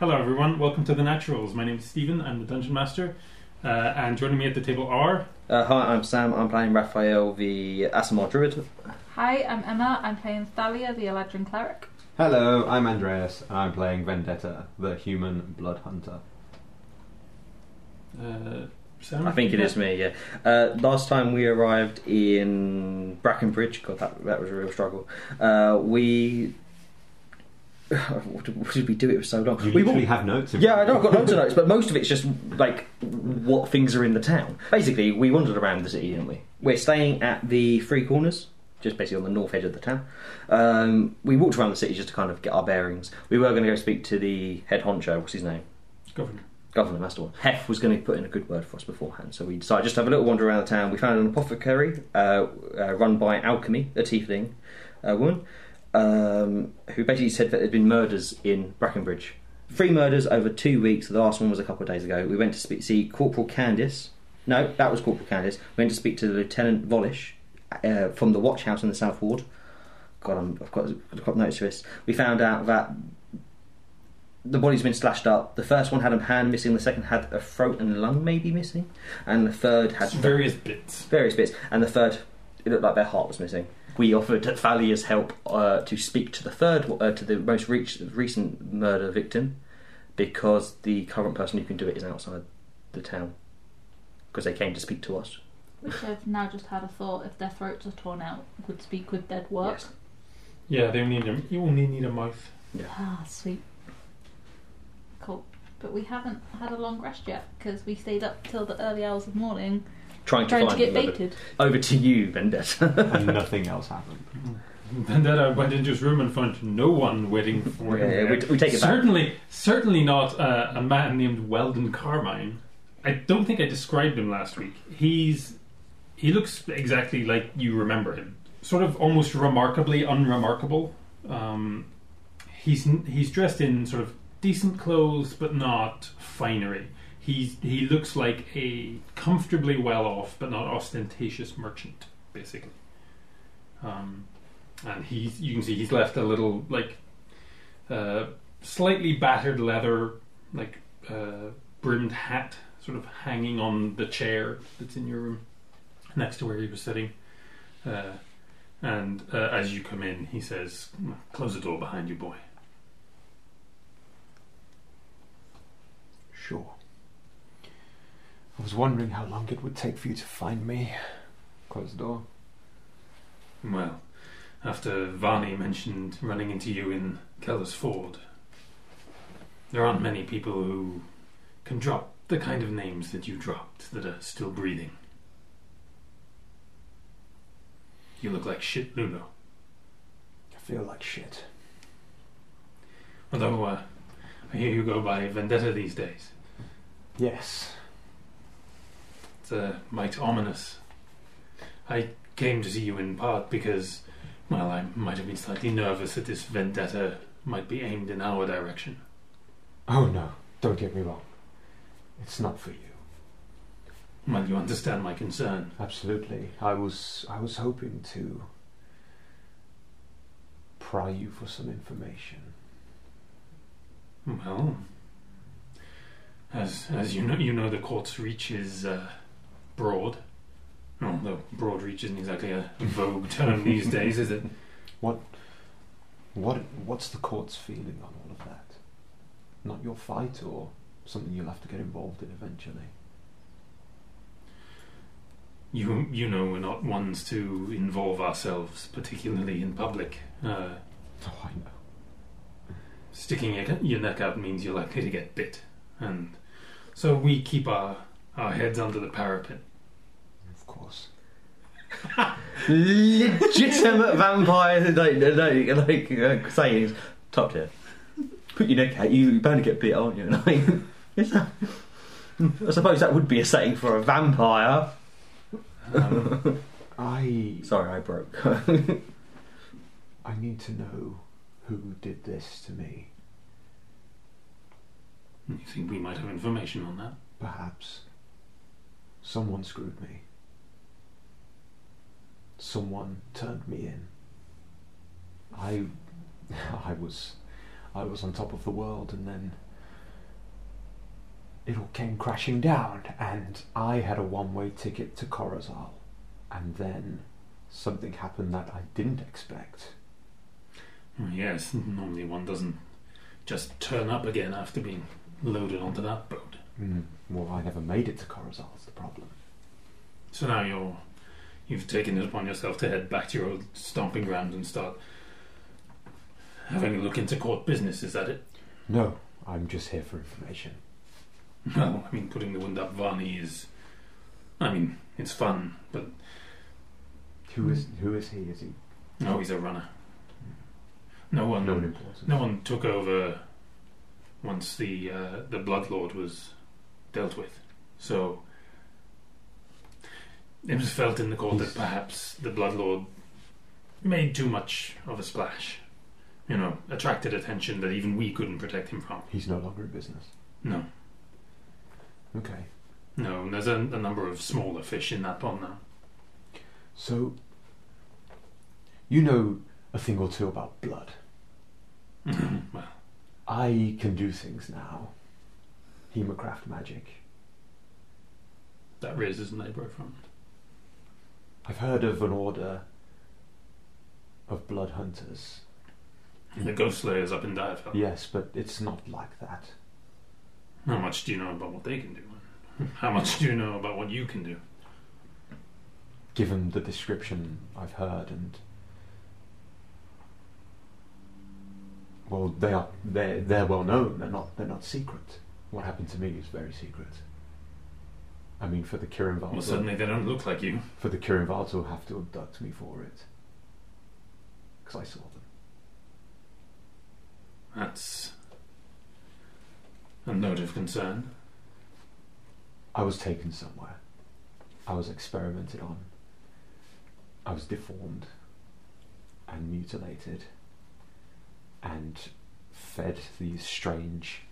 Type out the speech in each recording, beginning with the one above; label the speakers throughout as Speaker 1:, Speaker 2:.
Speaker 1: Hello, everyone. Welcome to The Naturals. My name is Stephen. I'm the Dungeon Master. Uh, and joining me at the table are.
Speaker 2: Uh, hi, I'm Sam. I'm playing Raphael, the Asimov Druid.
Speaker 3: Hi, I'm Emma. I'm playing Thalia, the Eladrin cleric.
Speaker 4: Hello, I'm Andreas. I'm playing Vendetta, the human blood hunter.
Speaker 1: Uh, Sam?
Speaker 2: I think it is me, yeah. Uh, last time we arrived in Brackenbridge, God, that, that was a real struggle. Uh, we. What did, what did we do? It was so long.
Speaker 4: You
Speaker 2: we
Speaker 4: literally have notes. in
Speaker 2: Yeah, I
Speaker 4: front
Speaker 2: know,
Speaker 4: of
Speaker 2: I've got loads of notes, but most of it's just like what things are in the town. Basically, we wandered around the city, didn't we? We're staying at the Three Corners, just basically on the north edge of the town. Um, we walked around the city just to kind of get our bearings. We were going to go speak to the head honcho, what's his name?
Speaker 1: Governor.
Speaker 2: Governor, that's the one. Hef was going to put in a good word for us beforehand, so we decided just to have a little wander around the town. We found an apothecary uh, uh, run by Alchemy, a tiefling uh, woman, um, who basically said that there'd been murders in Brackenbridge. Three murders over two weeks. The last one was a couple of days ago. We went to speak, see Corporal Candice. No, that was Corporal Candice. We went to speak to Lieutenant Volish uh, from the watch house in the South Ward. God, I'm, I've got, I've got notes for this. We found out that the body's been slashed up. The first one had a hand missing. The second had a throat and lung maybe missing, and the third had
Speaker 1: various bits.
Speaker 2: various bits. And the third, it looked like their heart was missing. We offered Thalia's help uh, to speak to the third, uh, to the most reach, recent murder victim, because the current person who can do it is outside the town, because they came to speak to us.
Speaker 3: Which I've now just had a thought if their throats are torn out, would speak with dead work.
Speaker 2: Yes.
Speaker 1: Yeah, they only need a, you only need a mouth.
Speaker 3: Ah, sweet. Cool. But we haven't had a long rest yet because we stayed up till the early hours of morning
Speaker 2: Trying to
Speaker 3: trying to
Speaker 2: find
Speaker 3: get
Speaker 2: the murder-
Speaker 3: baited.
Speaker 2: Over to you, Vendetta.
Speaker 4: and nothing else happened.
Speaker 1: Vendetta went into his room and found no one waiting for him.
Speaker 2: Yeah,
Speaker 1: there.
Speaker 2: we, we take it back.
Speaker 1: certainly, certainly not uh, a man named Weldon Carmine. I don't think I described him last week. He's he looks exactly like you remember him, sort of almost remarkably unremarkable. Um, he's he's dressed in sort of decent clothes, but not finery. He's he looks like a comfortably well off, but not ostentatious merchant, basically. Um, and he's you can see he's left a little like. Uh, slightly battered leather, like uh, brimmed hat, sort of hanging on the chair that's in your room next to where he was sitting. Uh, and uh, as you come in, he says, "Close the door behind you, boy."
Speaker 4: Sure. I was wondering how long it would take for you to find me. Close the door.
Speaker 1: Well, after Varney mentioned running into you in Keller's Ford, there aren't many people who can drop the kind of names that you dropped that are still breathing. You look like shit, Lulo.
Speaker 4: I feel like shit.
Speaker 1: Although uh, I hear you go by Vendetta these days.
Speaker 4: Yes.
Speaker 1: It's uh, might ominous. I came to see you in part because, well, I might have been slightly nervous that this vendetta might be aimed in our direction.
Speaker 4: Oh no, don't get me wrong. It's not for you.
Speaker 1: Well, you understand my concern.
Speaker 4: Absolutely. I was I was hoping to pry you for some information.
Speaker 1: Well, as as you know, you know the court's reach is uh, broad. Although broad reach isn't exactly a vogue term these days, is it?
Speaker 4: What what's the court's feeling on all of that? Not your fight or something you'll have to get involved in eventually.
Speaker 1: You you know we're not ones to involve ourselves, particularly in public. Uh,
Speaker 4: Oh, I know.
Speaker 1: sticking your, your neck out means you're likely to get bit, and so we keep our our heads under the parapet.
Speaker 4: Of course.
Speaker 2: Legitimate vampire like, like, like uh, sayings. Top tier. Put your neck out, you, you're bound to get bit, aren't you? Like, is that- I suppose that would be a saying for a vampire.
Speaker 1: Um,
Speaker 4: I
Speaker 2: Sorry, I broke.
Speaker 4: I need to know who did this to me.
Speaker 1: you think we might have information on that?
Speaker 4: Perhaps someone screwed me. Someone turned me in. I I was I was on top of the world and then it all came crashing down, and I had a one way ticket to Corozal. And then something happened that I didn't expect.
Speaker 1: Yes, normally one doesn't just turn up again after being loaded onto that boat.
Speaker 4: Mm. Well, I never made it to Corozal's the problem.
Speaker 1: So now you're you've taken it upon yourself to head back to your old stomping grounds and start having a look into court business. Is that it?
Speaker 4: No, I'm just here for information.
Speaker 1: No, I mean putting the wind up Varney is. I mean it's fun, but
Speaker 4: Who is who is he? Is he
Speaker 1: no, he's a runner. No one.
Speaker 4: no one important?
Speaker 1: No one took over once the uh, the Bloodlord was dealt with. So it was felt in the court that perhaps the Bloodlord made too much of a splash. You know, attracted attention that even we couldn't protect him from.
Speaker 4: He's no longer in business.
Speaker 1: No,
Speaker 4: Okay.
Speaker 1: no. And there's a, a number of smaller fish in that pond now.
Speaker 4: So you know a thing or two about blood.
Speaker 1: Mm-hmm. well,
Speaker 4: I can do things now. Hemocraft magic.
Speaker 1: that raises an eyebrow from.
Speaker 4: I've heard of an order of blood hunters.
Speaker 1: The Ghost Slayers up in Direfell.
Speaker 4: Yes, but it's not like that.
Speaker 1: How much do you know about what they can do? How much do you know about what you can do?
Speaker 4: Given the description I've heard and well, they are they they're well known. They're not they're not secret. What happened to me is very secret. I mean, for the Kirinval,
Speaker 1: Well, suddenly they don't look like you.
Speaker 4: for the Kirinval to have to abduct me for it because I saw them.
Speaker 1: That's a note of concern.
Speaker 4: I was taken somewhere. I was experimented on. I was deformed and mutilated and fed these strange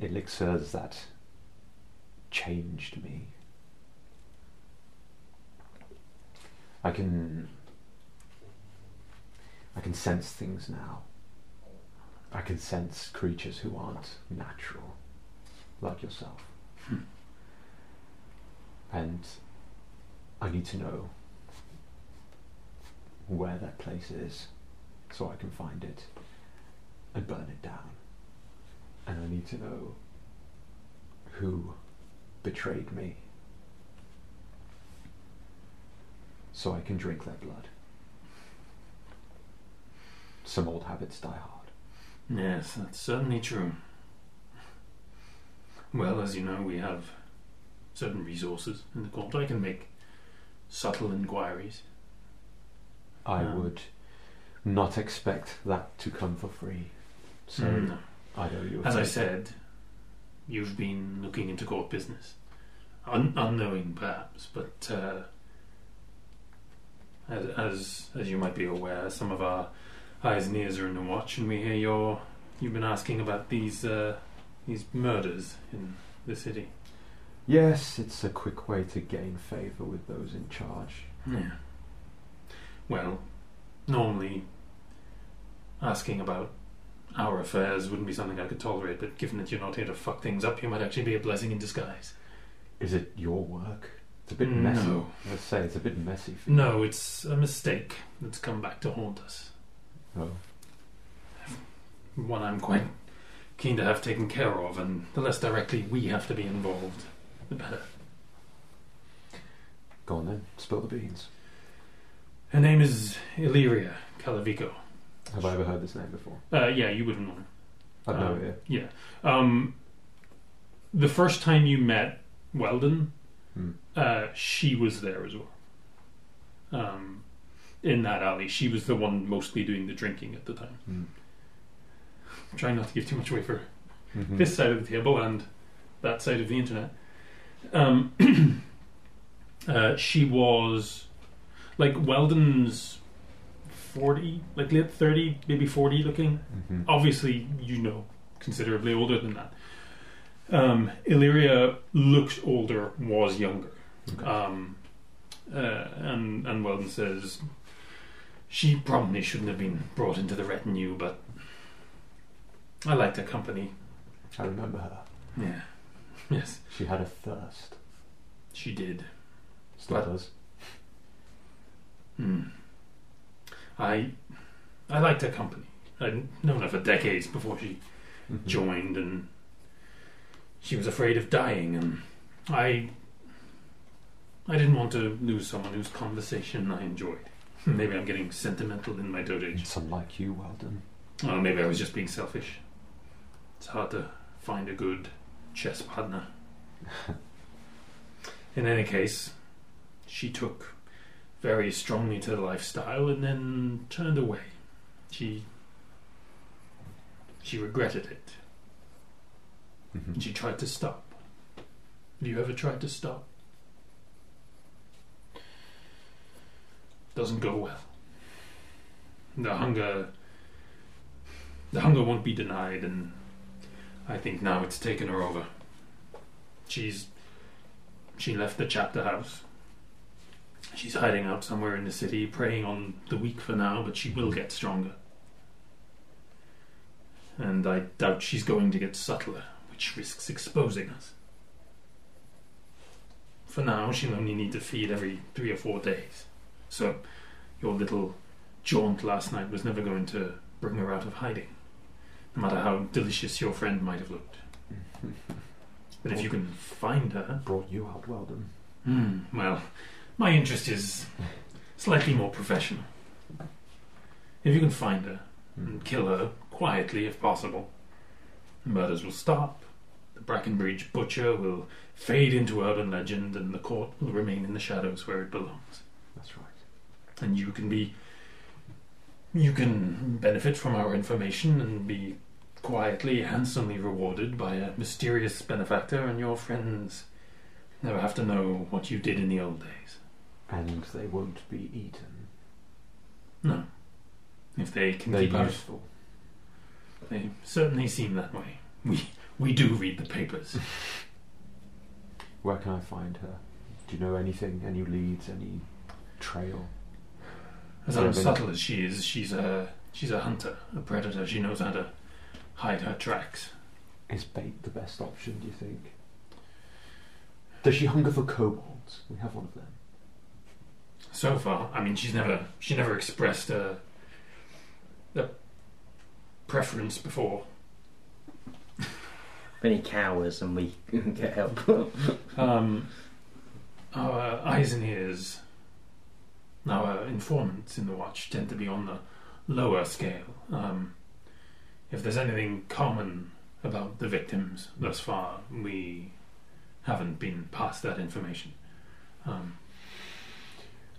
Speaker 4: elixirs that changed me. I can I can sense things now. I can sense creatures who aren't natural like yourself and I need to know where that place is so I can find it and burn it down. And I need to know who betrayed me so I can drink their blood. Some old habits die hard.
Speaker 1: Yes, that's certainly true. Well, as you know, we have certain resources in the court. I can make subtle inquiries.
Speaker 4: I
Speaker 1: Ah.
Speaker 4: would not expect that to come for free. So
Speaker 1: Mm.
Speaker 4: I owe you. a
Speaker 1: As I
Speaker 4: favour.
Speaker 1: said, you've been looking into court business. Un- unknowing, perhaps, but uh, as, as, as you might be aware, some of our eyes and ears are in the watch, and we hear your. You've been asking about these uh, these murders in the city.
Speaker 4: Yes, it's a quick way to gain favour with those in charge.
Speaker 1: Yeah. Well, normally asking about our affairs wouldn't be something I could tolerate, but given that you're not here to fuck things up, you might actually be a blessing in disguise.
Speaker 4: Is it your work? It's a bit
Speaker 1: No.
Speaker 4: messy. Let's say it's a bit messy for you.
Speaker 1: No, it's a mistake that's come back to haunt us.
Speaker 4: Oh.
Speaker 1: One I'm quite keen to have taken care of, and the less directly we have to be involved, the better.
Speaker 4: Go on then, spill the beans.
Speaker 1: Her name is Illyria Calavico.
Speaker 4: Have I ever heard this name before?
Speaker 1: Uh, yeah, you wouldn't know.
Speaker 4: I've no
Speaker 1: Um,
Speaker 4: idea.
Speaker 1: Yeah. Um, the first time you met Weldon,
Speaker 4: Hmm.
Speaker 1: uh, she was there as well. Um, in that alley, she was the one mostly doing the drinking at the time.
Speaker 4: Mm.
Speaker 1: I'm trying not to give too much away for
Speaker 4: Mhm.
Speaker 1: this side of the table and that side of the internet. Um, uh, she was like Weldon's 40, like late 30, maybe 40 looking.
Speaker 4: Mhm.
Speaker 1: Obviously, you know, considerably older than that. Um, Illyria looked older, was younger.
Speaker 4: Okay.
Speaker 1: Um, uh, and, and Weldon says she probably shouldn't have been brought into the retinue, but I liked her company.
Speaker 4: I remember her.
Speaker 1: Yeah. Yes,
Speaker 4: She had a thirst.
Speaker 1: she did.
Speaker 4: Still
Speaker 1: But-
Speaker 4: does.
Speaker 1: Hmm. I I liked her company. I'd known her for decades before she Hmm.
Speaker 4: Mhm.
Speaker 1: joined, and she was afraid of dying, and I I didn't want to lose someone whose conversation I enjoyed. Maybe I'm getting sentimental in my dotage.
Speaker 4: It's unlike you, well done.
Speaker 1: Well, Oh, maybe I was just being selfish. It's hard to find a good chess partner. In any case, she took very strongly to the lifestyle and then turned away. She she regretted it.
Speaker 4: Mhm.
Speaker 1: And she tried to stop. Have you ever tried to stop? Doesn't go well. The hunger. The hunger won't be denied, and I think now it's taken her over. She's. She left the chapter house. She's hiding out somewhere in the city, preying on the weak for now, but she will get stronger. And I doubt she's going to get subtler which risks exposing us. For now, she'll only need to feed every three or four days. So, your little jaunt last night was never going to bring her out of hiding, no matter how delicious your friend might have looked. But if you can find her.
Speaker 4: Mm-hmm. Brought you out, well done.
Speaker 1: Hmm, well, my interest is slightly more professional. If you can find her,
Speaker 4: Mm.
Speaker 1: and kill her quietly if possible. Murders will stop. The Brackenbridge butcher will fade into urban legend, and the court will remain in the shadows where it belongs.
Speaker 4: That's right.
Speaker 1: And you can be. You can benefit from our information and be quietly, handsomely rewarded by a mysterious benefactor, and your friends never have to know what you did in the old days.
Speaker 4: And they won't be eaten.
Speaker 1: No. If they can
Speaker 4: They're
Speaker 1: keep out of
Speaker 4: useful.
Speaker 1: They certainly seem that way. We we do read the papers.
Speaker 4: Where can I find her? Do you know anything? Any leads? Any trail?
Speaker 1: As
Speaker 4: Yeah, but-
Speaker 1: unsubtle as she is, she's a she's a hunter, a predator. She knows how to hide her tracks.
Speaker 4: Is bait the best option, do you think? Does she hunger for kobolds? We have one of them.
Speaker 1: So far, I mean, she's never she never expressed a a preference before.
Speaker 2: Then he cowers and we get help.
Speaker 1: Um, our eyes and ears, our informants in the watch tend to be on the lower scale. Um, if there's anything common about the victims thus far, we haven't been past that information. Um,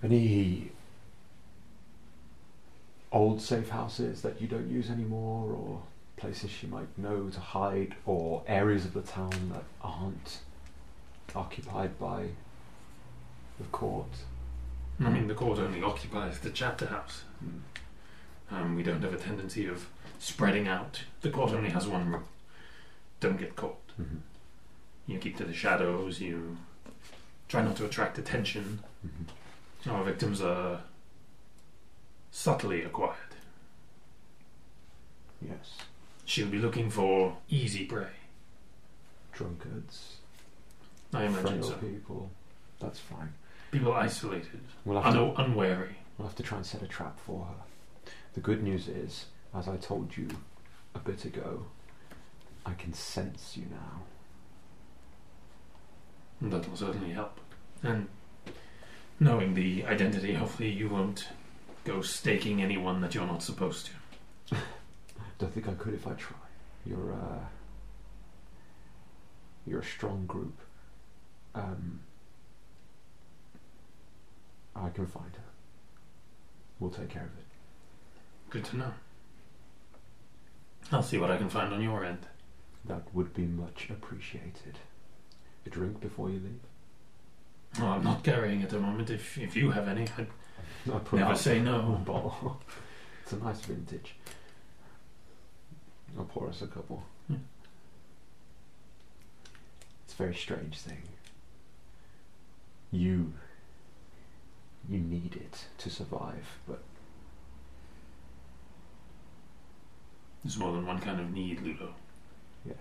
Speaker 4: Any old safe houses that you don't use anymore, or places she might know to hide, or areas of the town that aren't occupied by the court?
Speaker 1: I mean, the court only occupies the chapter house.
Speaker 4: Hmm.
Speaker 1: Um, we don't have a tendency of spreading out. The court only has one rule: don't get caught.
Speaker 4: Mhm.
Speaker 1: You keep to the shadows. You try not to attract attention.
Speaker 4: Mhm.
Speaker 1: Our victims are subtly acquired.
Speaker 4: Yes.
Speaker 1: She'll be looking for easy prey.
Speaker 4: Drunkards,
Speaker 1: I imagine
Speaker 4: frail
Speaker 1: so.
Speaker 4: people. That's fine.
Speaker 1: People isolated,
Speaker 4: We'll have, to,
Speaker 1: un- unwary.
Speaker 4: we'll have to try and set a trap for her. The good news is, as I told you a bit ago, I can sense you now.
Speaker 1: That will certainly help. And knowing the identity, hopefully you won't go staking anyone that you're not supposed to.
Speaker 4: Don't think I could if I try. You're uh, you're a strong group. Um, I can find her. We'll take care of it.
Speaker 1: Good to know. I'll see what I can find on your end.
Speaker 4: That would be much appreciated. A drink before you leave.
Speaker 1: Oh, I'm not carrying at the moment. If if you have any, I'd
Speaker 4: I put
Speaker 1: never
Speaker 4: out
Speaker 1: say
Speaker 4: a
Speaker 1: no.
Speaker 4: bottle. it's a nice vintage. I'll pour us a couple.
Speaker 1: Yeah.
Speaker 4: It's a very strange thing. You you need it to survive, but
Speaker 1: There's more than one kind of need, Ludo.
Speaker 4: yes.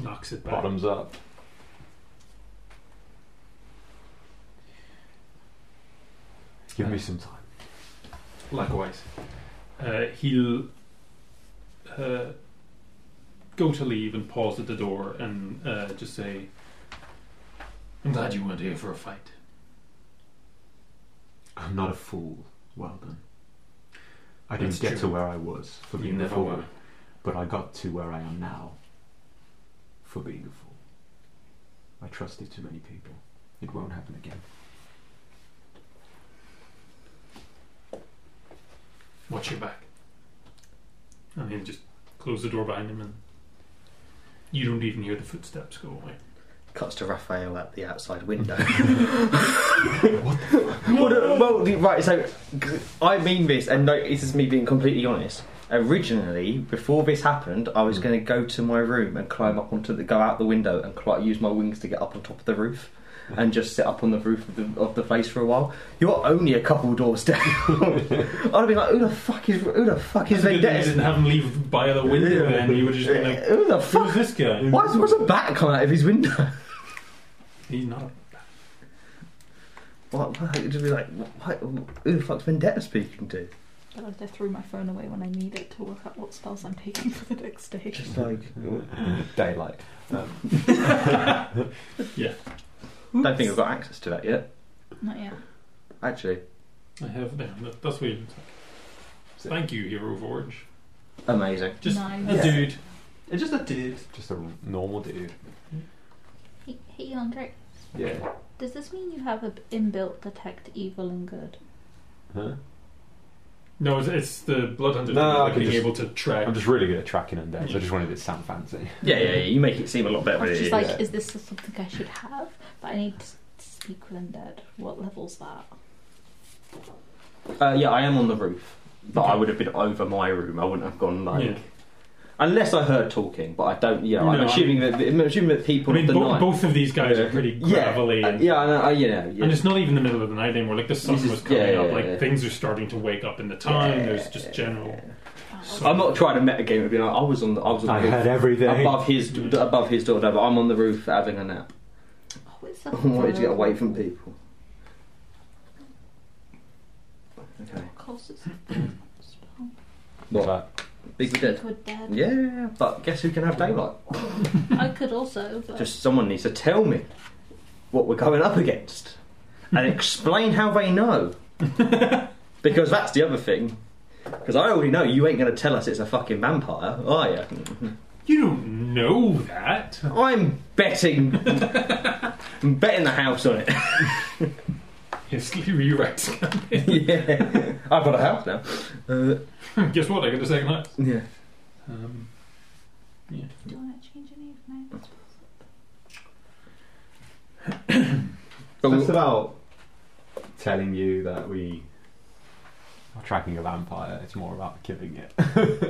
Speaker 1: knocks it back.
Speaker 4: Bottoms up. Give
Speaker 1: Uh,
Speaker 4: me some time.
Speaker 1: Likewise, uh, he'll uh, go to leave and pause at the door and uh, just say, "I'm glad you weren't here for a fight."
Speaker 4: I'm not a fool. Well done. I
Speaker 1: That's
Speaker 4: didn't get
Speaker 1: true.
Speaker 4: to where I was for
Speaker 1: You
Speaker 4: being a
Speaker 1: never
Speaker 4: fool,
Speaker 1: were.
Speaker 4: but I got to where I am now for being a fool. I trusted too many people. It won't happen again.
Speaker 1: Watch your back. And he'll just close the door behind him, and you don't even hear the footsteps go away.
Speaker 2: Cuts to Raphael at the outside window. What a- well, the- right, so g- I mean this, and no, this is me being completely honest. Originally, before this happened, I
Speaker 1: Mm.
Speaker 2: was going to go to my room and climb up onto the, go out the window and cli- use my wings to get up on top of the roof, and just sit up on the roof of the, of the place for a while. You're only a couple doors down. I'd have been like, who the fuck is who the fuck is
Speaker 1: It's a good thing you
Speaker 2: Vendetta?
Speaker 1: didn't have him leave by the window, then you would just been like,
Speaker 2: who the
Speaker 1: "Who's
Speaker 2: fuck?
Speaker 1: this guy?"
Speaker 2: Why is, what's a bat coming out of his window?
Speaker 1: He's not.
Speaker 2: What, what, it'd just be like, what, who the fuck's Vendetta speaking to?
Speaker 3: I just threw my phone away when I need it to work out what spells I'm taking for the next day.
Speaker 2: Just like,
Speaker 4: Daylight.
Speaker 1: Um,
Speaker 2: don't think I've got access to that yet.
Speaker 3: Not yet.
Speaker 2: Actually,
Speaker 1: I have there. That- That's what you Thank you, Hero Forge.
Speaker 2: amazing.
Speaker 1: Just
Speaker 3: Nice.
Speaker 1: a
Speaker 2: Yeah.
Speaker 1: dude. It's just a dude.
Speaker 4: Just a normal dude.
Speaker 3: Hey, hey Andre,
Speaker 4: Yeah.
Speaker 3: does this mean you have an inbuilt detect evil and good?
Speaker 4: Huh?
Speaker 1: No, it's, it's the Bloodhunter
Speaker 4: No,
Speaker 1: no,
Speaker 4: I can
Speaker 1: being
Speaker 4: just-
Speaker 1: able to track.
Speaker 4: I'm just really good at tracking undead, so I just wanted it to sound fancy.
Speaker 2: Yeah, yeah, yeah. You make it seem a lot
Speaker 3: I
Speaker 2: better.
Speaker 3: was
Speaker 2: than
Speaker 3: just
Speaker 2: it
Speaker 3: like,
Speaker 2: is.
Speaker 3: is this something I should have? But I need to speak with undead. What level's that?
Speaker 2: uh, yeah, I am on the roof, but I
Speaker 1: Okay.
Speaker 2: would have been over my room. I wouldn't have gone like,
Speaker 1: Yeah.
Speaker 2: unless I heard talking. But I don't. Yeah, I'm
Speaker 1: No, I-
Speaker 2: assuming that I'm assuming that
Speaker 1: I
Speaker 2: people
Speaker 1: mean,
Speaker 2: of the
Speaker 1: bo-
Speaker 2: night.
Speaker 1: both of these guys are pretty
Speaker 2: yeah,
Speaker 1: gravelly.
Speaker 2: uh,
Speaker 1: and,
Speaker 2: yeah, I know, I, you know, yeah.
Speaker 1: and it's not even the middle of the night anymore. Like the sun
Speaker 2: This is-
Speaker 1: was coming
Speaker 2: yeah,
Speaker 1: up.
Speaker 2: yeah,
Speaker 1: Like
Speaker 2: yeah.
Speaker 1: things are starting to wake up in the time.
Speaker 2: Yeah,
Speaker 1: There's just
Speaker 2: yeah,
Speaker 1: general.
Speaker 3: Oh,
Speaker 1: So-
Speaker 2: I'm not trying to meta game and be like, I was on the, I was on the
Speaker 4: I
Speaker 2: roof
Speaker 4: heard everything.
Speaker 2: above his
Speaker 1: Yeah.
Speaker 2: above his door, no, but I'm on the roof having a nap.
Speaker 3: oh, it's
Speaker 2: I wanted to get away from people. Okay,
Speaker 3: Of course, it's a spell.
Speaker 2: what?
Speaker 4: But
Speaker 2: Big dead.
Speaker 3: Speak with dead.
Speaker 2: Yeah, but guess who can have daylight?
Speaker 3: I could also, but
Speaker 2: Just someone needs to tell me what we're going up against and explain how they know. because that's the other thing. Because I already know you ain't going to tell us it's a fucking vampire, are you?
Speaker 1: You don't know that.
Speaker 2: I'm betting. I'm betting the house on it.
Speaker 1: History rewrites.
Speaker 2: yeah. I've got a house now. Uh,
Speaker 1: Guess what? I get the second house.
Speaker 2: yeah.
Speaker 1: Um, yeah.
Speaker 3: do I change any of my spells?
Speaker 2: But we-
Speaker 4: just about telling you that we are tracking a vampire, it's more about killing it.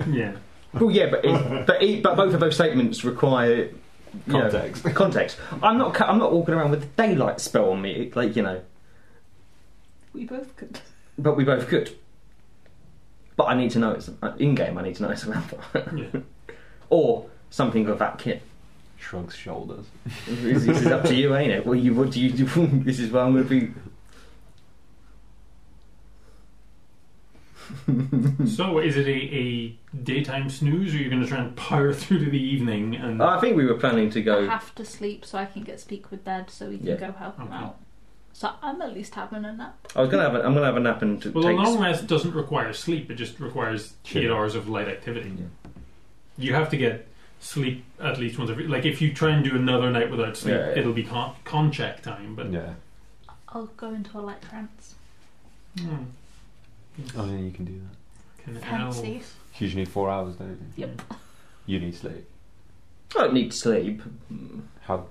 Speaker 1: yeah.
Speaker 2: well, yeah, but, it, but, it, but both of those statements require you know,
Speaker 4: Context.
Speaker 2: context. I'm not. ca- I'm not walking around with the daylight spell on me, like you know.
Speaker 3: We both could.
Speaker 2: But we both could. But I need to know it's in game. I need to know it's a vampire
Speaker 1: Yeah.
Speaker 2: or something of that kit.
Speaker 4: Shrugs shoulders.
Speaker 2: This is up to you, ain't it? What you? What do you do? This is where I'm going to be.
Speaker 1: So, is it a, a daytime snooze, or you're going to try and power through to the evening? And
Speaker 2: I think we were planning to
Speaker 3: I
Speaker 2: go.
Speaker 3: have to sleep so I can get speak with dead so we can
Speaker 2: Yeah.
Speaker 3: go help him
Speaker 1: Okay.
Speaker 3: out. So I'm at least having a nap.
Speaker 2: I was going to have. A, I'm going to have a nap and
Speaker 1: well,
Speaker 2: take.
Speaker 1: a long rest doesn't require sleep; it just requires
Speaker 4: Sure.
Speaker 1: eight hours of light activity.
Speaker 2: Yeah.
Speaker 1: You have to get sleep at least once every. Like if you try and do another night without sleep,
Speaker 2: Yeah, yeah.
Speaker 1: it'll be con, con check time. But
Speaker 4: Yeah.
Speaker 3: I'll go into a light trance.
Speaker 1: Hmm. Oh,
Speaker 4: I mean, you can do that.
Speaker 1: Can
Speaker 3: Fancy.
Speaker 4: You usually need four hours, don't you?
Speaker 1: Yep.
Speaker 4: You need sleep.
Speaker 2: I don't need sleep.
Speaker 4: How?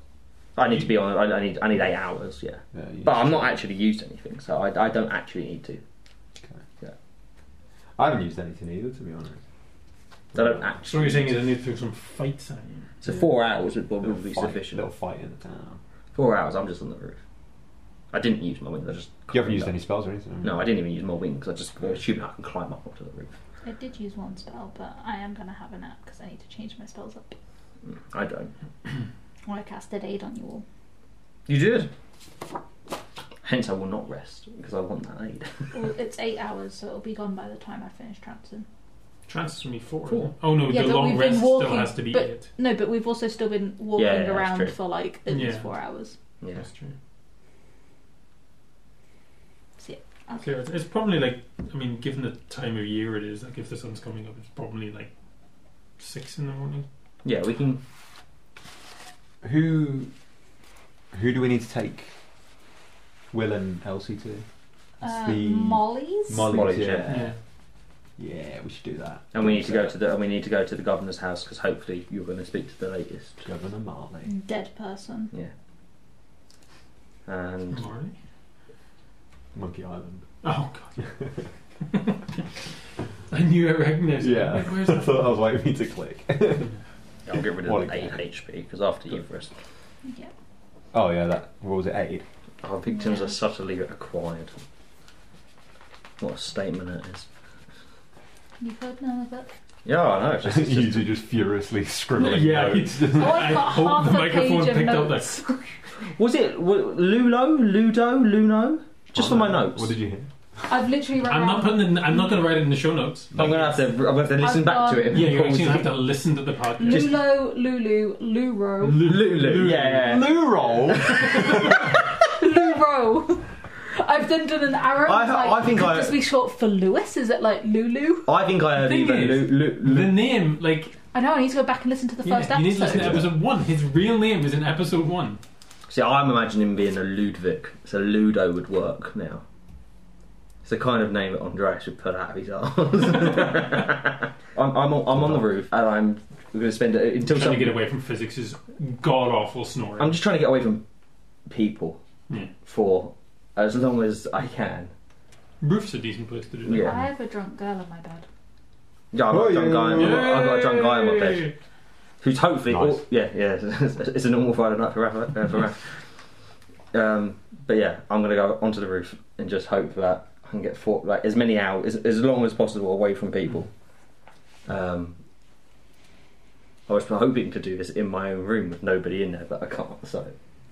Speaker 2: I need to be on. I I need. I need eight hours. Yeah,
Speaker 4: Yeah, you
Speaker 2: but I'm not actually used anything, so I, I don't actually need to.
Speaker 4: I haven't used anything either, to be honest.
Speaker 2: I don't actually.
Speaker 1: So what you're saying is I need to do some fight time.
Speaker 2: So four hours would
Speaker 4: Little
Speaker 2: probably be
Speaker 4: fight-
Speaker 2: sufficient.
Speaker 4: Little fight in the town.
Speaker 2: Four hours. I'm just on the roof. I didn't use my wings. I just.
Speaker 4: You haven't used any spells or anything? have you?
Speaker 2: No, I didn't even use my wings. I just assumed I can climb up onto the roof.
Speaker 3: I did use one spell, but I am going to have a nap because I need to change my spells up.
Speaker 2: Mm, I don't.
Speaker 3: Well, I casted aid on you all.
Speaker 2: You did. Hence, I will not rest because I want that aid.
Speaker 3: Well, it's eight hours, so it'll be gone by the time I finish Trampton.
Speaker 1: Transfers me four.
Speaker 2: Cool.
Speaker 1: isn't it? Oh no,
Speaker 3: Yeah,
Speaker 1: the
Speaker 3: but
Speaker 1: long
Speaker 3: we've been
Speaker 1: rest
Speaker 3: walking,
Speaker 1: still has to be
Speaker 3: but-
Speaker 1: it.
Speaker 3: No, but we've also still been walking
Speaker 2: Yeah, yeah, that's
Speaker 3: around
Speaker 2: true.
Speaker 3: for like at least
Speaker 1: Yeah.
Speaker 3: four hours.
Speaker 2: Yeah.
Speaker 1: That's true.
Speaker 3: So, yeah.
Speaker 1: Okay,
Speaker 3: uh,
Speaker 1: it's, it's probably like I mean, given the time of year it is, like if the sun's coming up, it's probably like six in the morning.
Speaker 2: Yeah, we can.
Speaker 4: Who who do we need to take Will and Elsie to? It's
Speaker 3: Uh,
Speaker 4: the
Speaker 3: Molly's?
Speaker 4: Molly's,
Speaker 2: Molly's,
Speaker 4: yeah.
Speaker 2: yeah.
Speaker 4: yeah.
Speaker 1: Yeah.
Speaker 4: we should do that.
Speaker 2: And we need to go to the and we need to go to the governor's house because hopefully you're going to speak to the latest.
Speaker 4: Governor Marley.
Speaker 3: Dead person.
Speaker 2: Yeah. And
Speaker 1: Morning.
Speaker 4: Monkey Island.
Speaker 1: Oh god. I knew I recognised it.
Speaker 4: Yeah.
Speaker 1: Like, where's
Speaker 4: I thought I was waiting for you to click.
Speaker 1: that?
Speaker 2: I'll get rid
Speaker 4: What
Speaker 2: of the
Speaker 4: again?
Speaker 2: eight HP because after you've rested,
Speaker 3: Yeah.
Speaker 4: Oh yeah, that what was it? Eight.
Speaker 2: our victims
Speaker 3: Yeah.
Speaker 2: are subtly acquired. What a statement it is.
Speaker 3: You've heard none of it.
Speaker 2: Yeah, I know. It's just, it's just-
Speaker 4: you two just furiously scribbling
Speaker 1: yeah.
Speaker 4: notes.
Speaker 1: it's just-
Speaker 3: Oh,
Speaker 1: I
Speaker 3: I've got
Speaker 1: hope the
Speaker 3: half a page
Speaker 1: microphone
Speaker 3: of
Speaker 1: picked up that.
Speaker 3: notes.
Speaker 2: was it w- Lulo, Ludo, Luno? Just for my notes.
Speaker 4: What did you hear?
Speaker 3: I've literally run
Speaker 1: I'm not
Speaker 3: out.
Speaker 1: putting. It in, I'm not going to write it in the show notes.
Speaker 2: I'm gonna have to. I'm gonna have to listen
Speaker 3: I've
Speaker 2: back to it.
Speaker 3: done-
Speaker 1: Yeah, you
Speaker 2: What was
Speaker 1: actually
Speaker 2: it?
Speaker 1: have to listen to the podcast.
Speaker 2: Just-
Speaker 3: Lulo, Lulu, Luro.
Speaker 2: Lulu. Yeah.
Speaker 4: Lou roll.
Speaker 3: Luro. I've done done an arrow.
Speaker 2: I-
Speaker 3: it's like,
Speaker 2: I think
Speaker 3: could
Speaker 2: I-
Speaker 3: this be short for Lewis? Is it like Lulu?
Speaker 2: I think I heard
Speaker 1: Thing
Speaker 2: even Lu,
Speaker 1: is,
Speaker 2: Lu,
Speaker 1: The
Speaker 2: Lu-
Speaker 1: name, like,
Speaker 3: I know. I need to go back and listen to the
Speaker 1: yeah,
Speaker 3: first
Speaker 1: you need to
Speaker 3: episode.
Speaker 1: listen to episode one. His real name is in episode one.
Speaker 2: See, I'm imagining him being a Ludwig, so Ludo would work now. It's the kind of name that Andreas would put out of his arms. I'm, I'm, on, I'm on the roof, and I'm going to spend it until
Speaker 1: Trying to
Speaker 2: something.
Speaker 1: get away from physics is god awful snoring.
Speaker 2: I'm just trying to get away from people
Speaker 1: Yeah.
Speaker 2: for as long as I can.
Speaker 1: Roof's a decent place to do that.
Speaker 2: Yeah.
Speaker 3: I have a drunk girl in my bed.
Speaker 2: Yeah, I've got a drunk guy. I've got, I've got a drunk guy on my bed
Speaker 1: Yay!
Speaker 2: who's hopefully.
Speaker 4: Nice.
Speaker 2: oh, yeah, yeah. It's, a normal Friday night for Rafa. Uh, for Rafa. Um, but yeah, I'm going to go onto the roof and just hope that I can get four, like as many hours, as, as long as possible, away from people. Um, I was hoping to do this in my own room with nobody in there, but I can't. So
Speaker 1: I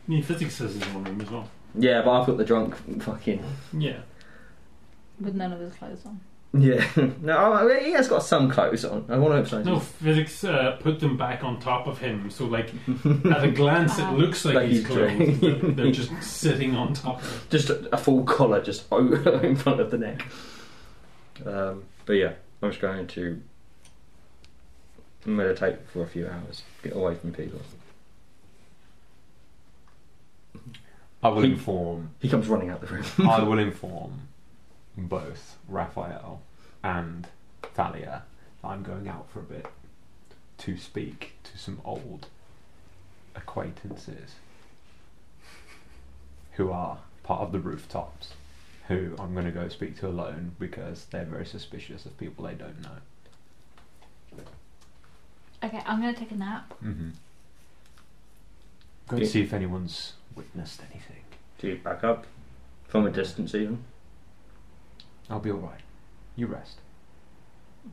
Speaker 1: mean, physics says in one room as well.
Speaker 2: yeah, but I've got the drunk fucking
Speaker 1: Yeah.
Speaker 3: With none of his clothes on.
Speaker 2: Yeah. No, I- I- he has got some clothes on. I want to emphasise.
Speaker 1: No,
Speaker 2: this.
Speaker 1: physics uh, put them back on top of him, so like at a glance it
Speaker 3: Ah.
Speaker 1: looks like
Speaker 2: Like
Speaker 1: he's
Speaker 2: he's
Speaker 1: clothes,
Speaker 2: drunk.
Speaker 1: but they're just sitting on top. of
Speaker 2: Just a, a full collar just over in front of the neck. Um, but yeah, I'm just going to meditate for a few hours, get away from people.
Speaker 4: I will
Speaker 2: He-
Speaker 4: inform.
Speaker 2: He comes running out the room.
Speaker 4: I will inform both Raphael and Thalia that I'm going out for a bit to speak to some old acquaintances who are part of the rooftops. Who I'm going to go speak to alone because they're very suspicious of people they don't know.
Speaker 3: Okay, I'm gonna take a nap.
Speaker 4: Mm-hmm. Go and
Speaker 2: Yeah.
Speaker 4: see if anyone's witnessed anything.
Speaker 2: Do you back up from a distance even?
Speaker 4: I'll be all right. You rest.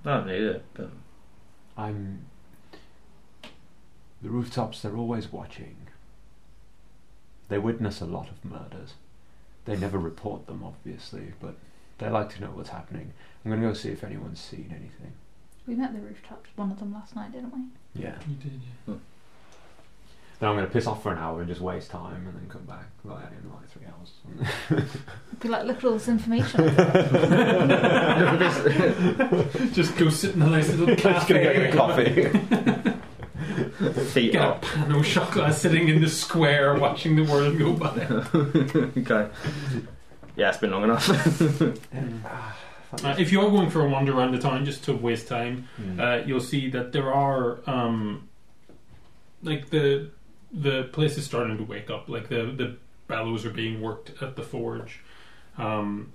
Speaker 2: I don't need it. But
Speaker 4: I'm. The rooftops, they're always watching. They witness a lot of murders. They never report them, obviously, but they like to know what's happening. I'm gonna go see if anyone's seen anything.
Speaker 3: We met the rooftops, one of them last night, didn't we?
Speaker 4: Yeah.
Speaker 1: You did, yeah.
Speaker 4: Then I'm gonna piss off for an hour and just waste time and then come back. Like, in like three hours.
Speaker 3: Be like, look at all this information.
Speaker 1: Just go sit in a nice little cafe.
Speaker 4: coffee.
Speaker 2: feet
Speaker 1: Get a
Speaker 2: up.
Speaker 1: pano chocolate sitting in the square watching the world go by.
Speaker 2: okay. Yeah, it's been long enough.
Speaker 1: Uh, if you're going for a wander around the town just to waste time,
Speaker 4: Hmm.
Speaker 1: uh, you'll see that there are um, like the the place is starting to wake up. Like the the bellows are being worked at the forge, um,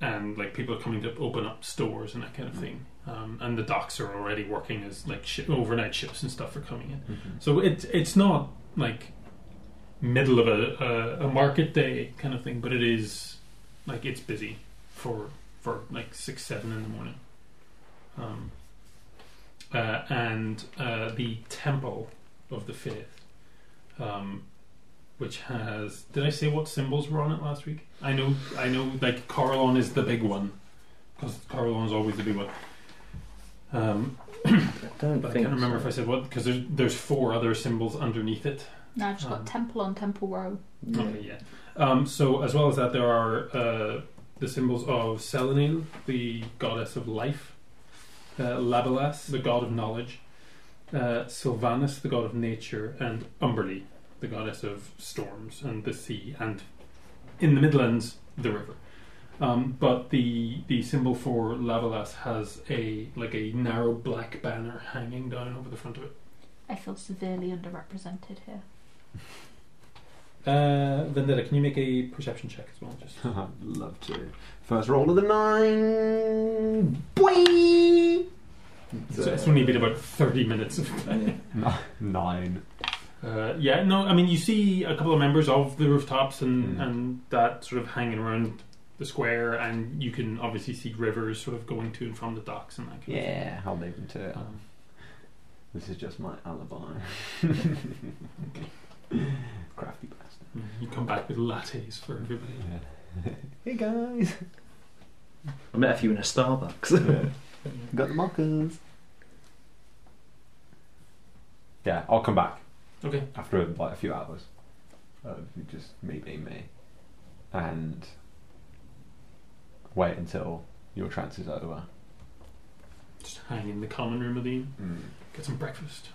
Speaker 1: and like people are coming to open up stores and that kind of thing. Um, and the docks are already working as like shi overnight ships and stuff are coming in.
Speaker 4: Mm-hmm.
Speaker 1: So it's it's not like middle of a, a a market day kind of thing, but it is like it's busy for for like six seven in the morning. Um, uh, and uh, the temple of the Faith, um, which has. Did I say what symbols were on it last week? I know, I know. Like Carlon is the big one, because Carlon's always the big one. Um,
Speaker 2: I don't
Speaker 1: but I
Speaker 2: think.
Speaker 1: can't remember
Speaker 2: so.
Speaker 1: if I said what because there's there's four other symbols underneath it.
Speaker 3: No, I've just got
Speaker 1: Um,
Speaker 3: Temple on Temple Row.
Speaker 2: Yeah.
Speaker 1: Okay, yeah. Um, so as well as that, there are uh, the symbols of Selene, the goddess of life, uh, Labalas, the god of knowledge, uh, Sylvanus, the god of nature, and Umberly, the goddess of storms and the sea, and in the Midlands, the river. Um, but the the symbol for Lavalas has a like a narrow black banner hanging down over the front of it.
Speaker 3: I feel severely underrepresented here.
Speaker 1: Uh, Vendetta, can you make a perception check as well? Just
Speaker 4: I'd love to. First roll of the nine. Boing!
Speaker 1: So it's only been about 30 minutes of play.
Speaker 4: nine.
Speaker 1: Uh, yeah, no, I mean, you see a couple of members of the rooftops and,
Speaker 4: Mm.
Speaker 1: and that sort of hanging around the square, and you can obviously see rivers sort of going to and from the docks and that kind
Speaker 4: Yeah, I'll leave them to
Speaker 1: of
Speaker 4: it.
Speaker 1: thing. Um,
Speaker 4: This is just my alibi. Crafty bastard.
Speaker 1: Mm-hmm. you come back with lattes for everybody.
Speaker 4: hey guys.
Speaker 2: I met a few in a Starbucks.
Speaker 4: Got the markers. Yeah, I'll come back
Speaker 1: Okay.
Speaker 4: after like a few hours of just me being me, and wait until your trance is over.
Speaker 1: Just hang in the common room of the inn,
Speaker 4: Mm.
Speaker 1: get some breakfast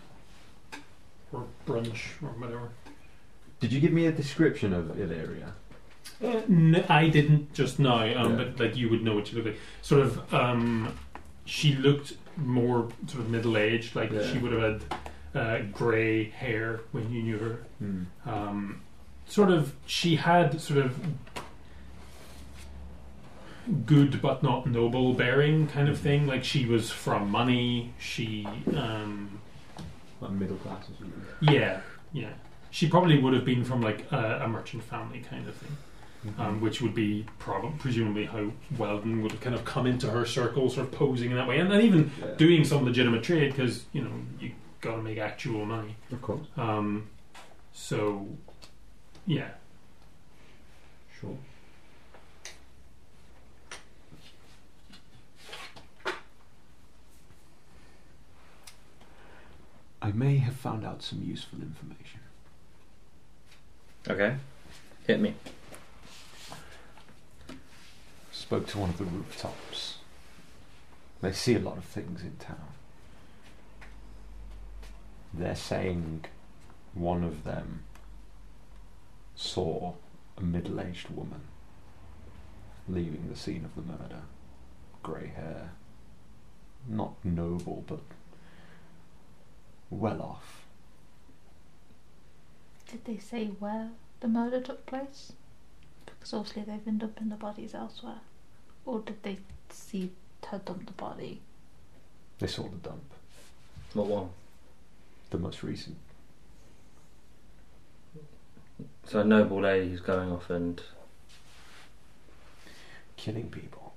Speaker 1: or brunch or whatever.
Speaker 4: Did you give me a description of Illyria?
Speaker 1: Uh, n- I didn't just now, um,
Speaker 4: Yeah.
Speaker 1: but like you would know what she looked like. Sort of, um, she looked more sort of middle aged. Like
Speaker 4: Yeah.
Speaker 1: she would have had uh, grey hair when you knew her.
Speaker 4: Hmm.
Speaker 1: Um, sort of, she had sort of good but not noble bearing kind of
Speaker 4: Mhm.
Speaker 1: thing. Like she was from money. She, um,
Speaker 4: Like middle class or something.
Speaker 1: yeah, yeah. She probably would have been from like a, a merchant family kind of thing
Speaker 4: Mm-hmm.
Speaker 1: um, which would be prob- presumably how Weldon would have kind of come into her circle, sort of posing in that way, and then even
Speaker 4: Yeah.
Speaker 1: doing some legitimate trade because you know you got to make actual money.
Speaker 4: Of course.
Speaker 1: Um, so, yeah,
Speaker 4: Sure. I may have found out some useful information.
Speaker 2: okay. Hit me.
Speaker 4: Spoke to one of the rooftops. They see a lot of things in town. They're saying one of them saw a middle aged woman leaving the scene of the murder. Grey hair. Not noble, but well off.
Speaker 3: Did they say where the murder took place? Because obviously they've been dumping the bodies elsewhere. Or did they see her dump the body?
Speaker 4: They saw the dump,
Speaker 2: What one?
Speaker 4: the most recent.
Speaker 2: So a noble lady who's going off and
Speaker 4: Killing people.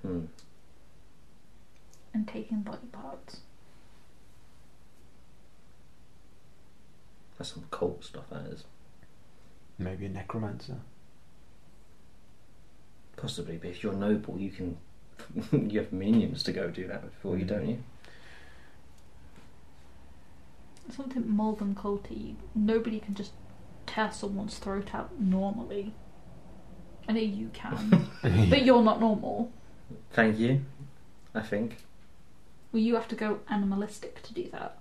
Speaker 2: hmm,
Speaker 3: and taking body parts.
Speaker 2: that's some cult stuff. That is
Speaker 4: Maybe a necromancer.
Speaker 2: possibly. But if you're noble, you can. you have minions to go do that for you, don't you?
Speaker 3: Something more than culty. Nobody can just tear someone's throat out normally. I know you can, but you're not normal.
Speaker 2: Thank you. I think.
Speaker 3: Well, you have to go animalistic to do that.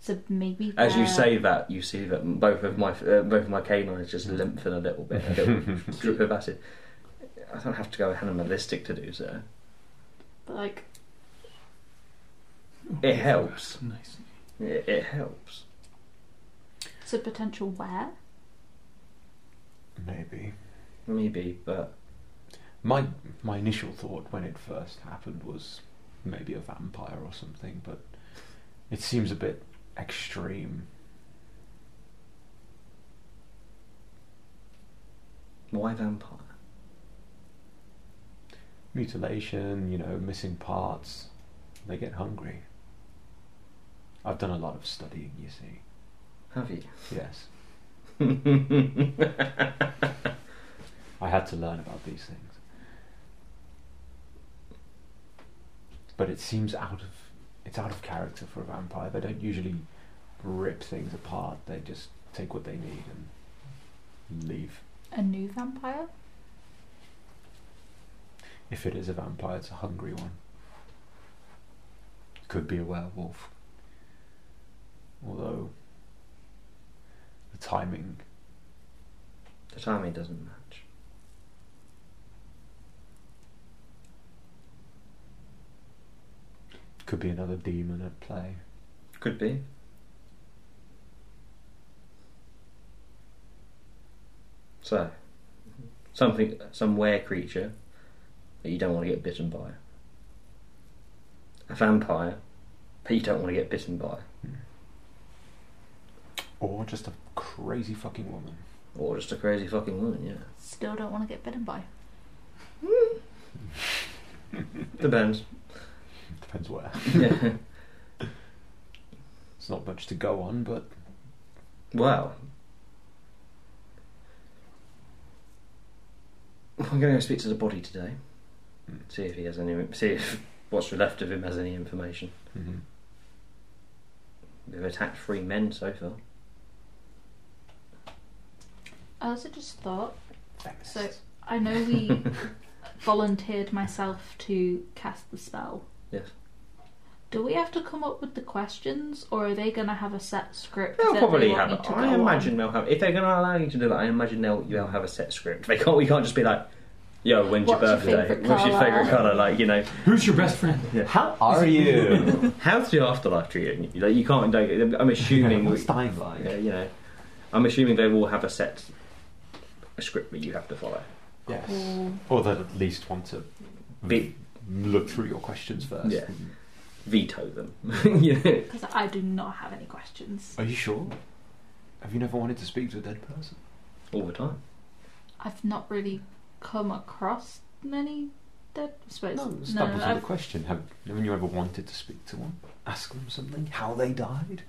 Speaker 3: So maybe.
Speaker 2: As you
Speaker 3: they're-
Speaker 2: say that, you see that both of my uh, both of my canines just lengthen a little bit, a little drip of acid. I don't have to go animalistic to do so.
Speaker 3: Like,
Speaker 2: It helps.
Speaker 1: Nice.
Speaker 2: It, it helps.
Speaker 3: it's a potential where?
Speaker 4: Maybe.
Speaker 2: Maybe, but
Speaker 4: My my initial thought when it first happened was maybe a vampire or something, but it seems a bit extreme.
Speaker 2: why vampire?
Speaker 4: Mutilation, you know, missing parts. They get hungry. I've done a lot of studying, you see.
Speaker 2: Have you?
Speaker 4: Yes. I had to learn about these things. But it seems out of it's out of character for a vampire. They don't usually rip things apart. They just take what they need and leave.
Speaker 3: A new vampire?
Speaker 4: If it is a vampire, it's a hungry one. Could be a werewolf. Although the timing
Speaker 2: the timing doesn't match.
Speaker 4: could be another demon at play.
Speaker 2: Could be. So, something, some were creature that you don't want to get bitten by. A vampire that you don't want to get bitten by.
Speaker 4: Or just a crazy fucking woman.
Speaker 2: Or just a crazy fucking woman, yeah.
Speaker 3: Still don't want to get bitten by.
Speaker 2: Depends.
Speaker 4: Depends where.
Speaker 2: yeah.
Speaker 4: It's not much to go on, but
Speaker 2: Wow. I'm going to go speak to the body today.
Speaker 4: Hmm.
Speaker 2: See if he has any. See if what's left of him has any information.
Speaker 4: mhm.
Speaker 2: We've attacked three men so far.
Speaker 3: I also just thought
Speaker 4: feminists.
Speaker 3: So- I know we volunteered myself to cast the spell.
Speaker 2: Yes.
Speaker 3: Do we have to come up with the questions, or are they going to have a set script?
Speaker 2: They'll
Speaker 3: that
Speaker 2: probably
Speaker 3: they want
Speaker 2: have.
Speaker 3: me
Speaker 2: it.
Speaker 3: to
Speaker 2: I
Speaker 3: go
Speaker 2: imagine
Speaker 3: on?
Speaker 2: they'll have. If they're going to allow you to do that, I imagine they'll you'll have a set script. They can't. We can't just be like, "Yo, when's
Speaker 3: What's
Speaker 2: your
Speaker 3: your
Speaker 2: birthday?
Speaker 3: favourite
Speaker 2: What's your
Speaker 3: colour?"
Speaker 2: favourite colour?" Like you know,
Speaker 1: Who's your best friend?
Speaker 4: How are you?
Speaker 2: how's the afterlife treating you? Like you can't. Like, I'm assuming. we,
Speaker 4: What's dying like?
Speaker 2: yeah, you know, I'm assuming they will have a set a script that you have to follow.
Speaker 4: Yes.
Speaker 1: Mm.
Speaker 3: Cool.
Speaker 4: Or that at least want to
Speaker 2: Be-
Speaker 4: look through your questions first.
Speaker 2: Yeah. Veto them. you know?
Speaker 3: Because I do not have any questions.
Speaker 4: Are you sure? Have you never wanted to speak to a dead person?
Speaker 2: all the time.
Speaker 3: I've not really come across many dead. I suppose.
Speaker 4: that was not a
Speaker 3: I've-
Speaker 4: question. Have, haven't you ever wanted to speak to one? Ask them something? How they died?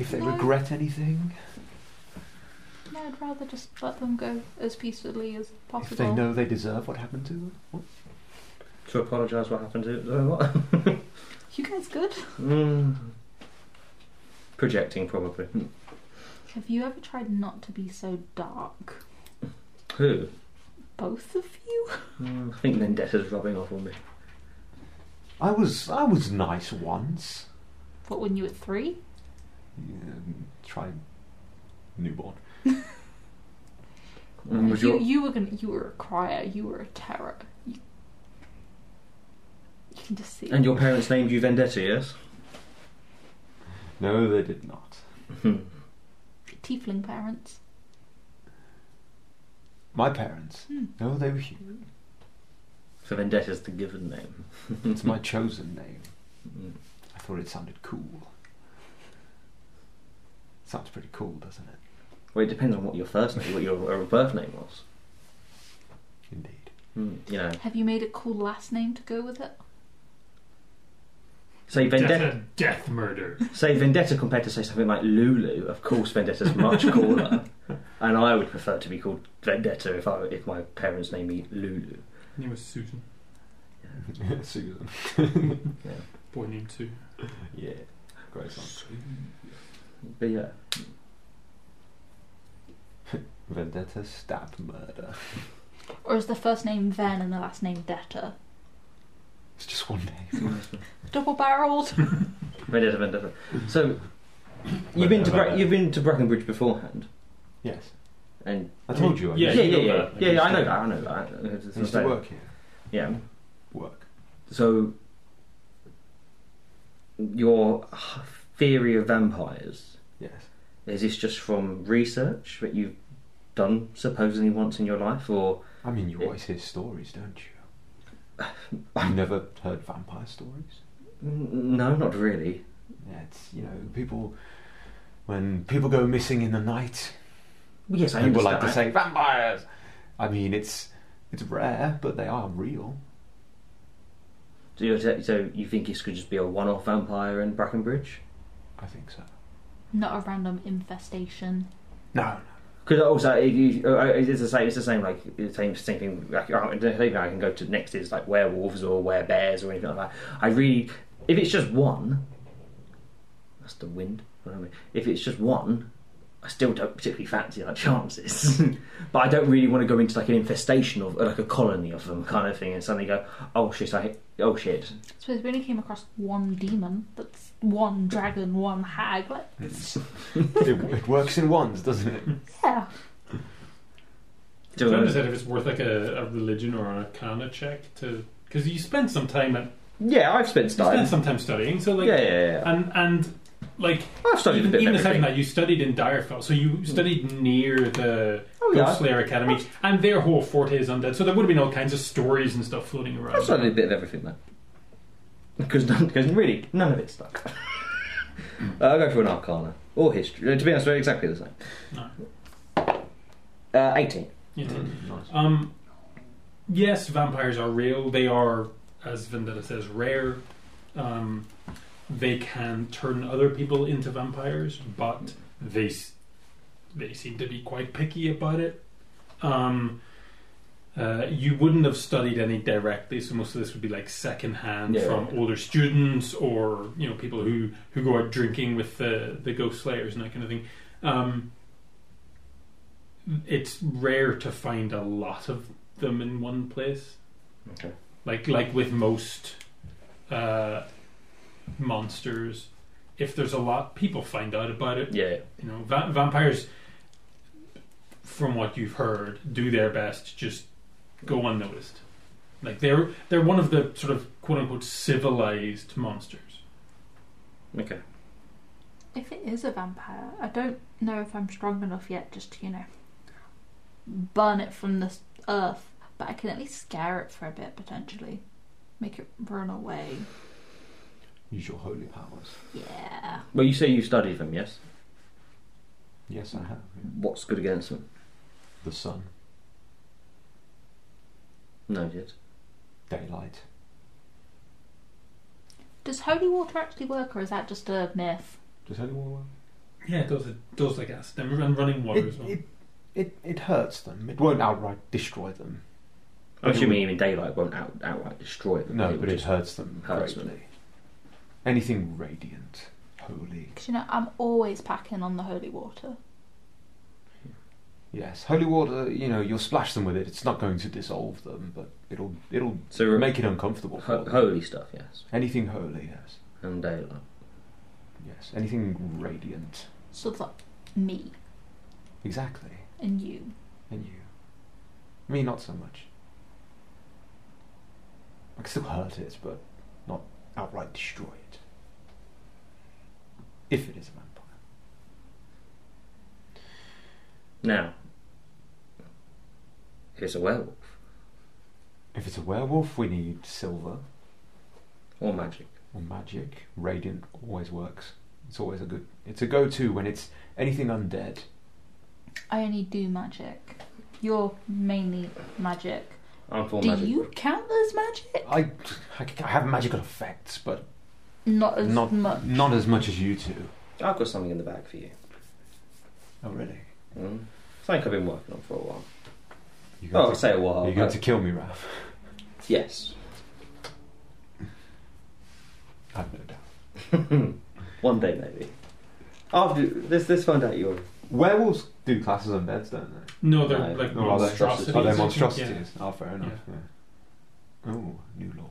Speaker 4: If they
Speaker 3: No.
Speaker 4: regret anything?
Speaker 3: no, I'd rather just let them go as peacefully as
Speaker 4: If they
Speaker 3: possible.
Speaker 4: know they deserve what happened to them? What?
Speaker 2: To apologise, what happened to uh, what?
Speaker 3: You guys good?
Speaker 2: Mm. Projecting, probably.
Speaker 3: Have you ever tried not to be so dark?
Speaker 2: Who?
Speaker 3: Both of you?
Speaker 2: Mm, I think Vendetta's rubbing off on me.
Speaker 4: I was I was nice once.
Speaker 3: What, when you were three?
Speaker 4: Um, try newborn.
Speaker 2: Mm, was
Speaker 3: you,
Speaker 2: your-
Speaker 3: you were gonna, you were a crier, you were a terror. You, you can just see.
Speaker 2: And your parents named you Vendetta, yes?
Speaker 4: No, they did not.
Speaker 2: Hmm.
Speaker 3: it. tiefling parents.
Speaker 4: My parents.
Speaker 3: Hmm.
Speaker 4: No, they were human.
Speaker 2: so Vendetta's the given name.
Speaker 4: It's my chosen name.
Speaker 2: Mm.
Speaker 4: I thought it sounded cool. Sounds pretty cool, doesn't it?
Speaker 2: Well, it depends on what your first name, what your uh, birth name was.
Speaker 4: Indeed.
Speaker 2: Mm, you know,
Speaker 3: Have you made a cool last name to go with it?
Speaker 2: say Vendetta,
Speaker 1: Death, uh, death murder.
Speaker 2: say Vendetta compared to say something like Lulu. Of course, Vendetta's much cooler, and I would prefer to be called Vendetta if I if my parents named me Lulu.
Speaker 1: name was Susan.
Speaker 4: Susan.
Speaker 1: Boy named Sue.
Speaker 4: Yeah. Great song.
Speaker 2: But yeah,
Speaker 4: Vendetta, stab, murder.
Speaker 3: Or is the first name Ven and the last name Detta?
Speaker 4: It's just one name.
Speaker 3: Double barreled?
Speaker 2: Vendetta, Vendetta. So you've been to Bra-
Speaker 4: Vendetta.
Speaker 2: you've been to Brackenbridge beforehand,
Speaker 4: Yes.
Speaker 2: and
Speaker 4: I told you. I
Speaker 1: Yeah,
Speaker 2: yeah,
Speaker 4: used
Speaker 2: yeah,
Speaker 1: you
Speaker 2: yeah,
Speaker 1: know
Speaker 2: yeah,
Speaker 1: that.
Speaker 2: yeah, I know that. I know that. It's- it's
Speaker 4: I used
Speaker 2: not
Speaker 4: to
Speaker 2: bad.
Speaker 4: work here.
Speaker 2: Yeah.
Speaker 4: Work.
Speaker 2: So, your h- theory of vampires
Speaker 4: Yes.
Speaker 2: is this just from research that you've done supposedly once in your life, or
Speaker 4: I mean, you always hear stories, don't you? I've never heard vampire stories.
Speaker 2: N- no, not really.
Speaker 4: Yeah, it's you know people when people go missing in the night,
Speaker 2: Well, yes, I
Speaker 4: people like
Speaker 2: understand.
Speaker 4: to say vampires. I mean, it's it's rare, but they are real.
Speaker 2: So you, so you think this could just be a one-off vampire in Brackenbridge?
Speaker 4: I think so.
Speaker 3: Not a random infestation.
Speaker 1: No.
Speaker 2: Could also if you, uh, it's the same. It's the same like the same same thing. Like I don't think I can go to next is like werewolves or werebears or anything like that. I really, if it's just one, that's the wind. you know what I mean? If it's just one, I still don't particularly fancy like chances. but I don't really want to go into like an infestation of like a colony of them kind of thing and suddenly go, oh shit, I oh shit.
Speaker 3: I suppose we only came across one demon. That's one dragon, one hag. Like,
Speaker 4: it, it works in ones, doesn't it?
Speaker 3: yeah.
Speaker 1: I don't understand if it's worth like a, a religion or an arcana check to because you spend some time at
Speaker 2: Yeah, I've spent
Speaker 1: you spend
Speaker 2: time.
Speaker 1: some time studying. So like
Speaker 2: yeah, yeah, yeah.
Speaker 1: and and like
Speaker 2: I've studied a
Speaker 1: even,
Speaker 2: bit
Speaker 1: even
Speaker 2: of
Speaker 1: aside from
Speaker 2: everything. Hmm.
Speaker 1: that, you studied in Direfell, so you studied near the
Speaker 2: Oh, yeah.
Speaker 1: Ghost Slayer Academy, and their whole forte is undead. So there would have been all kinds of stories and stuff floating around.
Speaker 2: I've studied a bit of everything though. Because none, because really, none of it stuck. uh, I'll go for an arcana. Or history. Uh, to be honest, they're exactly the same.
Speaker 1: No.
Speaker 2: Uh, 18.
Speaker 1: You did.
Speaker 2: Mm-hmm.
Speaker 4: Nice.
Speaker 1: Um, yes, vampires are real. They are, as Vendetta says, rare. Um, they can turn other people into vampires, but they s- they seem to be quite picky about it. Um, uh, you wouldn't have studied any directly, so most of this would be like secondhand
Speaker 2: Yeah.
Speaker 1: from older students or you know people who, who go out drinking with the the ghost slayers and that kind of thing. Um, it's rare to find a lot of them in one place.
Speaker 2: Okay.
Speaker 1: Like like with most uh, monsters, if there's a lot, people find out about it.
Speaker 2: Yeah.
Speaker 1: You know, va- vampires, from what you've heard, do their best to just go unnoticed. Like they're they're one of the sort of quote unquote civilized monsters.
Speaker 2: Okay.
Speaker 3: If it is a vampire, I don't know if I'm strong enough yet just to, you know, burn it from this earth, but I can at least scare it for a bit potentially. Make it run away.
Speaker 4: Use your holy powers.
Speaker 3: Yeah.
Speaker 2: Well, you say you studied them, yes?
Speaker 4: Yes, I have. yeah.
Speaker 2: What's good against them?
Speaker 4: The sun,
Speaker 2: No, did.
Speaker 4: daylight.
Speaker 3: Does holy water actually work or is that just a myth?
Speaker 4: Does anyone want
Speaker 1: Yeah, it does it does like acid and run- running water as well.
Speaker 4: it, it, it hurts them. It won't outright destroy them.
Speaker 2: I'm
Speaker 4: It
Speaker 2: assuming even daylight won't out, outright destroy them.
Speaker 4: No,
Speaker 2: will
Speaker 4: but it
Speaker 2: just-
Speaker 4: hurts them
Speaker 2: hurts them.
Speaker 4: greatly. Anything radiant, holy.
Speaker 3: Because, you know, I'm always packing on the holy water.
Speaker 4: Yes, holy water. You know, you'll splash them with it. It's not going to dissolve them, but it'll it'll
Speaker 2: So, re-
Speaker 4: make it uncomfortable. For
Speaker 2: ho-
Speaker 4: them.
Speaker 2: holy stuff, yes.
Speaker 4: Anything holy, yes,
Speaker 2: And daylight.
Speaker 4: yes. Anything radiant,
Speaker 3: So it's like me
Speaker 4: exactly.
Speaker 3: and you.
Speaker 4: And you, me, not so much. I can still hurt it, but not outright destroy it. If it is a vampire.
Speaker 2: Now, here's a werewolf.
Speaker 4: If it's a werewolf, we need silver
Speaker 2: Or magic.
Speaker 4: or magic. Radiant always works. It's always a good. It's a go-to when it's anything undead.
Speaker 3: I only do magic. You're mainly magic.
Speaker 2: I'm for
Speaker 3: do
Speaker 2: magic.
Speaker 3: you count as magic?
Speaker 4: I, I, I have magical effects, but
Speaker 3: Not as
Speaker 4: not
Speaker 3: much.
Speaker 4: not as much as you two.
Speaker 2: I've got something in the bag for you.
Speaker 4: Oh really?
Speaker 2: Mm. Something I've been working on for a while.
Speaker 4: You're
Speaker 2: Oh,
Speaker 4: going
Speaker 2: I'll
Speaker 4: to,
Speaker 2: say a while.
Speaker 4: you're going
Speaker 2: but-
Speaker 4: to kill me, Ralph.
Speaker 2: Yes.
Speaker 4: I've no doubt.
Speaker 2: One day maybe. After let's let's find out your
Speaker 4: Werewolves do classes on beds, don't they?
Speaker 1: no, they're
Speaker 2: No,
Speaker 1: like
Speaker 4: Or are they-
Speaker 1: monstrosities.
Speaker 4: Are
Speaker 2: Yeah.
Speaker 4: they monstrosities? Oh, fair enough. Yeah. Oh, new law.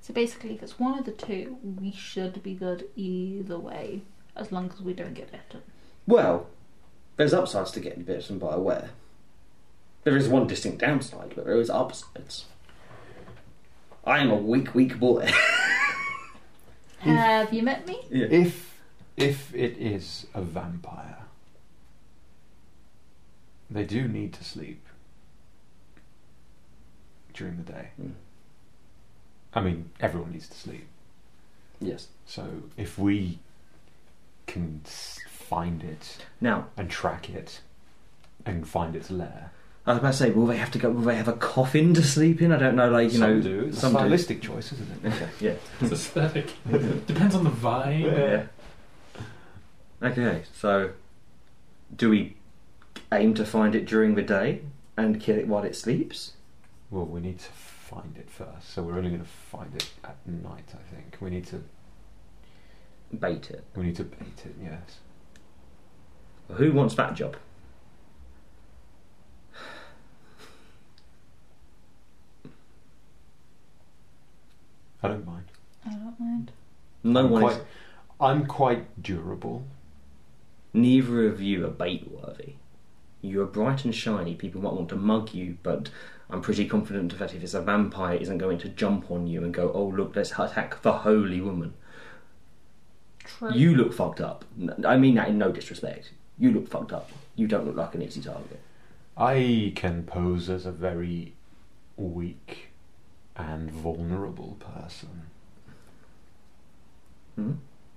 Speaker 3: So basically, if it's one of the two, we should be good either way, as long as we don't get bitten.
Speaker 2: Well, there's upsides to getting bitten by a were. There is one distinct downside, but there is upsides. I am a weak, weak boy.
Speaker 3: Have you met me?
Speaker 2: yeah.
Speaker 4: If if it is a vampire, they do need to sleep during the day.
Speaker 2: Mm.
Speaker 4: I mean, everyone needs to sleep.
Speaker 2: Yes.
Speaker 4: So if we can s- find it
Speaker 2: Now,
Speaker 4: and track it and find its lair,
Speaker 2: I was about to say, will they have to go? Will they have a coffin to sleep in? I don't know. Like you
Speaker 4: some
Speaker 2: know,
Speaker 4: do. It's
Speaker 2: some do.
Speaker 4: a stylistic choice, isn't it?
Speaker 2: yeah.
Speaker 1: It's aesthetic. Depends on the vibe.
Speaker 2: yeah. Okay, so do we aim to find it during the day and kill it while it sleeps?
Speaker 4: Well, we need to find it first, so we're only going to find it at night. I think we need to
Speaker 2: Bait it.
Speaker 4: we need to bait it. Yes.
Speaker 2: Who wants that job?
Speaker 4: I don't mind.
Speaker 3: I don't mind.
Speaker 2: No
Speaker 4: I'm
Speaker 2: one
Speaker 4: quite,
Speaker 2: is.
Speaker 4: I'm quite durable.
Speaker 2: Neither of you are bait worthy. You are bright and shiny. People might want to mug you, but I'm pretty confident that if it's a vampire, it isn't going to jump on you and go, "Oh look, let's attack the holy woman."
Speaker 3: True.
Speaker 2: You look fucked up. N- I mean that in no disrespect. You look fucked up. You don't look like an easy target.
Speaker 4: I can pose as a very weak and vulnerable person.
Speaker 2: Hmm?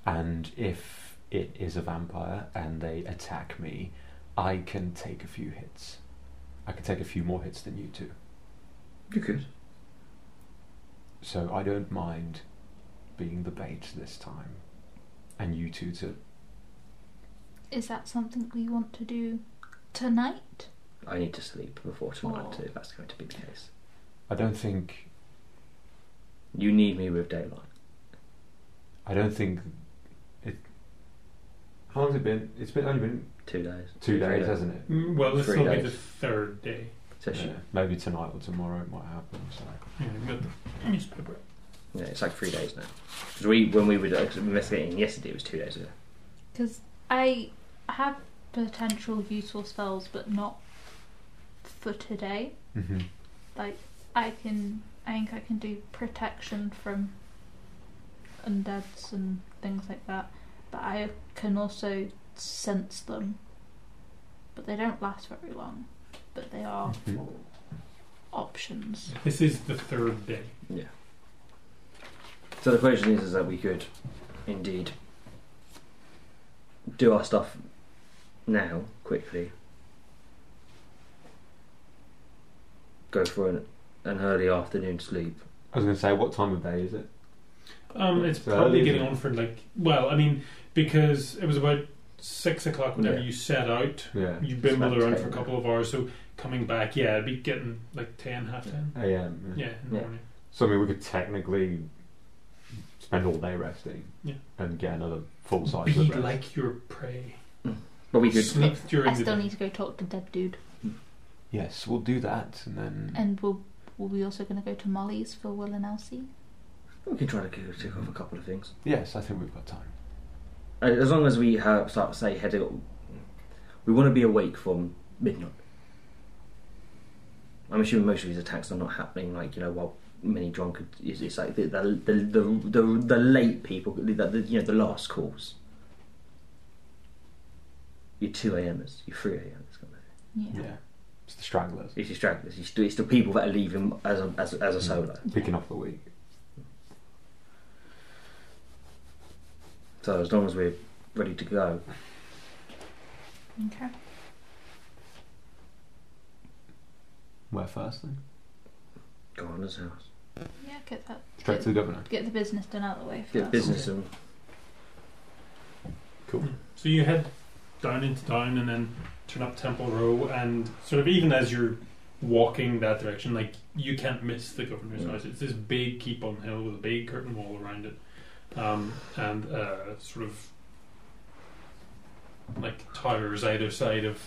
Speaker 4: And if it is a vampire and they attack me, I can take a few hits. I can take a few more hits than you two.
Speaker 2: You could.
Speaker 4: So I don't mind being the bait this time. And you two to.
Speaker 3: Is that something we want to do tonight?
Speaker 2: I need to sleep before tonight
Speaker 3: Oh.
Speaker 2: too. If that's going to be the case.
Speaker 4: I don't think.
Speaker 2: You need me with daylight.
Speaker 4: I don't think. It. How long's it been? It's been only been
Speaker 2: Two days.
Speaker 4: two
Speaker 2: Three
Speaker 4: days, hasn't it?
Speaker 1: Mm, Well, this
Speaker 2: Three
Speaker 1: will be the
Speaker 2: days.
Speaker 1: third day.
Speaker 2: So she-
Speaker 4: Yeah, maybe tonight or tomorrow it might happen. So.
Speaker 1: Yeah, I've got the newspaper.
Speaker 2: Yeah, it's like three days now. 'Cause we, when we were investigating yesterday, it was two days ago.
Speaker 3: Because I have potential useful spells, but not for today.
Speaker 4: Mm-hmm.
Speaker 3: Like I can, I think I can do protection from undeads and things like that. But I can also sense them. But they don't last very long. But they
Speaker 1: Oh,
Speaker 3: are
Speaker 4: Mm-hmm.
Speaker 3: options.
Speaker 1: This is the third day.
Speaker 2: Yeah. So the question is, is that we could indeed do our stuff now quickly, go for an, an early afternoon sleep.
Speaker 4: I was going to say, what time of day is it?
Speaker 1: Um, it's
Speaker 4: So
Speaker 1: probably
Speaker 4: early,
Speaker 1: getting
Speaker 4: isn't it?
Speaker 1: on for like. Well, I mean, because it was about six o'clock whenever
Speaker 2: Yeah.
Speaker 1: you set out.
Speaker 4: Yeah.
Speaker 1: You
Speaker 2: It's
Speaker 1: bimbled
Speaker 2: about
Speaker 1: around
Speaker 2: 10
Speaker 1: for a
Speaker 2: now.
Speaker 1: couple of hours, so coming back, yeah, it'd be getting like ten, half ten.
Speaker 4: A.M.
Speaker 1: Yeah, in the
Speaker 2: Yeah.
Speaker 1: morning.
Speaker 4: So I mean, we could technically spend all day resting
Speaker 1: Yeah.
Speaker 4: and get another full size.
Speaker 1: Be
Speaker 4: of rest.
Speaker 1: like your prey.
Speaker 2: But we could
Speaker 1: Sleep during
Speaker 3: I
Speaker 1: the
Speaker 3: still
Speaker 1: day.
Speaker 3: need to go talk to dead dude,
Speaker 4: Yes, we'll do that, and then
Speaker 3: and we'll. We'll be also going to go to Molly's for Will and Elsie.
Speaker 2: we can try to go- tick off a couple of things.
Speaker 4: yes, I think we've got time.
Speaker 2: Uh, As long as we have, start say heading, we want to be awake from midnight. I'm assuming most of these attacks are not happening like you know while many drunk. It's, it's like the the, the the the the late people, the, the you know the last calls. Your two a.m.ers, your three a.m.ers. kind of thing.
Speaker 3: Yeah.
Speaker 4: it's the stragglers
Speaker 2: It's your stragglers. It's, the- it's the people that are leaving as a, as, a- as a solo.
Speaker 4: picking off the week.
Speaker 2: So as long as we're ready to go,
Speaker 3: Okay.
Speaker 4: Where first then?
Speaker 2: Gardener's house,
Speaker 3: Yeah, get that.
Speaker 4: Straight to the governor.
Speaker 3: Get the business done out of the way
Speaker 2: get
Speaker 3: first.
Speaker 2: business and
Speaker 1: So you head down into town and then turn up Temple Row, and sort of even as you're walking that direction, like you can't miss the governor's
Speaker 2: Yeah.
Speaker 1: house. It's this big keep on hill with a big curtain wall around it, um, and uh, sort of like towers either side of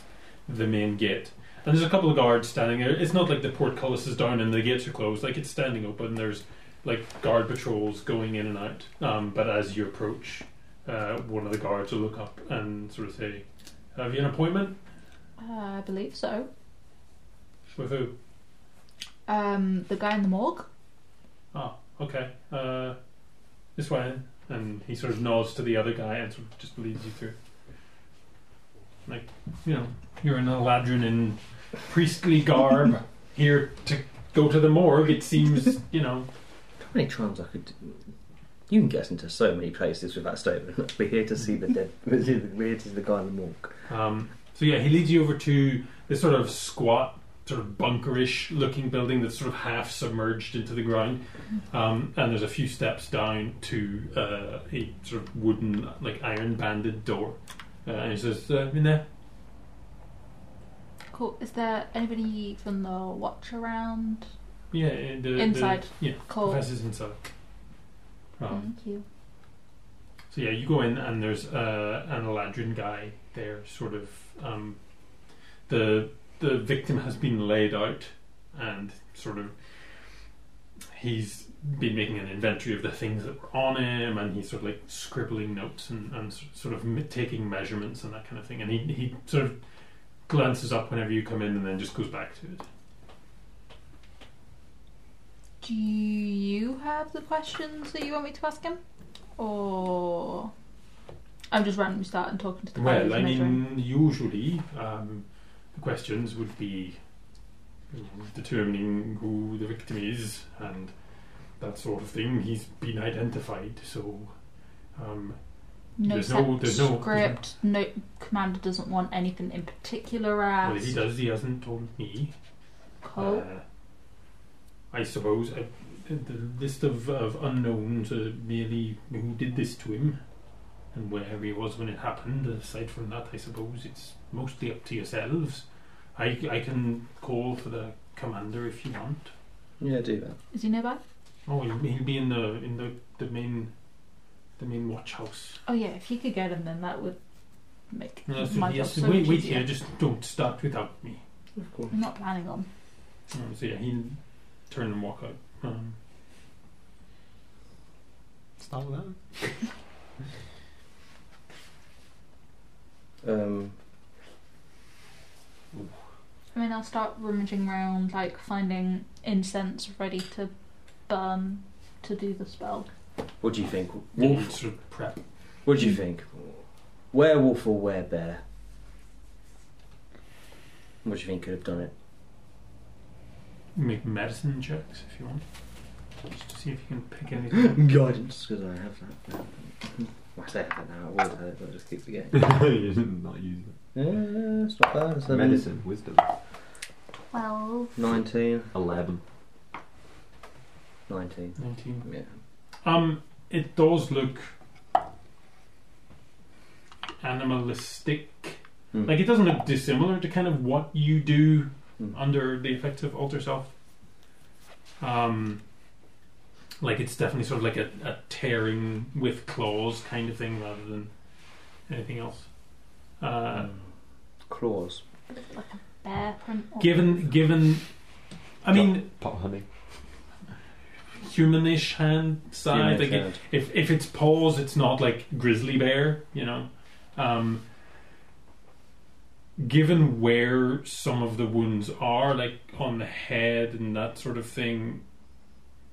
Speaker 1: the main gate. And there's a couple of guards standing there. It's not like the portcullis is down and the gates are closed. Like it's standing open. There's like guard patrols going in and out. Um, but as you approach, uh, one of the guards will look up and sort of say, "Have you an appointment
Speaker 3: Uh, I believe so.
Speaker 1: with who?"
Speaker 3: Um, the guy in the morgue.
Speaker 1: Okay, uh, this way. in." And he sort of nods to the other guy and sort of just leads you through. Like, you know, you're an Eladrin in priestly garb here to go to the morgue. It seems, you know,
Speaker 2: How many times I could? You can get into so many places with that statement. We're here to see the dead. We're here to see the guy in the morgue.
Speaker 1: Um, so yeah, he leads you over to this sort of squat sort of bunkerish looking building that's sort of half submerged into the ground. Um, and there's a few steps down to uh, a sort of wooden, like iron banded door. Uh, and he says, uh, in there.
Speaker 3: Cool. Is there anybody from the watch around?
Speaker 1: Yeah, in the, the-
Speaker 3: Inside.
Speaker 1: yeah,
Speaker 3: Cool.
Speaker 1: professor's inside. Um,
Speaker 3: Thank you.
Speaker 1: So yeah, you go in and there's uh, an Eladrin guy there, sort of. Um, the the victim has been laid out, and sort of he's been making an inventory of the things that were on him, and he's sort of like scribbling notes and, and s- sort of m- taking measurements and that kind of thing. And he he sort of glances up whenever you come in, and then just goes back to it.
Speaker 3: Do you have the questions that you want me to ask him, or I'm just randomly starting talking to the guy who's
Speaker 1: Well, I
Speaker 3: measuring?
Speaker 1: mean, usually um, the questions would be determining who the victim is and that sort of thing. He's been identified, so um,
Speaker 3: No
Speaker 1: there's
Speaker 3: set
Speaker 1: no- there's no-
Speaker 3: script. No commander doesn't want anything in particular asked.
Speaker 1: well, if he does, he hasn't told me.
Speaker 3: Cool.
Speaker 1: Uh, I suppose uh, the list of, of unknowns uh, merely who did this to him and where he was when it happened. Aside from that, I suppose it's mostly up to yourselves. I, I can call for the commander if you want.
Speaker 2: Yeah, do that.
Speaker 3: Is he nearby?
Speaker 1: Oh, he'll, he'll be in the in the, the main the main watch house.
Speaker 3: Oh yeah, if you could get him, then that would make
Speaker 1: No, so
Speaker 3: my
Speaker 1: he
Speaker 3: job
Speaker 1: has to-
Speaker 3: so
Speaker 1: wait,
Speaker 3: much
Speaker 1: wait
Speaker 3: easier.
Speaker 1: here. Just don't start without me.
Speaker 2: Of course.
Speaker 3: I'm not planning on.
Speaker 1: Um, so yeah, he'll turn and walk out. Um,
Speaker 5: Start with that.
Speaker 2: Um,
Speaker 3: I mean, I'll start rummaging around, like finding incense ready to burn to do the spell.
Speaker 2: what do you think?
Speaker 1: yeah,
Speaker 2: Wolf?
Speaker 1: he'll sort of prep.
Speaker 2: What do you think? Werewolf or werebear? What do you think could have done it?
Speaker 1: Make medicine checks if you want. Just to see if you can pick anything.
Speaker 2: Guidance, because I have that. Now. Well, I say I have that now. I always had it, but I just keep forgetting.
Speaker 4: you did not use
Speaker 2: Yeah, it's not bad. It's
Speaker 4: it.
Speaker 2: um,
Speaker 4: Medicine, wisdom.
Speaker 3: Twelve.
Speaker 2: 19.
Speaker 4: 11.
Speaker 2: 19.
Speaker 1: Nineteen.
Speaker 2: Yeah.
Speaker 1: Um, it does look animalistic.
Speaker 2: Mm.
Speaker 1: Like it doesn't look dissimilar to kind of what you do
Speaker 2: Mm.
Speaker 1: under the effects of alter self. Um, like it's definitely sort of like a, a tearing with claws kind of thing rather than anything else. Uh,
Speaker 2: Claws.
Speaker 3: Like a bear print. Or
Speaker 1: given, given, I mean,
Speaker 4: Pot of honey.
Speaker 1: humanish hand size. Like it-
Speaker 2: Human hand.
Speaker 1: if if it's paws, it's not like grizzly bear, you know. Um, given where some of the wounds are, like on the head and that sort of thing,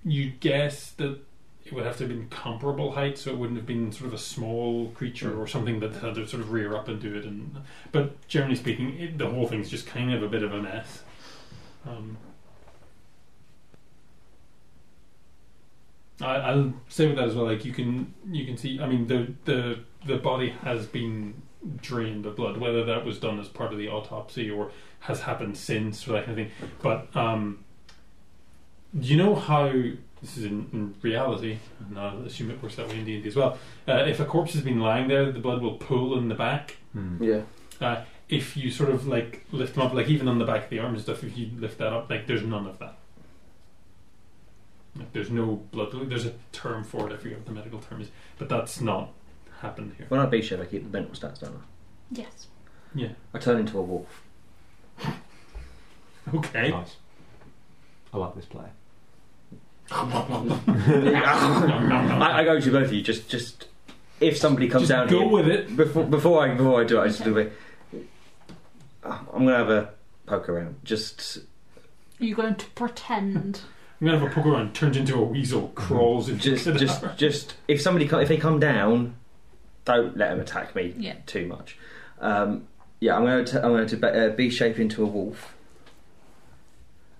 Speaker 1: you'd guess that it would have to have been comparable height, so it wouldn't have been sort of a small creature or something that had to sort of rear up and do it. And but generally speaking, it, the whole thing's just kind of a bit of a mess. Um, I, I'll say with that as well. Like you can you can see. I mean the the the body has been drained of blood. Whether that was done as part of the autopsy or has happened since or that kind of thing. But um, do you know how this is in, in reality? And I assume it works that way in D and D as well. Uh, if a corpse has been lying there, the blood will pool in the back
Speaker 4: Mm.
Speaker 2: Yeah.
Speaker 1: if you sort of like lift them up, like even on the back of the arm and stuff, if you lift that up, like there's none of that. Like there's no blood. There's a term for it. I forget what the medical term is, but that's not happened here.
Speaker 2: When I beat shit, I keep the mental stats, don't
Speaker 3: Yes.
Speaker 2: I? I turn into a wolf.
Speaker 1: Okay.
Speaker 4: Nice. I like this player.
Speaker 2: I, I go to both of you. Just, just if somebody comes
Speaker 1: Just
Speaker 2: down
Speaker 1: go
Speaker 2: here,
Speaker 1: with it.
Speaker 2: Before, before I before I do it, I just do it. I'm gonna have a poke around. Just
Speaker 3: You're going to pretend.
Speaker 1: I'm gonna have a poke around. Turns into a weasel. Crawls into
Speaker 2: just
Speaker 1: the
Speaker 2: just just if somebody co- if they come down, don't let them attack me
Speaker 3: yeah.
Speaker 2: too much. Um, yeah, I'm going to I'm going to be, uh, B shape into a wolf,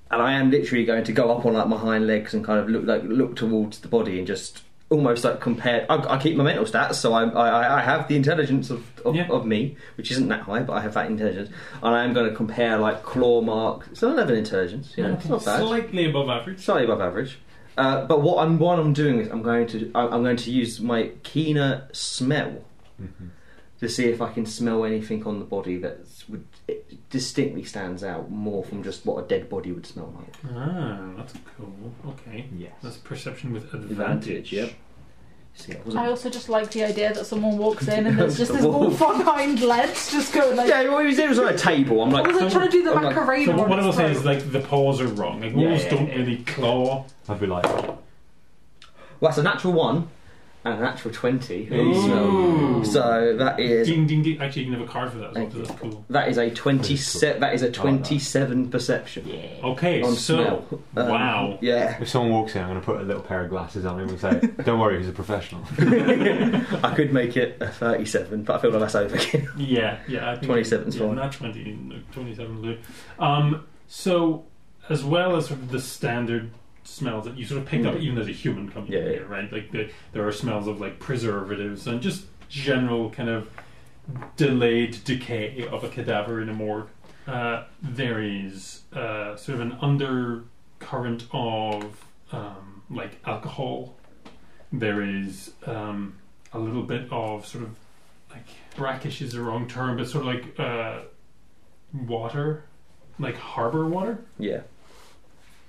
Speaker 2: and I am literally going to go up on like my hind legs and kind of look like look towards the body and just almost like compared. I, I keep my mental stats, so I'm, I- I I have the intelligence of of,
Speaker 1: Yeah.
Speaker 2: of me, which isn't that high, but I have that intelligence, and I am going to compare like claw mark. It's an eleven intelligence. You know, it's not bad.
Speaker 1: Slightly above average.
Speaker 2: slightly above average. Uh, but what I'm what I'm doing is I'm going to I- I'm going to use my keener smell
Speaker 4: Mhm.
Speaker 2: to see if I can smell anything on the body that would it distinctly stands out more from just what a dead body would smell like.
Speaker 1: Ah, that's cool. Okay.
Speaker 4: Yes.
Speaker 1: That's perception with advantage.
Speaker 2: yep. See, I wasn't-
Speaker 3: I also just like the idea that someone walks in and there's just
Speaker 2: The
Speaker 3: this
Speaker 2: wolf.
Speaker 3: wolf behind Lance just going like.
Speaker 2: yeah, well, it was, it was on a table. I'm
Speaker 3: I
Speaker 2: like,
Speaker 3: was like trying to do the
Speaker 2: I'm like-
Speaker 3: Macarena.
Speaker 1: So
Speaker 3: on
Speaker 1: what I
Speaker 3: its
Speaker 1: will say
Speaker 3: throat.
Speaker 1: is like the paws are wrong. Like
Speaker 2: Yeah,
Speaker 1: wolves
Speaker 2: yeah,
Speaker 1: don't
Speaker 2: yeah.
Speaker 1: really claw.
Speaker 4: I'd be like,
Speaker 2: well, that's a natural one and a natural twenty.
Speaker 1: Ooh.
Speaker 2: So that is
Speaker 1: Ding ding ding. Actually, you can have a card for that as well.
Speaker 2: Thank
Speaker 1: so That's cool.
Speaker 2: that is a twenty se- That is a twenty-seven perception.
Speaker 1: Okay.
Speaker 2: On
Speaker 1: so
Speaker 2: smell. Um,
Speaker 1: wow.
Speaker 2: Yeah,
Speaker 4: If someone walks in, I'm going to put a little pair of glasses on him and say, "Don't worry, he's a professional."
Speaker 2: I could make it a 37, but I feel like that's overkill.
Speaker 1: Yeah, yeah. I think
Speaker 2: 27's
Speaker 1: yeah,
Speaker 2: fine.
Speaker 1: Not 20, no, 27 will do. Um, so, as well as sort of the standard smells that you sort of picked up
Speaker 2: Mm.
Speaker 1: even as a human coming
Speaker 2: Yeah,
Speaker 1: in here, right? Like the, there are smells of like preservatives and just general kind of delayed decay of a cadaver in a morgue. Uh, there is uh, sort of an undercurrent of um, like alcohol. There is um, a little bit of sort of like brackish is the wrong term, but sort of like uh, water, like harbor water.
Speaker 2: Yeah.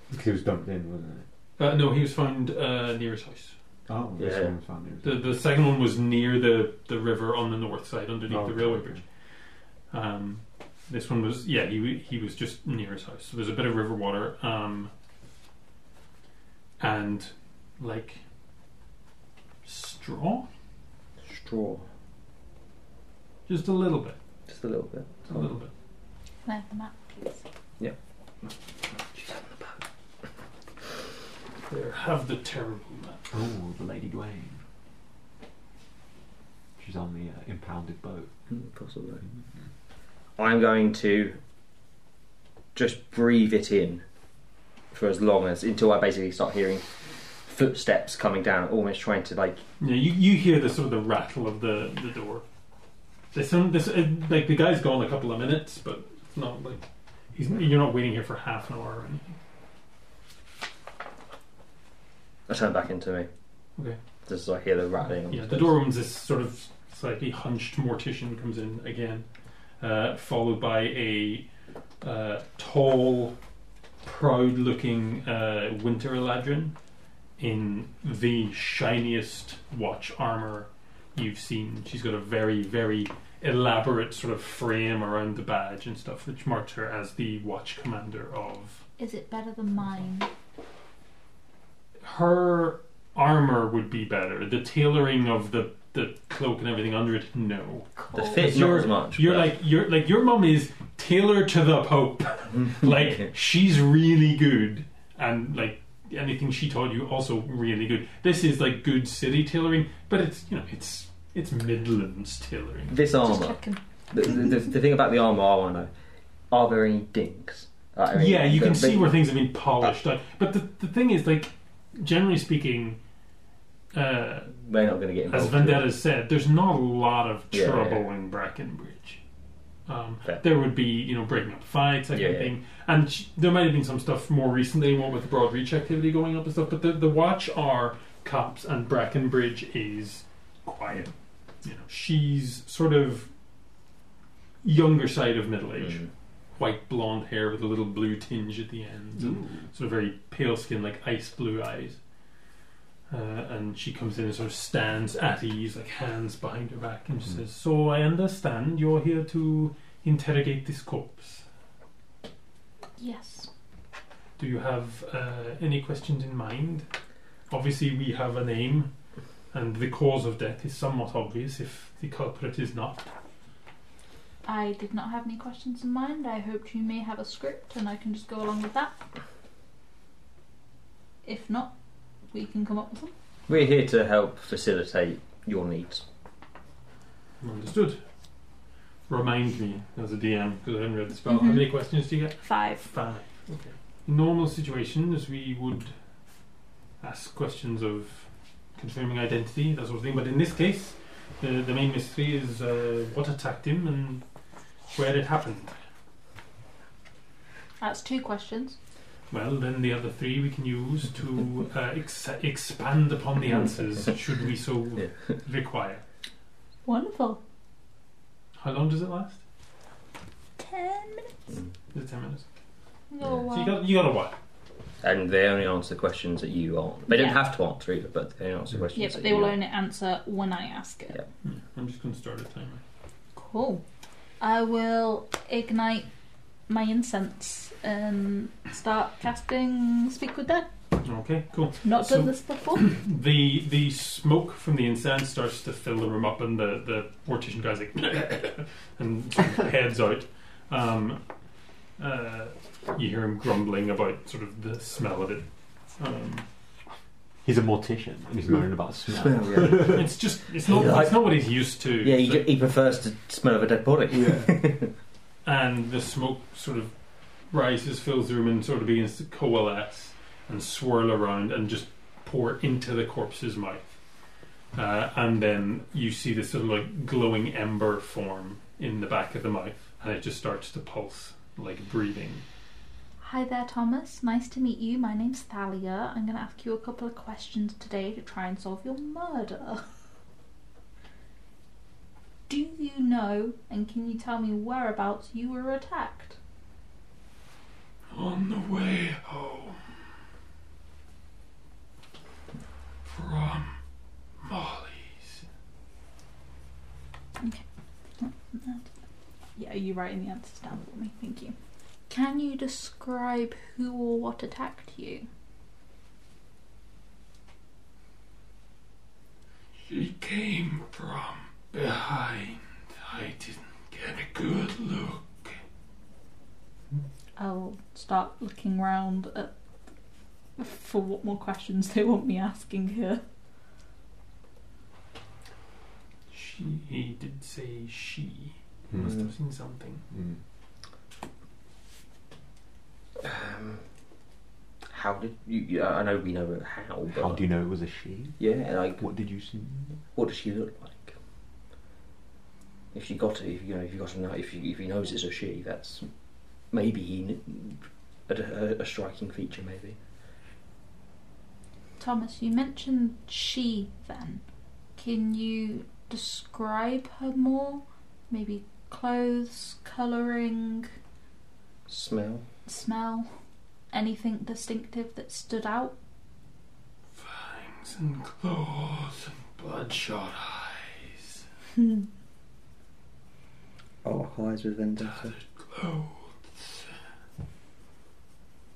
Speaker 4: Because he was dumped in, wasn't it?
Speaker 1: Uh, no, he was found uh, near his house.
Speaker 4: Oh,
Speaker 2: Yeah.
Speaker 4: this one was found. It was-
Speaker 1: The the second one was near the, the river on the north side, underneath
Speaker 4: Oh,
Speaker 1: the
Speaker 4: okay.
Speaker 1: railway bridge. Um, this one was yeah, he wa- he was just near his house. So there's a bit of river water, um, and like straw,
Speaker 2: Straw.
Speaker 1: just a little bit,
Speaker 2: Just a little bit.
Speaker 1: a little bit.
Speaker 3: Can I have the map, please?
Speaker 1: There, have the terrible map.
Speaker 4: Oh, the Lady Duane. She's on the uh, impounded boat.
Speaker 2: Mm, Possibly. I'm going to just breathe it in for as long as until I basically start hearing footsteps coming down, almost trying to like.
Speaker 1: Yeah, you, you hear the sort of the rattle of the, the door. There's some this uh, like the guy's gone a couple of minutes, but it's not like he's you're not waiting here for half an hour or anything.
Speaker 2: I turn back into me.
Speaker 1: Okay.
Speaker 2: Just as I hear the rattling.
Speaker 1: Yeah, the door opens. This sort of slightly hunched mortician comes in again, uh, followed by a uh, tall, proud-looking uh, winter eladrin in the shiniest watch armor you've seen. She's got a very, very elaborate sort of frame around the badge and stuff, which marks her as the watch commander of
Speaker 3: Is it better than mine?
Speaker 1: her armor would be better. The tailoring of the, the cloak and everything under it, no.
Speaker 2: The
Speaker 3: Cool.
Speaker 2: fit, not
Speaker 1: You're-
Speaker 2: as much.
Speaker 1: You're
Speaker 2: but-
Speaker 1: like you're like your mum is tailored to the Pope. like she's really good and like anything she taught you also really good. This is like good city tailoring, but it's you know, it's it's Midlands tailoring.
Speaker 2: This
Speaker 3: Just
Speaker 2: armour.
Speaker 3: checking.
Speaker 2: The, the, the thing about the armour I want to know are there any dinks? Like, I mean,
Speaker 1: yeah, you
Speaker 2: the- Uh,
Speaker 1: can
Speaker 2: the-
Speaker 1: see where things have been polished. out. but the, the thing is, like, generally speaking, uh,
Speaker 2: We're not going to get involved.
Speaker 1: As Vendetta said, there's not a lot of
Speaker 2: Yeah,
Speaker 1: trouble
Speaker 2: yeah,
Speaker 1: in Brackenbridge. Um,
Speaker 2: Fair.
Speaker 1: there would be, you know, breaking up fights, that
Speaker 2: Yeah,
Speaker 1: kind of
Speaker 2: yeah.
Speaker 1: thing. And sh- there might have been some stuff more recently, what with the broad reach activity going up and stuff. But the, the Watch are cops, and Brackenbridge is quiet. You know, she's sort of younger side of middle age,
Speaker 2: Mm.
Speaker 1: white blonde hair with a little blue tinge at the ends, and sort of very pale skin, like ice blue eyes. Uh, and she comes in and sort of stands at ease, like hands behind her back, and she
Speaker 4: Mhm.
Speaker 1: says, So I understand you're here to interrogate this corpse.
Speaker 3: Yes.
Speaker 1: Do you have uh, any questions in mind? Obviously, we have a name, and the cause of death is somewhat obvious if the culprit is not.
Speaker 3: I did not have any questions in mind. I hoped you may have a script and I can just go along with that. If not, we can come up with them.
Speaker 2: We're here to help facilitate your needs.
Speaker 1: Understood. Remind me, as a DM, because I haven't read the spell, how
Speaker 3: Mhm.
Speaker 1: many questions do you get?
Speaker 3: Five.
Speaker 1: Five. Okay. Normal situations, we would ask questions of confirming identity, that sort of thing. But in this case, the, the main mystery is uh, what attacked him and where it happened.
Speaker 3: That's two questions.
Speaker 1: Well, then the other three we can use to uh, ex- expand upon the answers, should we so
Speaker 2: Yeah.
Speaker 1: require.
Speaker 3: Wonderful.
Speaker 1: How long does it last?
Speaker 3: Ten minutes.
Speaker 2: Mm.
Speaker 1: Is it ten minutes?
Speaker 3: No,
Speaker 1: So you
Speaker 3: Oh, wow.
Speaker 1: got you got a while.
Speaker 2: And they only answer questions that you aren't. They don't
Speaker 3: Yeah.
Speaker 2: have to answer either, but they only answer
Speaker 4: Yeah,
Speaker 2: questions.
Speaker 3: Yeah, but
Speaker 2: that
Speaker 3: they
Speaker 2: you
Speaker 3: will
Speaker 2: aren't.
Speaker 3: only answer when I ask it.
Speaker 2: Yeah.
Speaker 1: Hmm, I'm just going to start a timer.
Speaker 3: Cool. I will ignite my incense and start casting Speak with Dead.
Speaker 1: Okay, cool.
Speaker 3: Not
Speaker 1: So-
Speaker 3: done this before.
Speaker 1: The the smoke from the incense starts to fill the room up, and the the mortician guy's like and sort of heads out. Um, uh, you hear him grumbling about sort of the smell of it. Um,
Speaker 4: He's a mortician and he's moaning about smell.
Speaker 2: Smell, yeah.
Speaker 1: it's just it's not it's not what he's used to.
Speaker 2: yeah, he,
Speaker 1: So-
Speaker 2: ju- he prefers to smell of a dead body.
Speaker 1: and the smoke sort of rises, fills the room, and sort of begins to coalesce and swirl around and just pour into the corpse's mouth. Uh, and then you see this sort of like glowing ember form in the back of the mouth, and it just starts to pulse like breathing.
Speaker 3: Hi there, Thomas. Nice to meet you. My name's Thalia. I'm going to ask you a couple of questions today to try and solve your murder. Do you know and can you tell me whereabouts you were attacked?
Speaker 1: On the way home from Molly's.
Speaker 3: Yeah, you writing the answers down for me. Thank you. Can you describe who or what attacked you?
Speaker 1: She came from behind. I didn't get a good look.
Speaker 3: I'll start looking round at for what more questions they want me asking here.
Speaker 1: She he did say she. Must
Speaker 4: Mm.
Speaker 1: have seen something.
Speaker 4: Mm.
Speaker 2: Um, how did you? Yeah, I know we know how. But
Speaker 4: How do you know it was a she?
Speaker 2: Yeah, like
Speaker 4: What did you see?
Speaker 2: what does she look like? If she got, if you know, if you got a, kno- if you, if he knows it's a she, that's maybe he, kn- a, a, a striking feature, maybe.
Speaker 3: Thomas, you mentioned she then. Can you describe her more? Maybe clothes, colouring,
Speaker 2: Smell.
Speaker 3: smell, anything distinctive that stood out?
Speaker 1: Fangs and claws and bloodshot eyes.
Speaker 2: Oh, eyes with vendetta.
Speaker 1: Tethered clothes.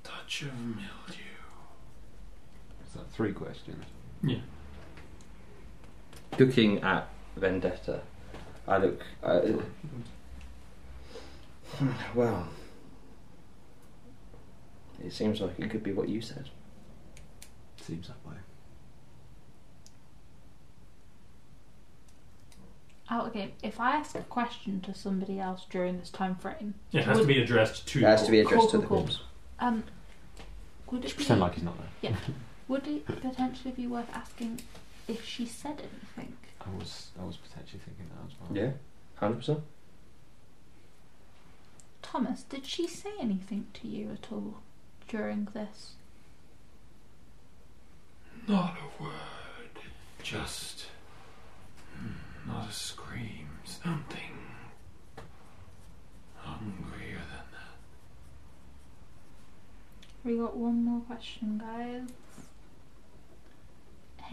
Speaker 1: Touch of mildew.
Speaker 4: Is that three questions?
Speaker 2: Looking at vendetta, I look. Uh, well, it seems like it could be what you said.
Speaker 4: Seems that way.
Speaker 3: Out of game. If I ask a question to somebody else during this time frame,
Speaker 1: It has to be addressed to.
Speaker 2: It has to be addressed to
Speaker 3: Cool,
Speaker 2: the
Speaker 3: cool,
Speaker 2: corpse.
Speaker 3: um, would it
Speaker 4: Just
Speaker 3: be
Speaker 4: pretend like he's not there.
Speaker 3: would it potentially be worth asking if she said anything?
Speaker 4: I was, I was potentially thinking that as well.
Speaker 2: Yeah, hundred percent.
Speaker 3: Thomas, did she say anything to you at all during this?
Speaker 1: Not a word. Just. mm, Not a scream. Something. Hungrier than.
Speaker 3: We got one more question, guys.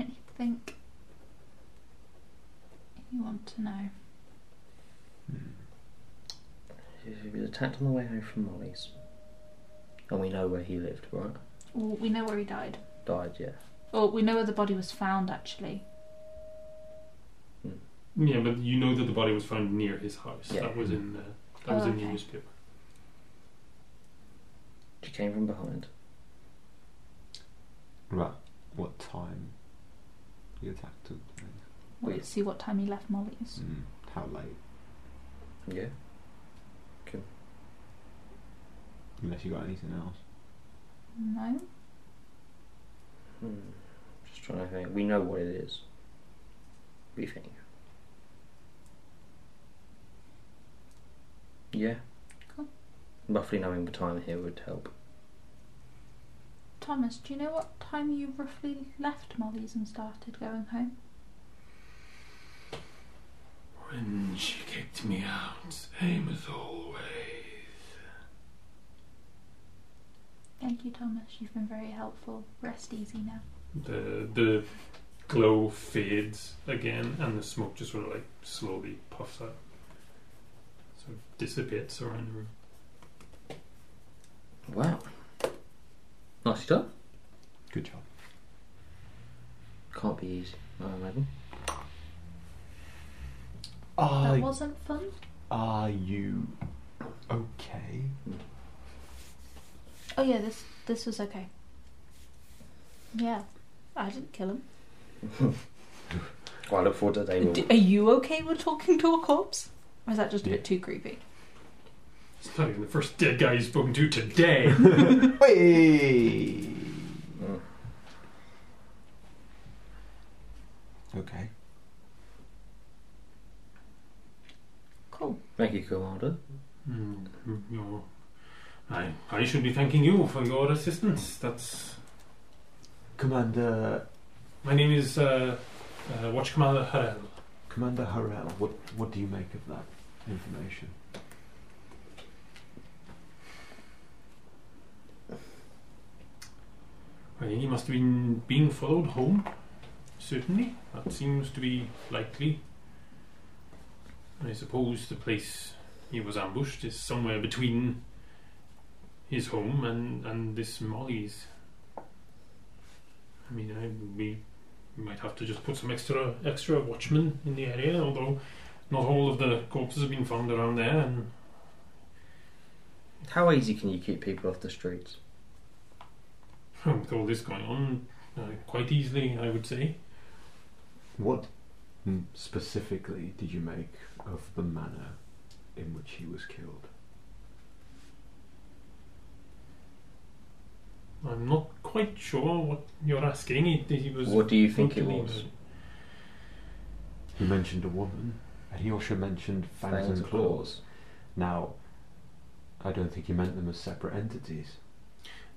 Speaker 3: Anything you want to know?
Speaker 4: Hmm.
Speaker 2: He was attacked on the way home from Molly's. And we know where he lived, right?
Speaker 3: Well, we know where he died.
Speaker 2: Died, yeah.
Speaker 3: Oh, we know where the body was found, actually.
Speaker 1: Yeah, but you know that the body was found near his house.
Speaker 2: Yeah.
Speaker 1: That was in the that was
Speaker 3: Oh,
Speaker 1: in the
Speaker 3: okay.
Speaker 1: newspaper.
Speaker 2: She came from behind.
Speaker 4: Right. What time the attack took place?
Speaker 3: Let's
Speaker 2: Wait.
Speaker 3: see what time he left Molly's.
Speaker 4: Mm. How late?
Speaker 2: Yeah.
Speaker 4: Unless you got anything else.
Speaker 3: No?
Speaker 2: Hmm. Just Just trying to think. We know what it is. We think. Yeah.
Speaker 3: Cool.
Speaker 2: Roughly knowing the time here would help.
Speaker 3: Thomas, do you know what time you roughly left Molly's and started going home?
Speaker 1: When she kicked me out, same as always.
Speaker 3: Thank you, Thomas. You've been very helpful. Rest easy now.
Speaker 1: The the glow fades again, and the smoke just sort of like slowly puffs out, sort of dissipates around the room.
Speaker 2: Wow. Nicely done.
Speaker 4: Good job.
Speaker 2: Can't be easy, I imagine.
Speaker 3: That
Speaker 4: Are,
Speaker 3: wasn't fun.
Speaker 4: are you okay?
Speaker 3: Oh yeah, this this was okay. Yeah, I didn't kill him.
Speaker 2: Well, I look forward to the day.
Speaker 3: D- are you okay with talking to a corpse? Or is that just a
Speaker 4: Yeah.
Speaker 3: bit too creepy?
Speaker 1: It's not even the first dead guy you've spoken to today.
Speaker 4: Whey!
Speaker 2: Mm.
Speaker 4: Okay.
Speaker 3: Cool.
Speaker 2: Thank you, Commander.
Speaker 1: Hmm, you're- I, I should be thanking you for your assistance. That's
Speaker 4: Commander
Speaker 1: my name is uh, uh, Watch Commander Harel.
Speaker 4: Commander Harrell, what, what do you make of that information?
Speaker 1: Well, he must have been being followed home. Certainly, that seems to be likely. I suppose the place he was ambushed is somewhere between his home and, and this Molly's. I mean, I, we might have to just put some extra extra watchmen in the area, although not all of the corpses have been found around there. And
Speaker 2: How easy can you keep people off the streets?
Speaker 1: with all this going on, uh, quite easily, I would say.
Speaker 4: What mm, specifically did you make of the manner in which he was killed?
Speaker 1: I'm not quite sure what you're asking. It, it was.
Speaker 2: What do you think it
Speaker 1: totally-
Speaker 2: was?
Speaker 4: He mentioned a woman, and he also mentioned fangs,
Speaker 2: Fangs
Speaker 4: and
Speaker 2: or
Speaker 4: claws. Now, I don't think he meant them as separate entities.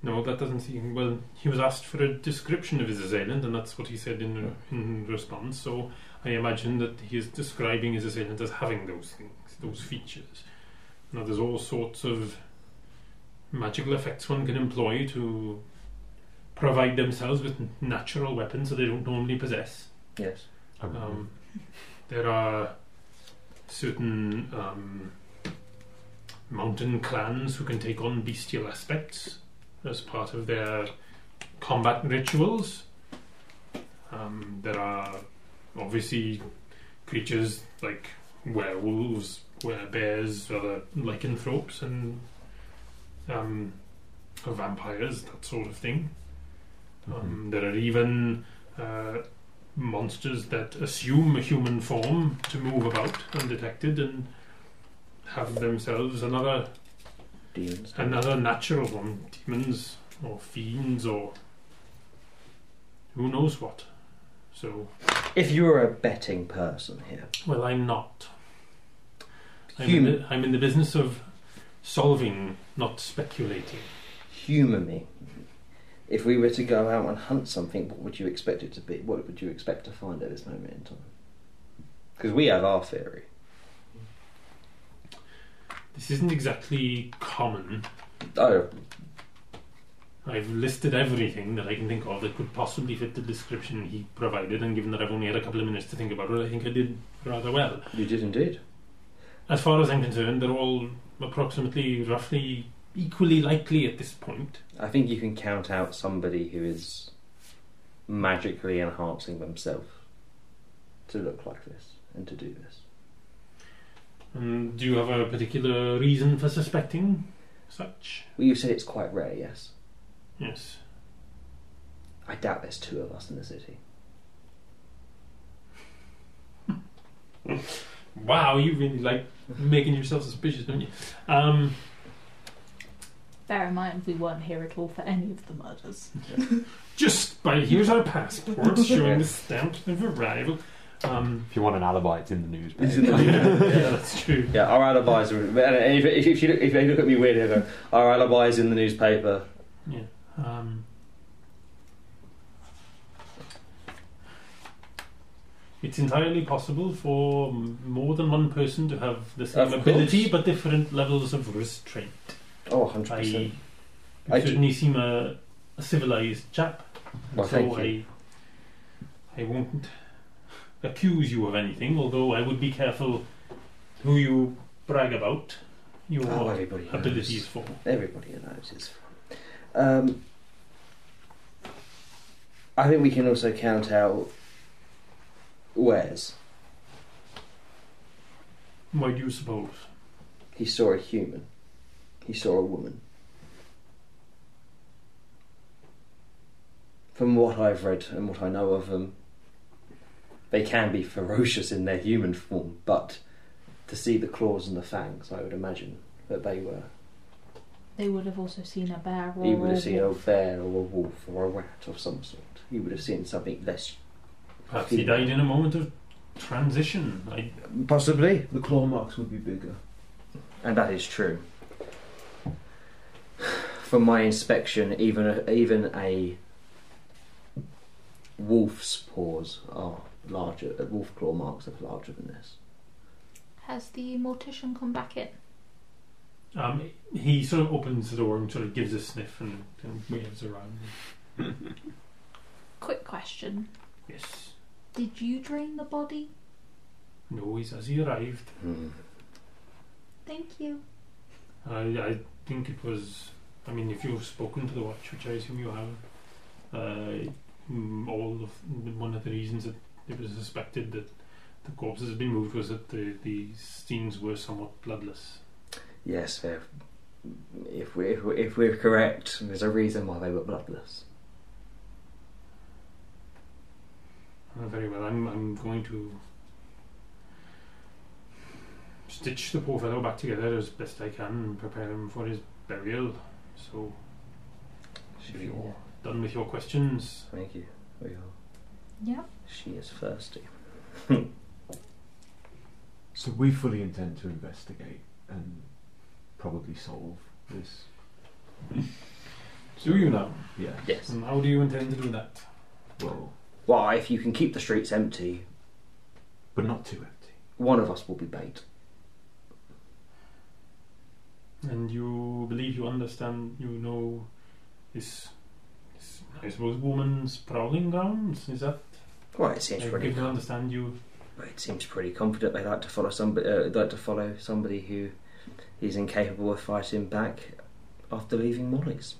Speaker 1: No, that doesn't seem. Well, he was asked for a description of his assailant, and that's what he said in, in response. So I imagine that he is describing his assailant as having those things, those
Speaker 2: Mm-hmm.
Speaker 1: features. Now, there's all sorts of magical effects one can employ to provide themselves with natural weapons that they don't normally possess.
Speaker 2: Yes.
Speaker 1: Um, there are certain um, mountain clans who can take on bestial aspects as part of their combat rituals. Um, there are obviously creatures like werewolves, bears, other lycanthropes, and um, vampires, that sort of thing.
Speaker 4: Mhm. mm-hmm.
Speaker 1: Um, there are even uh, monsters that assume a human form to move about undetected and have themselves another
Speaker 2: Demons.
Speaker 1: another natural one, demons or fiends or who knows what. So,
Speaker 2: If you were a betting person here,
Speaker 1: well, I'm not. I'm, in
Speaker 2: human,
Speaker 1: the, I'm in the business of solving, not speculating.
Speaker 2: humour me. If we were to go out and hunt something, what would you expect it to be? What would you expect to find at this moment in time? Because we have our theory.
Speaker 1: This isn't exactly common.
Speaker 2: Oh,
Speaker 1: I've listed everything that I can think of that could possibly fit the description he provided, and given that I've only had a couple of minutes to think about it, I think I did rather well.
Speaker 2: you did indeed.
Speaker 1: As far as I'm concerned, they're all approximately, roughly, equally likely at this point.
Speaker 2: I think you can count out somebody who is magically enhancing themselves to look like this and to do this.
Speaker 1: Um, do you have a particular reason for suspecting such?
Speaker 2: Well, you said it's quite rare, yes.
Speaker 1: Yes.
Speaker 2: I doubt there's two of us in the city.
Speaker 1: Wow, you really like making yourself suspicious, don't you? Um,
Speaker 3: Bear in mind, we weren't here at all for any of the murders.
Speaker 1: Just by here's our passport
Speaker 2: Yeah.
Speaker 1: showing the stamp of arrival. Um,
Speaker 4: If you want an alibi, it's in the news.
Speaker 2: It's
Speaker 4: babe.
Speaker 2: in the-
Speaker 1: yeah, yeah, that's true.
Speaker 2: Yeah, our alibis are. and If, if, if, you look, if you look at me weird, I go, our alibis in the newspaper.
Speaker 1: Yeah. Um, it's entirely possible for m- more than one person to have the same
Speaker 2: Of
Speaker 1: ability
Speaker 2: course.
Speaker 1: but different levels of restraint.
Speaker 2: Oh, 100
Speaker 1: I,
Speaker 2: percent.
Speaker 1: you
Speaker 2: I do-
Speaker 1: certainly seem a, a civilized chap, and
Speaker 2: Well,
Speaker 1: so
Speaker 2: thank
Speaker 1: I,
Speaker 2: you.
Speaker 1: I won't accuse you of anything. Although I would be careful who you brag about your
Speaker 2: Oh, everybody knows.
Speaker 1: abilities for.
Speaker 2: Everybody knows it's fun. Um, I think we can also count out wares.
Speaker 1: Why do you suppose?
Speaker 2: He saw a human. He saw a woman. From what I've read and what I know of them, they can be ferocious in their human form, but to see the claws and the fangs, I would imagine that they were.
Speaker 3: They would have also seen a bear or
Speaker 2: He would
Speaker 3: a
Speaker 2: have seen a
Speaker 3: wolf.
Speaker 2: bear or a wolf or a rat of some sort. He would have seen something less.
Speaker 1: Perhaps he died in a moment of transition. I
Speaker 2: Possibly.
Speaker 5: The claw marks would be bigger.
Speaker 2: And that is true. From my inspection, even a, even a wolf's paws are larger. uh, Wolf claw marks are larger than this.
Speaker 3: Has the mortician come back in?
Speaker 1: Um, he sort of opens the door and sort of gives a sniff and, and waves around.
Speaker 3: Quick question.
Speaker 1: Yes.
Speaker 3: Did you drain the body?
Speaker 1: No, he's as he arrived.
Speaker 3: Thank you.
Speaker 1: I, I think it was. I mean, if you've spoken to the watch, which I assume you have, uh, mm, all of one of the reasons that it was suspected that the corpses had been moved was that the the scenes were somewhat bloodless.
Speaker 2: Yes, they're- if we if, we, if we're correct, there's a reason why they were bloodless.
Speaker 1: Uh, very well. I'm I'm going to stitch the poor fellow back together as best I can and prepare him for his burial. So. If you're done with your questions,
Speaker 2: Thank you. We are.
Speaker 3: Yeah.
Speaker 2: She is thirsty.
Speaker 4: So we fully intend to investigate and probably solve this.
Speaker 1: do you now?
Speaker 4: Yeah.
Speaker 2: Yes.
Speaker 1: And how do you intend to do that?
Speaker 4: Well,
Speaker 2: Well, if you can keep the streets empty,
Speaker 4: but not too empty.
Speaker 2: one of us will be bait.
Speaker 1: And you believe you understand, you know this, this I suppose, woman's prowling grounds? Is that?
Speaker 2: Well, it seems
Speaker 1: I
Speaker 2: pretty.
Speaker 1: give you understand you.
Speaker 2: But it seems pretty confident they like to follow somebody. Uh, like to follow somebody who is incapable of fighting back after leaving Molly's,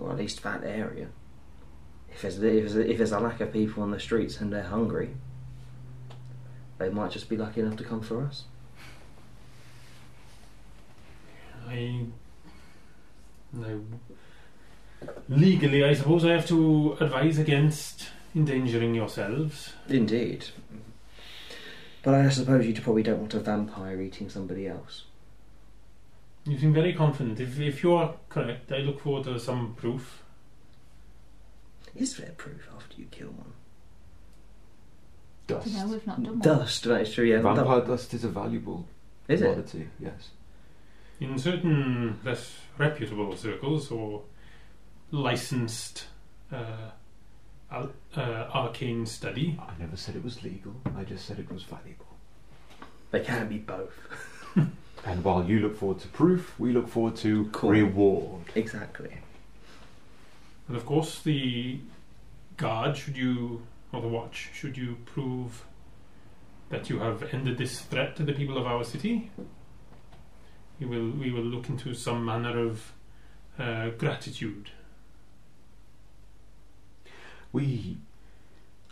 Speaker 2: or at least that area. If there's, if there's, if there's a lack of people on the streets and they're hungry, they might just be lucky enough to come for us.
Speaker 1: I. I legally, I suppose I have to advise against endangering yourselves.
Speaker 2: Indeed. But I suppose you probably don't want a vampire eating somebody else.
Speaker 1: You seem very confident. If, if you are correct, I look forward to some proof.
Speaker 2: Is there proof after you kill one?
Speaker 4: Dust.
Speaker 3: No, we've not done one.
Speaker 2: Dust, that is true, yeah.
Speaker 4: Vampire dust is a valuable
Speaker 2: Is it?
Speaker 4: commodity. Yes.
Speaker 1: In certain less reputable circles or licensed uh, al- uh, arcane study,
Speaker 4: I never said it was legal. I just said it was valuable.
Speaker 2: They can be both.
Speaker 4: And while you look forward to proof, we look forward to
Speaker 2: Cool.
Speaker 4: reward.
Speaker 2: Exactly.
Speaker 1: and of course the guard, should you, or the watch, should you prove that you have ended this threat to the people of our city, we will we will look into some manner of uh, gratitude.
Speaker 4: We,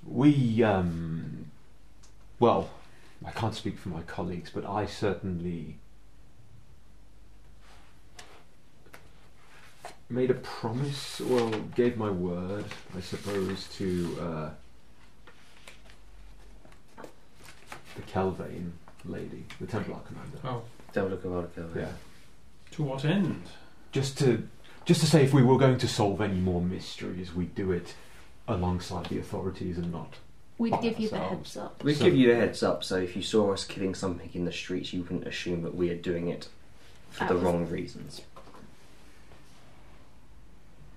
Speaker 4: we, um, well, I can't speak for my colleagues, but I certainly made a promise, well, gave my word, I suppose, to uh, the Kelvane lady, the Templar commander.
Speaker 1: Oh,
Speaker 2: Don't look about it, though.
Speaker 4: Yeah.
Speaker 1: To what end?
Speaker 4: Just to just to say, if we were going to solve any more mysteries, we'd do it alongside the authorities and not.
Speaker 3: We'd
Speaker 4: Fuck
Speaker 3: give you the
Speaker 4: ourselves.
Speaker 3: heads up.
Speaker 2: We
Speaker 4: So-
Speaker 2: give you a heads up, so if you saw us killing something in the streets, you wouldn't assume that we are doing it for
Speaker 3: That
Speaker 2: the
Speaker 3: was-
Speaker 2: wrong reasons.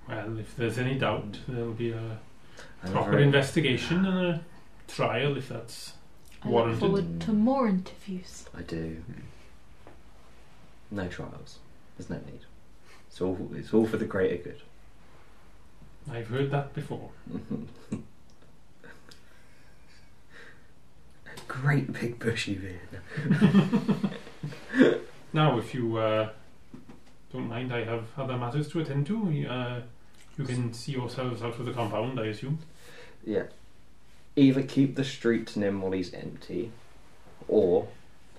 Speaker 1: Well, if there's any doubt, there'll be a
Speaker 2: And
Speaker 1: proper
Speaker 2: very-
Speaker 1: investigation and a trial if that's.
Speaker 3: I look
Speaker 1: Warranted.
Speaker 3: forward to more interviews.
Speaker 2: I do. No trials. There's no need. It's all, it's all for the greater good.
Speaker 1: I've heard that before.
Speaker 2: Great big bushy beard.
Speaker 1: Now, if you uh, don't mind, I have other matters to attend to. Uh, you can see yourselves out of the compound, I assume.
Speaker 2: Yeah. Either keep the street near Molly's empty, or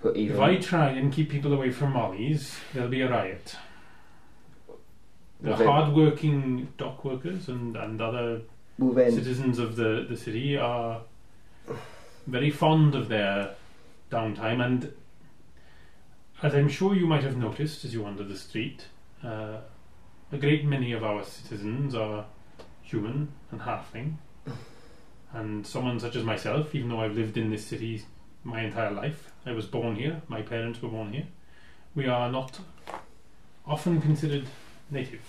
Speaker 2: put even.
Speaker 1: If I try and keep people away from Molly's, there'll be a riot. The
Speaker 2: Well, then-
Speaker 1: hard-working dock workers and, and other
Speaker 2: Well then,
Speaker 1: citizens of the, the city are very fond of their downtime, and as I'm sure you might have noticed as you wander the street, uh, a great many of our citizens are human and halfling. And someone such as myself, even though I've lived in this city my entire life, I was born here, my parents were born here, we are not often considered native.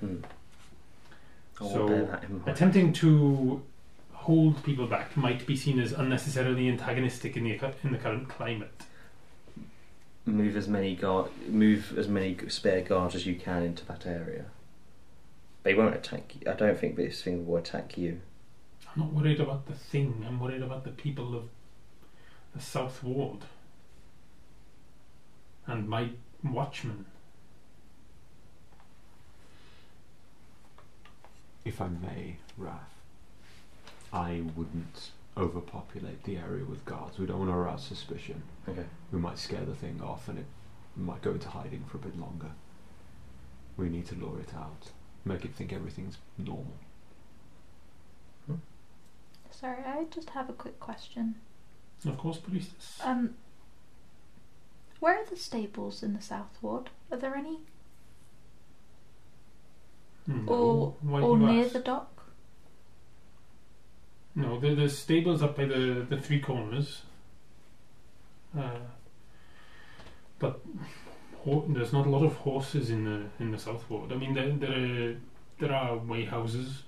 Speaker 2: Hmm. I will
Speaker 1: So,
Speaker 2: bear that in mind.
Speaker 1: Attempting to hold people back might be seen as unnecessarily antagonistic in the cu- in the current climate.
Speaker 2: move as many guard, move as many g- spare guards as you can into that area. They won't attack. you. I don't think this thing will attack you.
Speaker 1: I'm not worried about the thing. I'm worried about the people of the South Ward and my watchman.
Speaker 4: If I may, Raf, I wouldn't overpopulate the area with guards. We don't want to arouse suspicion.
Speaker 2: Okay.
Speaker 4: We might scare the thing off and it might go into hiding for a bit longer. We need to lure it out, make it think everything's normal.
Speaker 3: Sorry, I just have a quick question.
Speaker 1: And of course, priestess.
Speaker 3: Um, where are the stables in the South Ward? Are there any?
Speaker 1: No,
Speaker 3: or-
Speaker 1: Hmm. why do
Speaker 3: or
Speaker 1: you
Speaker 3: near
Speaker 1: ask?
Speaker 3: the dock?
Speaker 1: No, there, there's stables up by the, the three corners. Uh, but ho- there's not a lot of horses in the in the south ward. I mean, there there are, there are way houses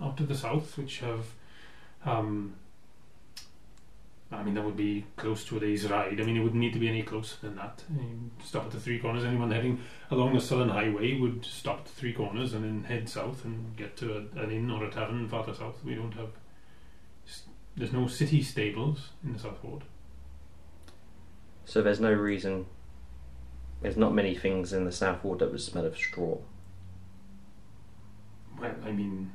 Speaker 1: up to the south which have. Um, I mean, that would be close to a day's ride. I mean, it wouldn't need to be any closer than that. You stop at the three corners. Anyone heading along the southern highway would stop at the three corners and then head south and get to a, an inn or a tavern farther south. We don't have. s- There's no city stables in the South Ward.
Speaker 2: So there's no reason. There's not many things in the South Ward that would smell of straw.
Speaker 1: Well, I mean,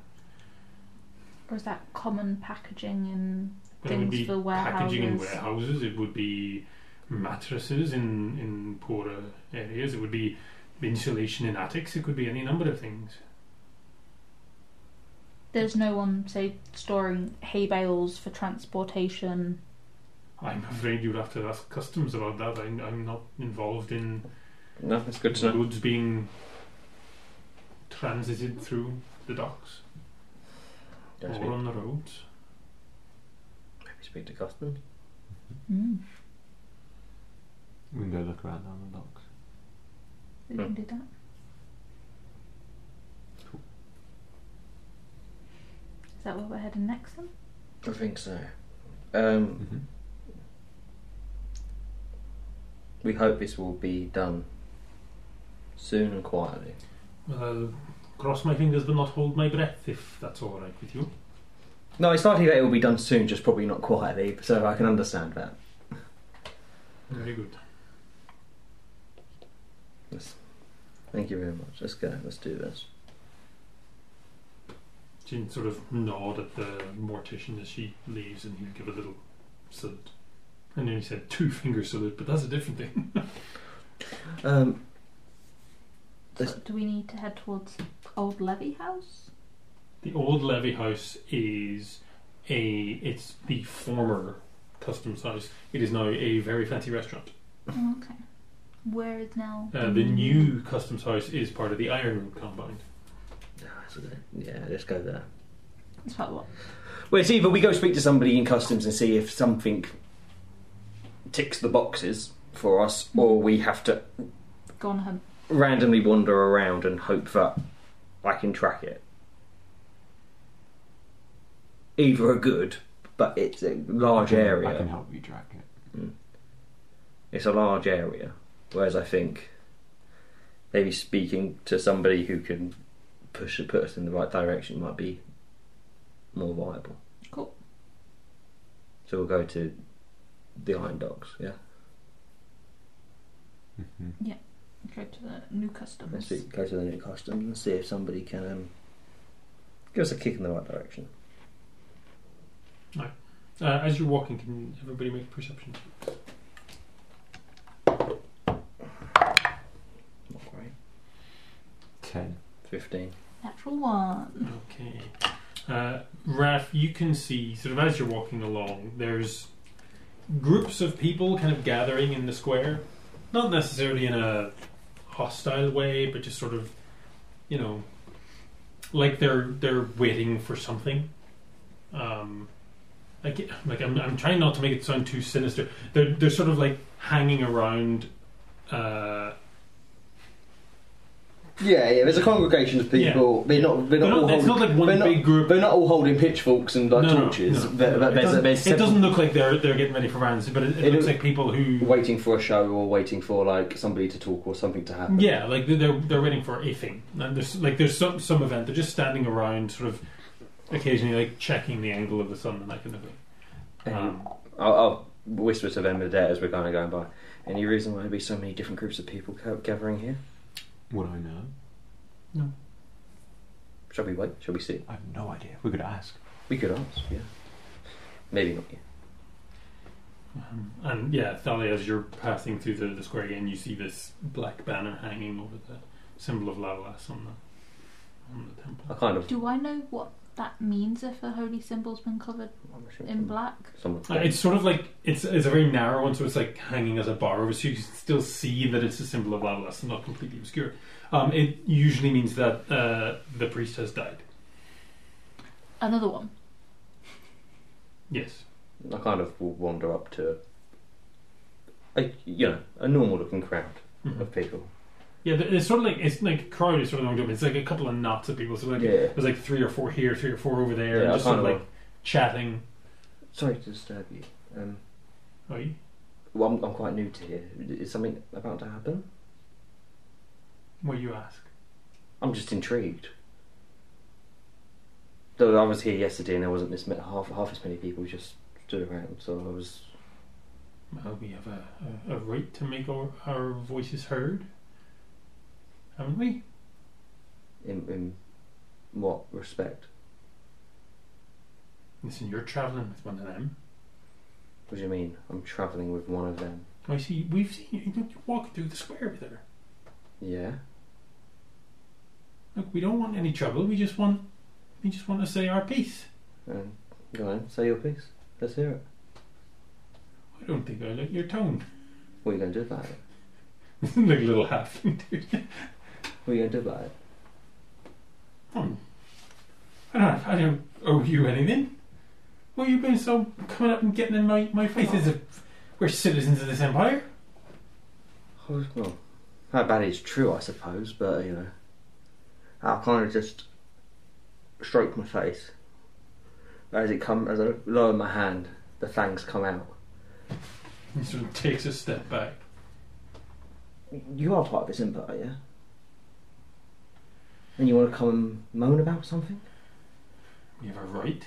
Speaker 3: Or is that common packaging in
Speaker 1: there would
Speaker 3: Things
Speaker 1: be
Speaker 3: for
Speaker 1: packaging in
Speaker 3: warehouses.
Speaker 1: warehouses. It would be mattresses in in poorer areas. It would be insulation in attics. It could be any number of things.
Speaker 3: There's no one, say, storing hay bales for transportation.
Speaker 1: I'm afraid you'd have to ask customs about that. I'm, I'm not involved in
Speaker 2: No, that's good to know.
Speaker 1: goods being transited through the docks
Speaker 2: Don't
Speaker 1: or
Speaker 2: speak,
Speaker 1: on the roads.
Speaker 2: maybe speak to Custon.
Speaker 3: Mm.
Speaker 4: We can go look around down the docks.
Speaker 3: We
Speaker 2: Hmm.
Speaker 3: can do that. Is that where we're heading next then?
Speaker 2: I think so. Um,
Speaker 4: Mm-hmm.
Speaker 2: we hope this will be done soon and quietly.
Speaker 1: Well, I'll cross my fingers but not hold my breath if that's all right with you.
Speaker 2: No, it's likely that it will be done soon, just probably not quietly. So I can understand that.
Speaker 1: Very good.
Speaker 2: Yes. Thank you very much. Let's go. Let's do this.
Speaker 1: She sort of nod at the mortician as she leaves and he'll give a little salute. I nearly said two finger salute, but that's a different thing.
Speaker 2: Um,
Speaker 3: So
Speaker 2: This-
Speaker 3: do we need to head towards Old Levy House?
Speaker 1: The old levy house is a it's the former custom size. It is now a very fancy restaurant.
Speaker 3: Oh, okay. Where is now?
Speaker 1: Uh, the new custom size is part of the Ironwood compound.
Speaker 2: Ah, so that- Yeah, let's go there.
Speaker 3: It's about what?
Speaker 2: Well, it's either we go speak to somebody in customs and see if something ticks the boxes for us, or we have to
Speaker 3: Gone home.
Speaker 2: randomly wander around and hope that I can track it. Either are good, but it's a large
Speaker 4: I can
Speaker 2: area.
Speaker 4: help you track it.
Speaker 2: It's a large area. Whereas I think maybe speaking to somebody who can push put us in the right direction might be more viable.
Speaker 3: Cool.
Speaker 2: So we'll go to the Iron Docks. Yeah,
Speaker 4: hmm
Speaker 3: Go to the new
Speaker 2: let's
Speaker 3: customers.
Speaker 2: see, go to the new customs and see if somebody can um, give us a kick in the right direction.
Speaker 1: Uh, as you're walking, can everybody make a perception?
Speaker 2: Not great.
Speaker 4: Ten.
Speaker 2: Fifteen.
Speaker 3: Natural one.
Speaker 1: Okay. Uh, Raf, you can see, sort of as you're walking along, there's groups of people kind of gathering in the square. Not necessarily in a hostile way, but just sort of, you know, like they're they're waiting for something. Um, like, like I'm, I'm trying not to make it sound too sinister. They're, they're sort of like hanging around. Uh,
Speaker 2: Yeah, yeah. There's a congregation of people.
Speaker 1: Yeah.
Speaker 2: They're not. They're
Speaker 1: they're
Speaker 2: not all
Speaker 1: not, it's not
Speaker 2: holding.
Speaker 1: like one
Speaker 2: they're,
Speaker 1: big
Speaker 2: not,
Speaker 1: group.
Speaker 2: they're not all holding pitchforks and like
Speaker 1: No, no,
Speaker 2: torches.
Speaker 1: no.
Speaker 2: There- there-
Speaker 1: it,
Speaker 2: there's,
Speaker 1: doesn't,
Speaker 2: there's
Speaker 1: it
Speaker 2: several
Speaker 1: doesn't look like they're they're getting ready for rounds, but it, it,
Speaker 2: It
Speaker 1: looks
Speaker 2: doesn't-
Speaker 1: like people who
Speaker 2: waiting for a show or waiting for like somebody to talk or something to happen.
Speaker 1: yeah, like they're they're waiting for a thing. And there's like there's some some event. They're just standing around, sort of occasionally like checking the angle of the sun and that kind of thing.
Speaker 2: Any-
Speaker 1: Um,
Speaker 2: I'll, I'll whisper to them there as we're kind of going by. Any reason why there'd be so many different groups of people ca- gathering here?
Speaker 4: Would I know?
Speaker 2: Shall we wait? Shall we see?
Speaker 4: I have no idea. We could ask.
Speaker 2: We could ask. Yeah. Maybe not yet.
Speaker 1: um, and yeah, Thalia, as you're passing through the, the square again, you see this black banner hanging over the symbol of Lavalas on the on the
Speaker 2: I
Speaker 1: temple.
Speaker 2: kind of.
Speaker 3: Do I know what that means if a holy symbol's been covered
Speaker 2: I'm assuming
Speaker 3: in black?
Speaker 2: Someone.
Speaker 1: Uh, It's sort of like it's it's a very narrow one, so it's like hanging as a bar over, so you can still see that it's a symbol of Lavalas and not completely obscure. Um, it usually means that uh, the priest has died.
Speaker 3: Another one.
Speaker 1: Yes.
Speaker 2: I kind of will wander up to. A, you know, a normal-looking crowd
Speaker 1: Mhm.
Speaker 2: of people.
Speaker 1: Yeah, th- it's sort of like it's like crowded is sort of the wrong term. It's like a couple of knots of people. So like
Speaker 2: yeah.
Speaker 1: there's like three or four here, three or four over there,
Speaker 2: Yeah,
Speaker 1: and
Speaker 2: I
Speaker 1: just sort of
Speaker 2: kinda
Speaker 1: like chatting.
Speaker 2: Sorry to disturb you. Um,
Speaker 1: Oh, you-
Speaker 2: well, I'm, I'm quite new to here. Is something about to happen?
Speaker 1: what you ask?
Speaker 2: I'm just intrigued. Though I was here yesterday and there wasn't this ma- half half as many people just stood around, so I was.
Speaker 1: Well, we have a, a, a right to make our, our voices heard, haven't we?
Speaker 2: In, in what respect?
Speaker 1: Listen, you're traveling with one of them.
Speaker 2: What do you mean? I'm travelling with one of them.
Speaker 1: I see. We've seen you. You walk through the square with her.
Speaker 2: Yeah.
Speaker 1: Look, we don't want any trouble. We just want we just want to say our piece.
Speaker 2: Um, go on, say your piece. Let's hear it.
Speaker 1: I don't think I like your tone.
Speaker 2: What are you going to do about it?
Speaker 1: like a little half.
Speaker 2: What are you going to do about it?
Speaker 1: Hmm. I don't, I don't owe you anything. What you been so coming up and getting in my, my face as if we're citizens of this empire?
Speaker 2: Oh, Well, how bad it's true, I suppose, but you know, I kind of just stroke my face as it come as I lower my hand. The fangs come out.
Speaker 1: He sort of takes a step back.
Speaker 2: You are part of this empire, yeah. And you want to come and moan about something?
Speaker 1: We have a right.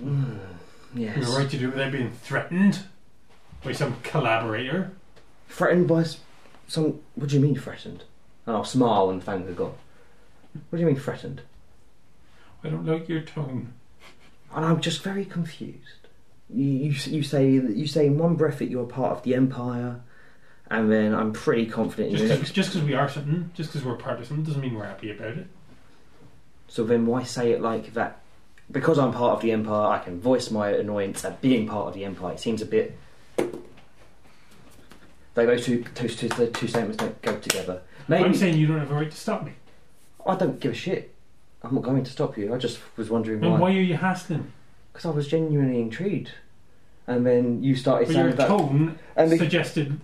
Speaker 1: We
Speaker 2: Yes.
Speaker 1: have a right to do it without being threatened by some collaborator.
Speaker 2: Threatened by s- some. What do you mean threatened? And I'll smile and fang are gone. What do you mean threatened?
Speaker 1: I don't like your tone.
Speaker 2: And I'm just very confused. You, you, you say you say in one breath that you're part of the empire, and then I'm pretty confident in
Speaker 1: Just
Speaker 2: the
Speaker 1: 'cause-
Speaker 2: next.
Speaker 1: just because we are something, just because we're part of something, doesn't mean we're happy about it.
Speaker 2: So then why say it like that? because I'm part of the Empire, I can voice my annoyance at being part of the Empire. It seems a bit. They those two, those two, those two statements don't go together.
Speaker 1: I'm
Speaker 2: Maybe
Speaker 1: saying you don't have a right to stop me.
Speaker 2: I don't give a shit. I'm not going to stop you. I just was wondering
Speaker 1: Then why
Speaker 2: why.
Speaker 1: are you hassling?
Speaker 2: Because I was genuinely intrigued, and then you started
Speaker 1: But
Speaker 2: saying
Speaker 1: your
Speaker 2: that.
Speaker 1: tone
Speaker 2: and the-
Speaker 1: suggested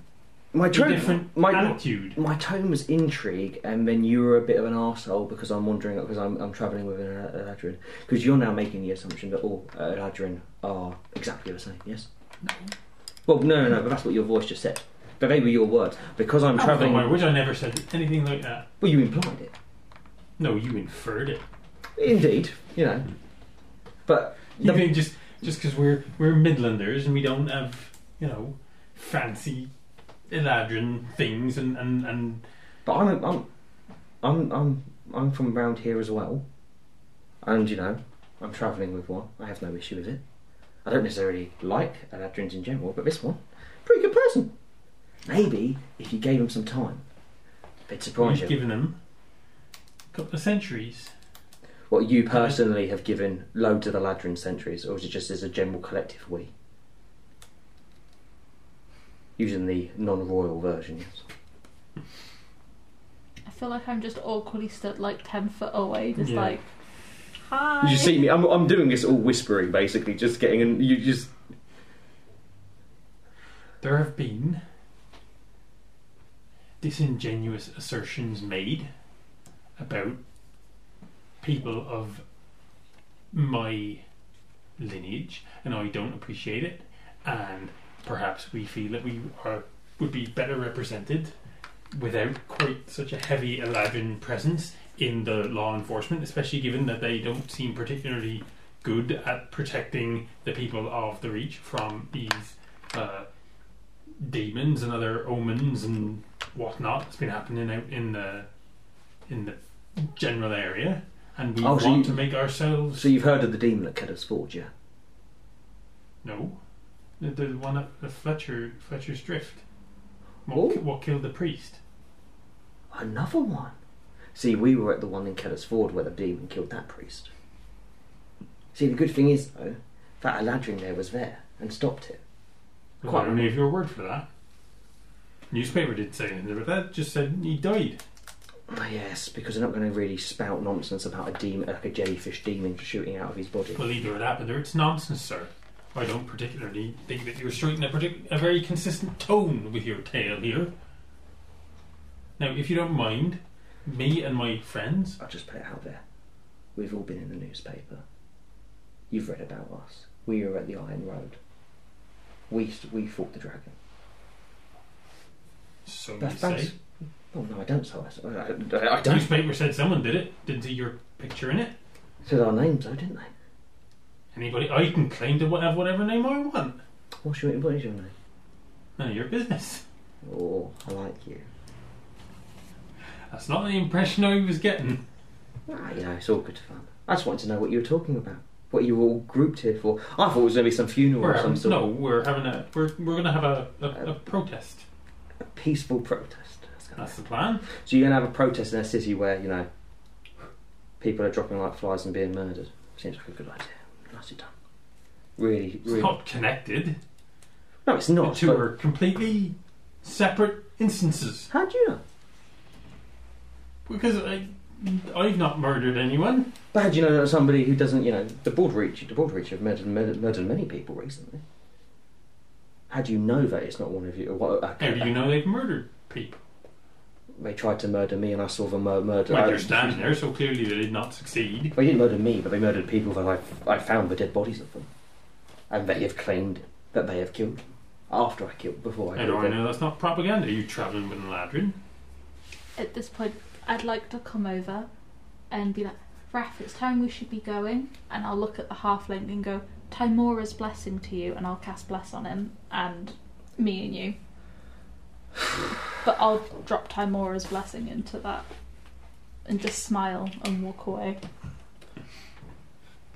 Speaker 2: my
Speaker 1: a
Speaker 2: tone,
Speaker 1: different
Speaker 2: my
Speaker 1: attitude.
Speaker 2: my tone was intrigue, and then you were a bit of an arsehole because I'm wondering because I'm, I'm travelling with an Eladrin. Because you're now making the assumption that all Eladrin are exactly the same. Yes. Well, no, no, no. But that's what your voice just said. But they were your words because I'm
Speaker 1: Oh,
Speaker 2: travelling.
Speaker 1: don't worry, Which I never said anything like that.
Speaker 2: Well, you implied it.
Speaker 1: No, you inferred it.
Speaker 2: Indeed, you know. But
Speaker 1: You
Speaker 2: the-
Speaker 1: think just just because we're we're Midlanders and we don't have you know fancy Eladrin things and and and
Speaker 2: But I'm I'm I'm I'm I'm from around here as well, and you know I'm travelling with one. I have no issue with it. I don't necessarily like Aladrins in general, but this one, pretty good person. Maybe if you gave him some time, they'd surprise
Speaker 1: we've
Speaker 2: you.
Speaker 1: given them a couple of centuries.
Speaker 2: what you personally have given loads of Aladrin centuries, or is it just as a general collective we? Using the non-royal version, yes.
Speaker 3: I feel like I'm just awkwardly stood like 10 foot away, just
Speaker 1: Yeah.
Speaker 3: like, hi.
Speaker 2: You see me? I'm, I'm doing this all whispering, basically, just getting and you just
Speaker 1: There have been disingenuous assertions made about people of my lineage, and I don't appreciate it. And perhaps we feel that we are would be better represented without quite such a heavy Aladdin presence in the law enforcement, especially given that they don't seem particularly good at protecting the people of the Reach from these uh, demons and other omens and whatnot that's been happening out in the in the general area. And we
Speaker 2: Oh,
Speaker 1: want
Speaker 2: so you-
Speaker 1: to make ourselves
Speaker 2: So you've heard of the demon at Keddar's Forge, yeah?
Speaker 1: No, the, the one at the Fletcher Fletcher's Drift.
Speaker 2: Oh.
Speaker 1: What, ki- what killed the priest?
Speaker 2: Another one. See, we were at the one in Keddar's Ford where the demon killed that priest. See, the good thing is though, that Aladrin there was there and stopped it.
Speaker 1: Well,
Speaker 2: Quite
Speaker 1: I don't know if your word for that. Newspaper did say anything about that. Just said he died.
Speaker 2: Ah, Yes, because they're not going to really spout nonsense about a demon, like a jellyfish demon shooting out of his body.
Speaker 1: Well, either it happened or it's nonsense, sir. I don't particularly think that you're striking a, partic- a very consistent tone with your tale here. Now, if you don't mind, me and my friends.
Speaker 2: I'll just put it out there. We've all been in the newspaper. You've read about us. We were at the Iron Road. We we fought the dragon.
Speaker 1: So you
Speaker 2: That's, that's,
Speaker 1: say.
Speaker 2: oh no, I don't. So I, I, I don't.
Speaker 1: Newspaper said someone did it. Didn't see your picture in it.
Speaker 2: Said our names though, didn't they?
Speaker 1: Anybody, I can claim to have whatever name I want.
Speaker 2: What's your, what is your name?
Speaker 1: None of your business.
Speaker 2: Oh, I like you.
Speaker 1: That's not the impression I was getting.
Speaker 2: Ah, you know, it's all good fun. I just wanted to know what you were talking about. What you were all grouped here for. I thought it was going to be some funeral
Speaker 1: We're
Speaker 2: or some
Speaker 1: having,
Speaker 2: sort
Speaker 1: no, we're having a we're, we're gonna have a, a,
Speaker 2: Uh,
Speaker 1: a protest.
Speaker 2: of peaceful protest. That's gonna
Speaker 1: That's the plan.
Speaker 2: be- So you're going to have a protest in a city where, you know, people are dropping like flies and being murdered. Seems like a good idea. Nicely done. Really,
Speaker 1: It's
Speaker 2: really.
Speaker 1: not connected.
Speaker 2: No, it's
Speaker 1: The
Speaker 2: not.
Speaker 1: two
Speaker 2: but-
Speaker 1: are completely separate instances.
Speaker 2: How do you know?
Speaker 1: Because I, I've not murdered anyone.
Speaker 2: But how do you know that somebody who doesn't, you know, the board reach, the board reach have murdered, murdered, murdered many people recently? How do you know that it's not one of you? What, uh,
Speaker 1: How do you know they've murdered people?
Speaker 2: They tried to murder me, and I saw them mur- murder. uh,
Speaker 1: Well,
Speaker 2: I-
Speaker 1: they're standing there, so clearly they did not succeed.
Speaker 2: They didn't murder me, but they murdered people that I I found the dead bodies of them, and they have claimed that they have killed them after I killed before I
Speaker 1: How
Speaker 2: killed
Speaker 1: do I
Speaker 2: them.
Speaker 1: know that's not propaganda? Are you travelling with an ladrin?
Speaker 3: At this point, I'd like to come over and be like, Raph, it's time we should be going. And I'll look at the halfling and go, Timora's blessing to you. And I'll cast bless on him and me and you. but I'll drop Timora's blessing into that and just smile and walk away.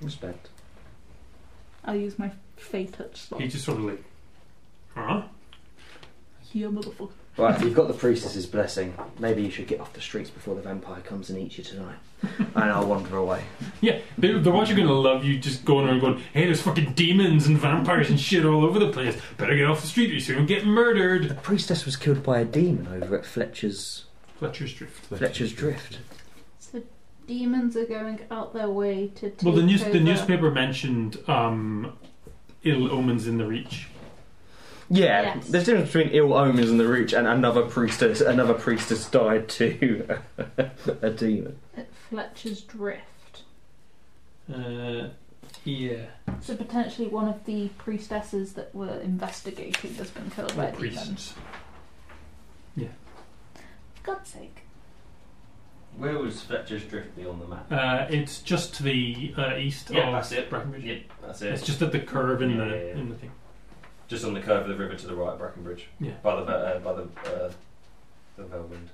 Speaker 2: Respect.
Speaker 3: I'll use my fae touch slot.
Speaker 1: He just sort of like, huh?
Speaker 3: Yeah, motherfucker.
Speaker 2: Right, you've got the priestess's blessing. Maybe you should get off the streets before the vampire comes and eats you tonight. and I'll wander away.
Speaker 1: Yeah, they, they're watching going to love you just going around going, hey, there's fucking demons and vampires and shit all over the place. Better get off the street or you're soon get
Speaker 2: The
Speaker 1: murdered.
Speaker 2: priestess was killed by a demon over at Fletcher's
Speaker 1: Fletcher's Drift.
Speaker 2: Fletcher's Drift.
Speaker 3: So demons are going out their way to take
Speaker 1: Well, the, news,
Speaker 3: over.
Speaker 1: the newspaper mentioned um, ill omens in the Reach.
Speaker 2: Yeah,
Speaker 3: Yes.
Speaker 2: there's a difference between ill omens and the reach, and another priestess. Another priestess died to a demon.
Speaker 3: At Fletcher's Drift.
Speaker 1: Uh, yeah.
Speaker 3: So potentially one of the priestesses that were investigating has been killed by
Speaker 1: Or
Speaker 3: a demon.
Speaker 1: priests.
Speaker 3: For God's sake.
Speaker 5: Where was Fletcher's Drift be on the map?
Speaker 1: Uh, it's just to the uh, east
Speaker 5: Yeah,
Speaker 1: of
Speaker 5: that's it.
Speaker 1: Brackenbridge.
Speaker 5: Yep, that's it.
Speaker 1: It's just at the curve in,
Speaker 5: Yeah,
Speaker 1: the,
Speaker 5: yeah, yeah.
Speaker 1: in the thing.
Speaker 5: Just on the curve of the river to the right of Brackenbridge.
Speaker 1: Yeah.
Speaker 5: By the, uh, by the, uh, the Velwind.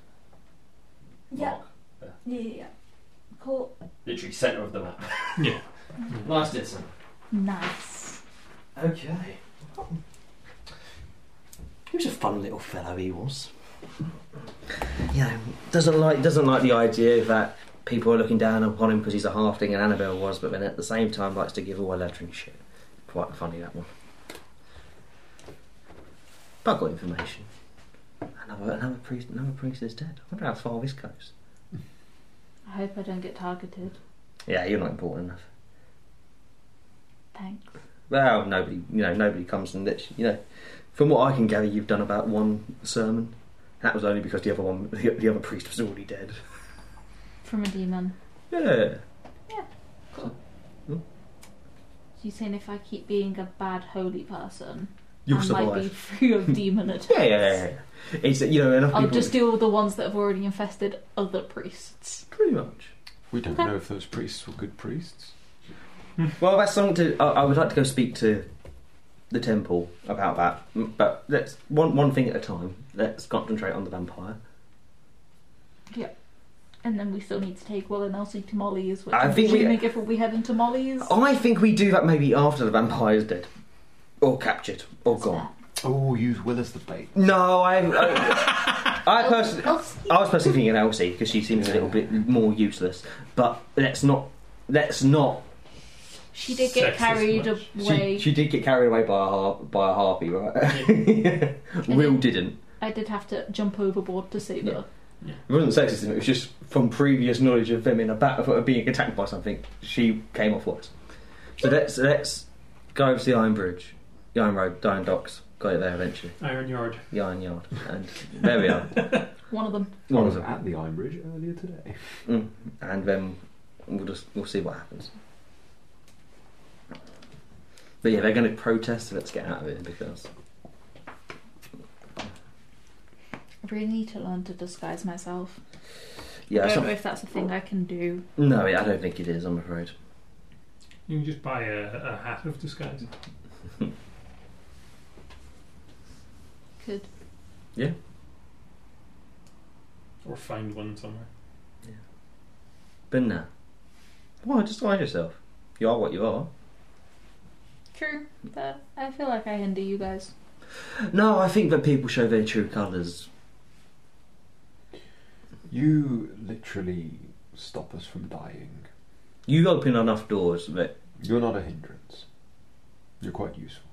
Speaker 3: Yeah,
Speaker 5: Mark.
Speaker 3: yeah, yeah, yeah. Cool.
Speaker 5: Literally centre of the map.
Speaker 1: Yeah.
Speaker 5: nice, Ditson.
Speaker 3: Nice.
Speaker 2: Okay. He was a fun little fellow. He was. You know, doesn't like doesn't like the idea that people are looking down upon him because he's a halfling, and Annabelle was, but then at the same time likes to give away lettering shit. Quite funny that one. But I've got information. Another another priest another priest is dead. I wonder how far this goes.
Speaker 3: I hope I don't get targeted.
Speaker 2: Yeah, you're not important enough.
Speaker 3: Thanks.
Speaker 2: Well, nobody, you know, nobody comes and lets you know. From what I can gather, you've done about one sermon. That was only because the other one, the, the other priest was already dead.
Speaker 3: From a demon.
Speaker 2: Yeah.
Speaker 3: So you're saying if I keep being a bad holy person,
Speaker 2: You'll
Speaker 3: I might be
Speaker 2: survive.
Speaker 3: free of demon attacks.
Speaker 2: Yeah, yeah, yeah, yeah. It's that, you know enough
Speaker 3: I'll
Speaker 2: people.
Speaker 3: just deal with the ones that have already infested other priests.
Speaker 2: pretty much.
Speaker 4: We don't
Speaker 3: Okay.
Speaker 4: know if those priests were good priests.
Speaker 2: Well, that's something to. I, I would like to go speak to the temple about that. Mm, But let's one one thing at a time. Let's concentrate on the vampire.
Speaker 3: And then we still need to take Will and Elsie to Molly's, which
Speaker 2: I
Speaker 3: I'm
Speaker 2: think we- Oh,
Speaker 3: presuming if we head into Molly's.
Speaker 2: I think we do that maybe after the vampire's dead, or captured, or
Speaker 3: That's
Speaker 2: gone.
Speaker 4: Oh, use Will as the bait.
Speaker 2: No, I. I, I
Speaker 3: fair.
Speaker 2: personally.
Speaker 3: Elsie.
Speaker 2: I was personally thinking Elsie because she seems a little bit more useless. But let's not. Let's not.
Speaker 3: She did get
Speaker 1: Sexist
Speaker 3: carried
Speaker 1: much.
Speaker 3: away.
Speaker 2: She, she did get carried away by a har- by a harpy, right? Will didn't.
Speaker 3: I did have to jump overboard to save her.
Speaker 2: It wasn't sexism. It was just from previous knowledge of them in a battle of being attacked by something. She came off worse. So let's let's go over to the Iron Bridge, the Iron Road, the Iron Docks. Got it there eventually.
Speaker 1: Iron Yard.
Speaker 2: The Iron Yard, and there we are.
Speaker 3: One of them.
Speaker 4: I
Speaker 2: One of
Speaker 4: was
Speaker 2: them.
Speaker 4: at the Iron Bridge earlier today.
Speaker 2: Mm. And then we'll just we'll see what happens. But yeah, they're going to protest. so Let's get out of here because
Speaker 3: I really need to learn to disguise myself.
Speaker 2: yeah,
Speaker 3: I don't
Speaker 2: some-
Speaker 3: know if that's a thing I can do.
Speaker 2: no, I don't think it is. I'm afraid.
Speaker 1: You can just buy a, a hat of disguise.
Speaker 3: Could
Speaker 1: Or find one somewhere.
Speaker 2: But no, why just hide yourself? You are what you are.
Speaker 3: true, but I feel like I hinder you guys.
Speaker 2: No, I think that people show their true colours.
Speaker 4: You literally stop us from dying.
Speaker 2: You open enough doors that
Speaker 4: You're not a hindrance. You're quite useful.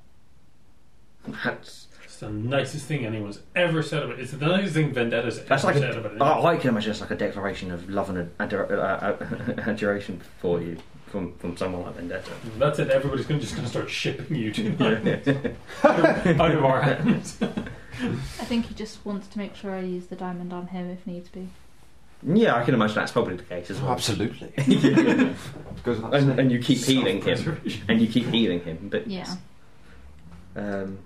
Speaker 2: that's,
Speaker 1: It's the nicest thing anyone's ever said about it. It's the nicest thing Vendetta's
Speaker 2: that's
Speaker 1: ever
Speaker 2: like
Speaker 1: said
Speaker 2: a,
Speaker 1: about it.
Speaker 2: I I can imagine it's like a declaration of love and ador- uh, uh, adoration for you from from someone like Vendetta.
Speaker 1: That's it. Everybody's gonna just going to start shipping you to out of our hands.
Speaker 3: I think he just wants to make sure I use the diamond on him if needs be.
Speaker 2: Yeah, I can imagine that's probably the case as well.
Speaker 4: Oh, absolutely. Goes without
Speaker 2: and,
Speaker 4: saying.
Speaker 2: and you keep healing him, and you keep healing him. But
Speaker 3: Yeah.
Speaker 2: um,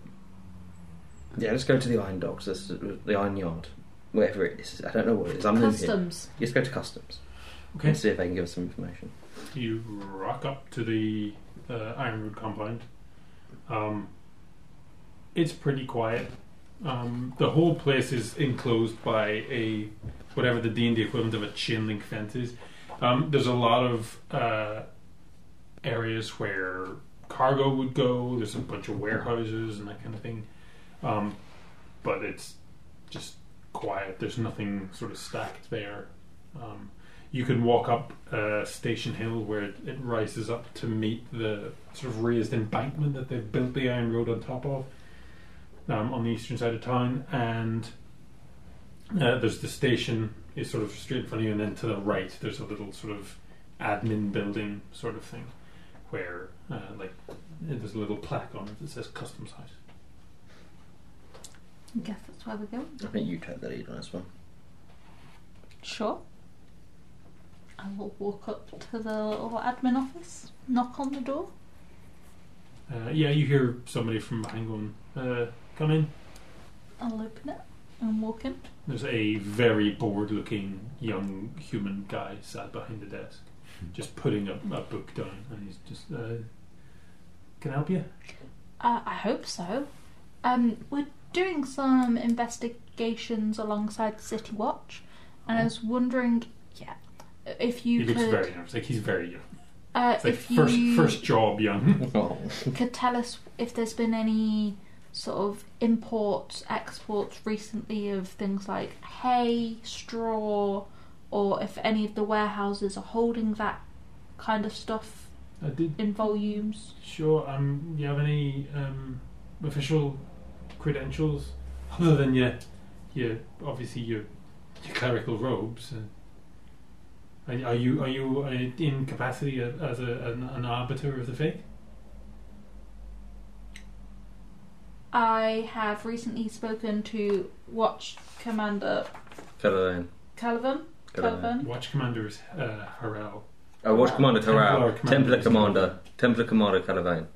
Speaker 2: yeah, let's go to the Iron Dogs, that's the the Iron Yard, wherever it is. I don't know what it is. I'm new here.
Speaker 3: Customs.
Speaker 2: Let's go to customs
Speaker 1: Okay.
Speaker 2: and see if they can give us some information.
Speaker 1: You rock up to the uh, Ironwood compound. Um, it's pretty quiet. Um, the whole place is enclosed by a whatever the D and D equivalent of a chain link fence is. Um, there's a lot of uh, areas where cargo would go. There's a bunch of warehouses and that kind of thing. Um, but it's just quiet. There's nothing sort of stacked there. Um, you can walk up uh, Station Hill where it, it rises up to meet the sort of raised embankment that they've built the iron road on top of um, on the eastern side of town. And uh, there's the station is sort of straight in front of you, and then to the right there's a little sort of admin building sort of thing where uh, like there's a little plaque on it that says Customs House.
Speaker 3: I guess that's where we go.
Speaker 2: I think you take the lead on this one.
Speaker 3: Sure. I will walk up to the little admin office, knock on the door.
Speaker 1: Uh, yeah, you hear somebody from behind going, uh, come in.
Speaker 3: I'll open it and walk in.
Speaker 1: There's a very bored looking young human guy sat behind the desk, just putting a, a book down, and he's just, uh, can I help you?
Speaker 3: Uh, I hope so. Um, we're doing some investigations alongside City Watch, and I was wondering, yeah, if you
Speaker 1: he looks
Speaker 3: could,
Speaker 1: very nervous, like he's very young.
Speaker 3: uh,
Speaker 1: It's like
Speaker 3: if
Speaker 1: first,
Speaker 3: you
Speaker 1: first job young.
Speaker 2: Oh.
Speaker 3: could tell us if there's been any sort of imports, exports recently of things like hay, straw, or if any of the warehouses are holding that kind of stuff
Speaker 1: I did
Speaker 3: in volumes.
Speaker 1: Sure. Um, do you have any um, official credentials other than your, your obviously your, your clerical robes? Uh, are, are you are you uh, in capacity a- as a, an, an arbiter of the faith?
Speaker 3: I have recently spoken to Watch Commander
Speaker 2: Caroline.
Speaker 3: Caliban. Caliban.
Speaker 1: Watch commander is uh, Harel.
Speaker 2: Oh, what's Commander
Speaker 1: Templar
Speaker 2: Terrell?
Speaker 1: Commander.
Speaker 2: Templar Commander. Templar Commander Calavane.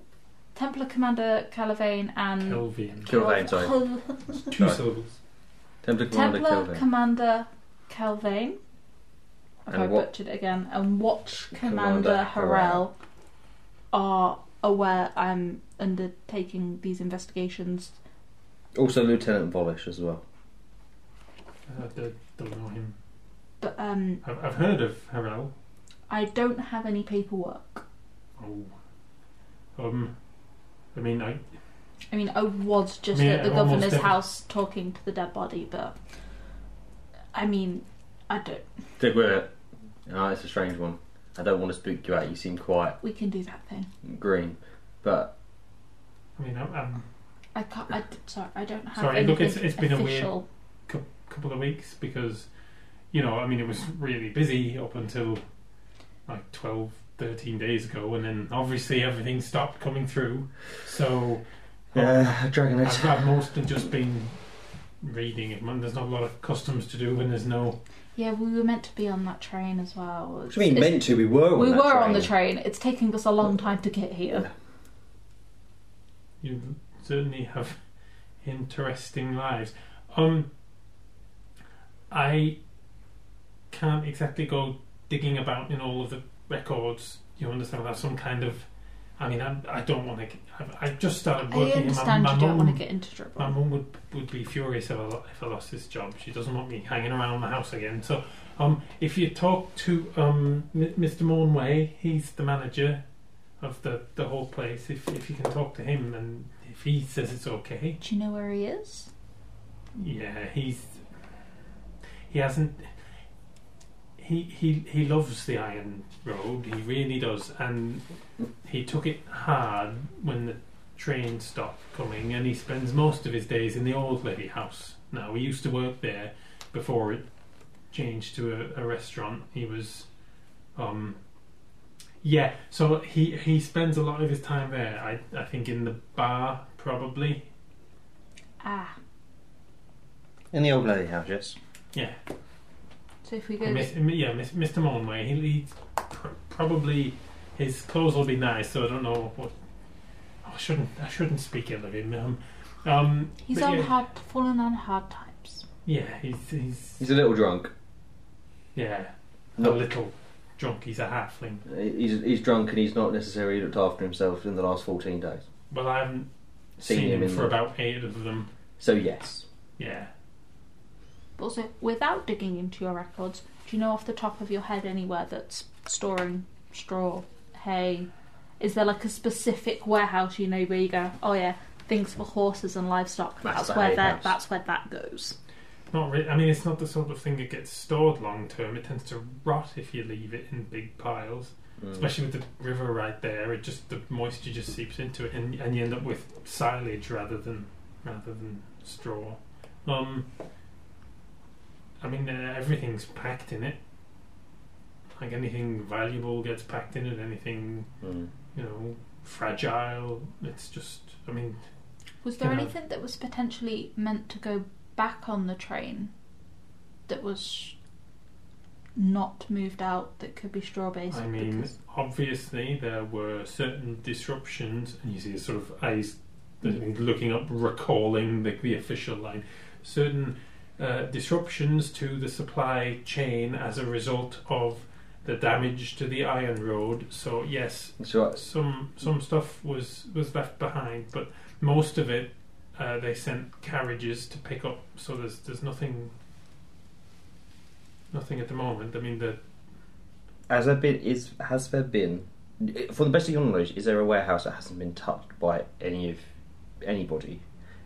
Speaker 3: Templar Commander Calavane and
Speaker 1: Kelvin.
Speaker 2: Kilvane, sorry.
Speaker 1: Two
Speaker 2: Sorry.
Speaker 1: syllables.
Speaker 2: Templar Commander
Speaker 3: Templar
Speaker 2: Kilvane.
Speaker 3: Commander Calvane. If
Speaker 2: And
Speaker 3: I
Speaker 2: what-
Speaker 3: butchered it again, and Watch
Speaker 2: Commander
Speaker 3: Commander Harrell
Speaker 2: Harrell.
Speaker 3: are aware I'm undertaking these investigations.
Speaker 2: Also Lieutenant Volish as well.
Speaker 1: Uh, I don't- don't know him.
Speaker 3: But um,
Speaker 1: I've, I've heard of Harel.
Speaker 3: I don't have any paperwork.
Speaker 1: Oh. Um. I mean, I,
Speaker 3: I mean, I was just
Speaker 1: I mean,
Speaker 3: at the
Speaker 1: I almost
Speaker 3: governor's
Speaker 1: didn't-
Speaker 3: house talking to the dead body, but I mean, I don't.
Speaker 2: Dick Willett. Ah, it's a strange one. I don't want to spook you out. You seem quite
Speaker 3: We can do that thing.
Speaker 2: green. But
Speaker 1: I mean, I'm, I'm
Speaker 3: I can't. I, d- sorry, I don't have.
Speaker 1: Sorry, look, it's-
Speaker 3: anything
Speaker 1: it's been a weird-
Speaker 3: official.
Speaker 1: couple of weeks because you know I mean it was really busy up until like 12 13 days ago and then obviously everything stopped coming through so
Speaker 2: uh,
Speaker 1: I've,
Speaker 2: Dragonite.
Speaker 1: I've mostly just been reading it Man, there's not a lot of customs to do when there's no
Speaker 3: Yeah, we were meant to be on that train as well.
Speaker 2: What do you mean
Speaker 3: It's-
Speaker 2: meant to? We were on
Speaker 3: we
Speaker 2: that
Speaker 3: were
Speaker 2: train.
Speaker 3: on the train. It's taking us a long time to get here.
Speaker 1: you certainly have interesting lives um I can't exactly go digging about in all of the records you understand have some kind of I mean, I'm, I don't want to. I've, I've just started
Speaker 3: I
Speaker 1: working. and
Speaker 3: understand
Speaker 1: my, my
Speaker 3: you don't
Speaker 1: mum-
Speaker 3: want to get into
Speaker 1: My
Speaker 3: trouble.
Speaker 1: mum would would be furious if I, lo- if I lost this job. She doesn't want me hanging around the house again. So, um, if you talk to um, M- Mr. Mornway, he's the manager of the, the whole place. If if you can talk to him and if he says it's okay,
Speaker 3: Do you know where he is?
Speaker 1: yeah, he's he hasn't. He, he he loves the Iron Road. He really does, and he took it hard when the train stopped coming. And he spends most of his days in the old lady house now. He used to work there before it changed to a, a restaurant. He was, um, yeah. So he he spends a lot of his time there. I I think in the bar probably.
Speaker 3: Ah,
Speaker 2: In the old lady house, yes.
Speaker 1: Yeah.
Speaker 3: so if we go,
Speaker 1: Miss, m- yeah, Miss, Mr. Mullenway. He leads pr- probably his clothes will be nice, so I don't know what. I shouldn't. I shouldn't speak ill of him. Um, um,
Speaker 3: he's
Speaker 1: but
Speaker 3: on
Speaker 1: yeah,
Speaker 3: hard, fallen on hard times.
Speaker 1: yeah, he's he's
Speaker 2: He's a little drunk.
Speaker 1: yeah, a
Speaker 2: Not,
Speaker 1: little drunk. He's a halfling.
Speaker 2: Uh, he's, he's drunk and he's not necessarily looked after himself in the last 14 days.
Speaker 1: Well, I haven't
Speaker 2: Seen
Speaker 1: seen,
Speaker 2: him
Speaker 1: him,
Speaker 2: in
Speaker 1: for
Speaker 2: the-
Speaker 1: about eight of them.
Speaker 2: So, yes.
Speaker 1: Yeah,
Speaker 3: But also, without digging into your records, do you know off the top of your head anywhere that's storing straw, hay? Is there like a specific warehouse you know where you go? Oh yeah, things for horses and livestock.
Speaker 2: That's
Speaker 3: That's,
Speaker 2: the hay
Speaker 3: where that.
Speaker 2: house."
Speaker 3: That's where that goes.
Speaker 1: Not really. I mean, it's not the sort of thing that gets stored long term. It tends to rot if you leave it in big piles,
Speaker 2: Mm.
Speaker 1: especially with the river right there. It just the moisture just seeps into it, and, and you end up with silage rather than rather than straw. Um, I mean, uh, everything's packed in it. Like anything valuable gets packed in it. Anything
Speaker 2: Mm.
Speaker 1: you know fragile. It's just. I mean,
Speaker 3: Was there
Speaker 1: Yeah.
Speaker 3: anything that was potentially meant to go back on the train that was not moved out that could be straw based?
Speaker 1: I mean, obviously there were certain disruptions, and you see his sort of eyes looking up, recalling the, the official line. Certain uh, disruptions to the supply chain as a result of the damage to the iron road. So yes,
Speaker 2: So,
Speaker 1: some some stuff was was left behind, but most of it uh, they sent carriages to pick up. So there's there's nothing. Nothing at the moment. I mean, the
Speaker 2: has there been is has there been, for the best of your knowledge, is there a warehouse that hasn't been touched by any of anybody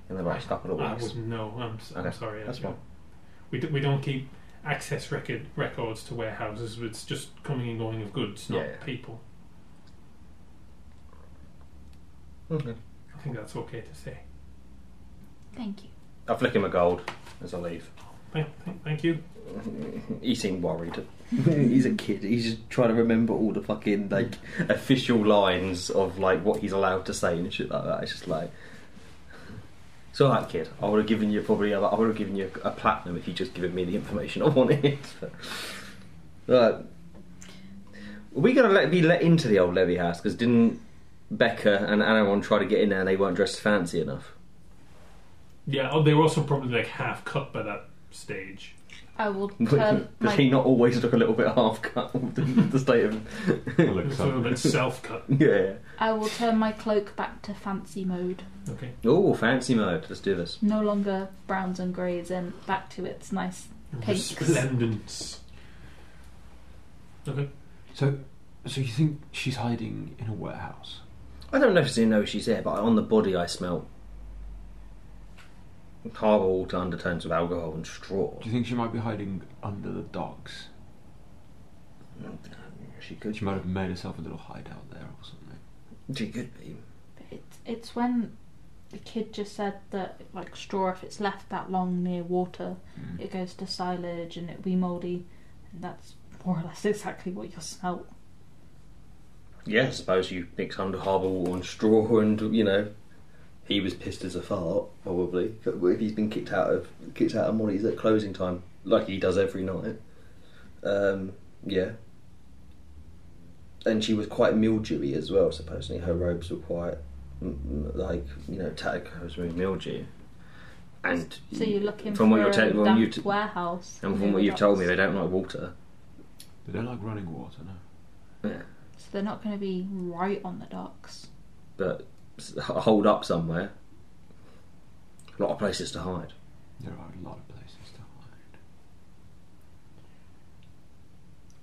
Speaker 2: in the last couple of
Speaker 1: I
Speaker 2: weeks?
Speaker 1: wouldn't know. I'm, s am
Speaker 2: Okay,
Speaker 1: sorry. I
Speaker 2: that's
Speaker 1: don't-
Speaker 2: fine.
Speaker 1: We, do, we don't keep access record records to warehouses. It's just coming and going of goods, not
Speaker 2: Yeah, yeah.
Speaker 1: people.
Speaker 2: Okay.
Speaker 1: I think that's okay to say.
Speaker 3: Thank you.
Speaker 2: I flick him a gold as I leave.
Speaker 1: Thank, thank, thank you.
Speaker 2: he seemed worried. he's a kid. He's just trying to remember all the fucking like official lines of like what he's allowed to say and shit like that. It's just like. So that kid, I would have given you probably I would have given you a platinum if you just given me the information I wanted. But, uh, are we gonna let, be let into the old Levy house because didn't Becca and Aaron try to get in there and they weren't dressed fancy enough?
Speaker 1: Yeah, oh, they were also probably like half cut by that stage.
Speaker 3: I will
Speaker 2: Does
Speaker 3: turn
Speaker 2: he
Speaker 3: my
Speaker 2: not always look a little bit half cut? with the, the state of
Speaker 1: It was a little bit self cut.
Speaker 2: yeah.
Speaker 3: I will turn my cloak back to fancy mode.
Speaker 1: Okay.
Speaker 2: Oh, fancy mode. Let's do this.
Speaker 3: No longer browns and greys and back to its nice Pinks.
Speaker 1: Resplendence. Okay.
Speaker 4: So, so you think she's hiding in a warehouse?
Speaker 2: I don't know if she knows she's there, but on the body I smell horrible to undertones of alcohol and straw.
Speaker 4: Do you think she might be hiding under the docks?
Speaker 2: She could.
Speaker 4: She might have made herself a little hideout there or something.
Speaker 2: She could be.
Speaker 3: It's it's when the kid just said that like straw if it's left that long near water,
Speaker 2: Hmm.
Speaker 4: Mm.
Speaker 3: it goes to silage and it'll be mouldy, and that's more or less exactly what you smell.
Speaker 2: Yeah, I suppose you mix under hobble and straw, and you know, he was pissed as a fart probably. If he's been kicked out of kicked out of Molly's at closing time, like he does every night. Um, yeah. And she was quite mildewy as well. Supposedly, her robes were quite mm, mm, like you know tattercoats with mildew. And
Speaker 3: So you're looking
Speaker 2: from
Speaker 3: for
Speaker 2: what you're
Speaker 3: a
Speaker 2: telling
Speaker 3: damp
Speaker 2: you t-
Speaker 3: warehouse.
Speaker 2: and
Speaker 3: near
Speaker 2: from what
Speaker 3: the
Speaker 2: you've told me,
Speaker 3: docks.
Speaker 2: they don't like water.
Speaker 4: They don't like running water, no.
Speaker 2: Yeah.
Speaker 3: so they're not going to be right on the docks.
Speaker 2: but s- hold up somewhere. A lot of places to hide.
Speaker 4: There are a lot of places to hide.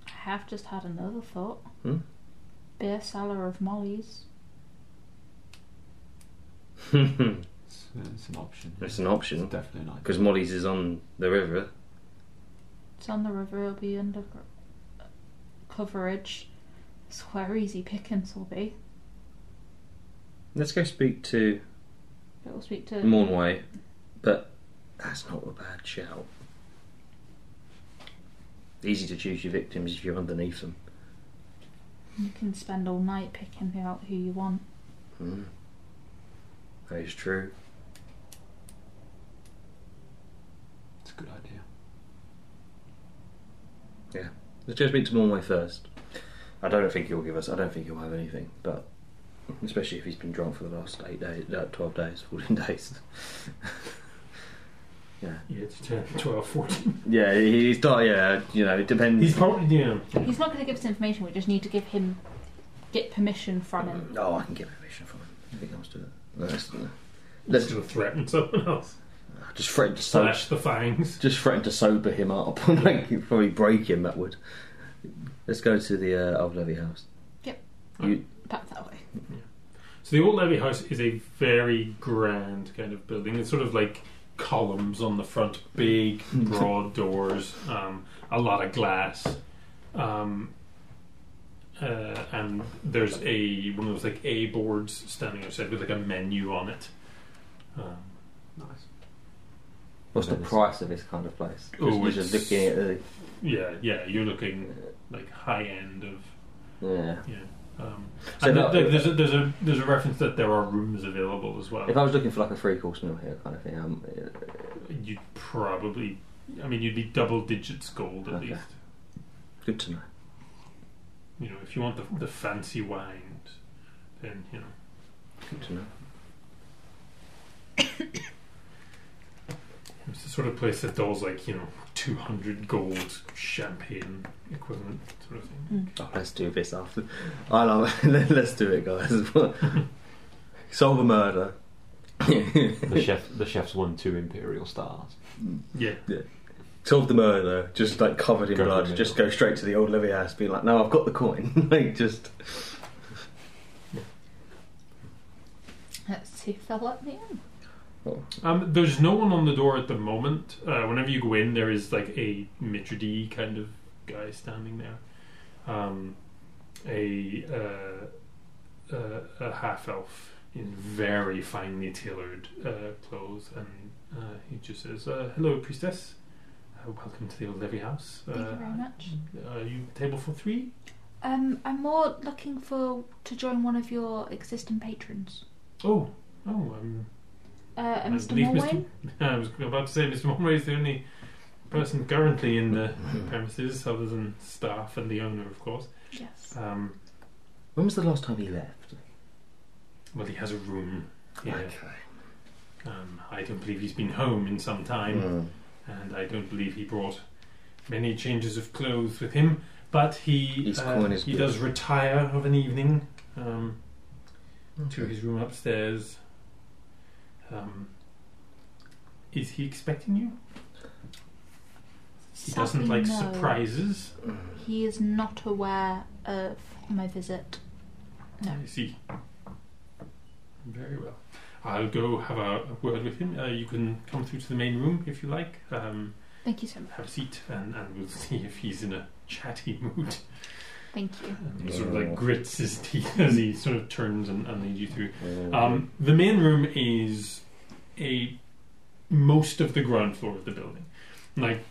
Speaker 3: I have just had another thought.
Speaker 2: Hmm?
Speaker 3: Beer cellar of Molly's.
Speaker 2: it's
Speaker 4: It's, uh, it's an option.
Speaker 2: an
Speaker 4: It's
Speaker 2: option
Speaker 4: definitely an
Speaker 2: because
Speaker 4: option.
Speaker 2: Molly's is on the river.
Speaker 3: It's on the river. It'll be under co- coverage. It's where easy pickings will be.
Speaker 2: Let's go speak to
Speaker 3: It will speak to
Speaker 2: Mornway, but that's not a bad shout. Easy to choose your victims if you're underneath them.
Speaker 3: You can spend all night picking out who you want.
Speaker 2: Mm. That is true.
Speaker 4: It's a good idea.
Speaker 2: Let's go speak to Mornway first. I don't think he'll give us. I don't think he'll have anything, but especially if he's been drunk for the last eight days, uh, twelve days, fourteen days. yeah,
Speaker 1: Yeah, it's 10, 12, 14.
Speaker 2: yeah, he's not. Yeah, you know, it depends.
Speaker 1: He's probably, you know,
Speaker 3: He's not going to give us information. We just need to give him get permission from him.
Speaker 2: Oh, I can get permission from him. I think I must do that. No, that's- no.
Speaker 1: let's
Speaker 2: Let's
Speaker 1: do threaten someone else.
Speaker 2: just threaten to sober,
Speaker 1: Slash the fangs.
Speaker 2: just threaten to sober him up. like you'd probably break him. That would. Let's go to the uh, old levy house.
Speaker 3: Yep.
Speaker 2: You,
Speaker 3: Back that way.
Speaker 1: So the old levy house is a very grand kind of building. It's sort of like columns on the front, big,
Speaker 2: Hmm.
Speaker 1: broad doors, um, a lot of glass, um, uh, and there's a one of those like A boards standing outside with like a menu on it. Um,
Speaker 4: Nice.
Speaker 2: What's the
Speaker 4: Venice.
Speaker 2: price of this kind of place? Just,
Speaker 1: Oh,
Speaker 2: you're just
Speaker 1: it's-
Speaker 2: looking at the
Speaker 1: yeah, yeah, you're looking like high end of
Speaker 2: yeah.
Speaker 1: yeah. Um,
Speaker 2: So
Speaker 1: and
Speaker 2: that-
Speaker 1: th- th- there's a, there's a there's a reference that there are rooms available as well.
Speaker 2: If I was looking for like a three course meal here kind of thing, um,
Speaker 1: You'd probably, I mean, you'd be double digits gold at
Speaker 2: Okay.
Speaker 1: least.
Speaker 2: good to know.
Speaker 1: You know, if you want the, the fancy wines, then you know.
Speaker 2: Good to know.
Speaker 1: It's the sort of place that does like you know two hundred gold champagne equivalent sort of thing.
Speaker 3: Mm.
Speaker 2: Oh, let's do this after. I know. let's do it, guys. Solve a murder.
Speaker 4: The chef, the chef's won two imperial stars.
Speaker 1: Yeah,
Speaker 2: Solve the murder. Just like covered in
Speaker 4: Go for
Speaker 2: blood.
Speaker 4: it.
Speaker 2: Just go straight to the old levy house. Be like, no, I've got the coin. like, just
Speaker 3: Let's see if they'll let me in.
Speaker 1: um, there's no one on the door at the moment. Uh, whenever you go in, there is like a maitre d kind of guy standing there, um, a uh, uh, a half elf in very finely tailored uh, clothes, and uh, he just says, uh, "Hello, priestess. Uh, welcome to the old levy house.
Speaker 3: Thank you very
Speaker 1: Uh,
Speaker 3: much.
Speaker 1: are you table for three?
Speaker 3: Um, I'm more looking for to join one of your existing patrons.
Speaker 1: Oh, oh, um,
Speaker 3: Uh, uh,
Speaker 1: I
Speaker 3: Mr.
Speaker 1: believe Mr.
Speaker 3: Morway.
Speaker 1: I was about to say Mr. Monroe is the only person currently in the premises, other than staff and the owner, of course.
Speaker 3: Yes.
Speaker 1: Um,
Speaker 2: when was the last time he left?
Speaker 1: well, he has a room. Yeah. Um, I don't believe he's been home in some time,
Speaker 2: Hmm.
Speaker 1: and I don't believe he brought many changes of clothes with him. But he
Speaker 2: His
Speaker 1: uh,
Speaker 2: coin is
Speaker 1: he
Speaker 2: blue.
Speaker 1: does retire of an evening um, to
Speaker 2: Okay.
Speaker 1: his room upstairs. Um, is he expecting you? He doesn't
Speaker 3: Sadly,
Speaker 1: like
Speaker 3: no.
Speaker 1: surprises.
Speaker 3: He is not aware of my visit. No.
Speaker 1: I see. Very well. I'll go have a, a word with him. Uh, you can come through to the main room if you like. Um,
Speaker 3: Thank you so much.
Speaker 1: have a seat, and, and we'll see if he's in a chatty mood.
Speaker 3: Thank you.
Speaker 1: And he sort of like grits his teeth as he sort of turns and, and leads you through.
Speaker 2: Hmm.
Speaker 1: Um, the main room is a most of the ground floor of the building. Like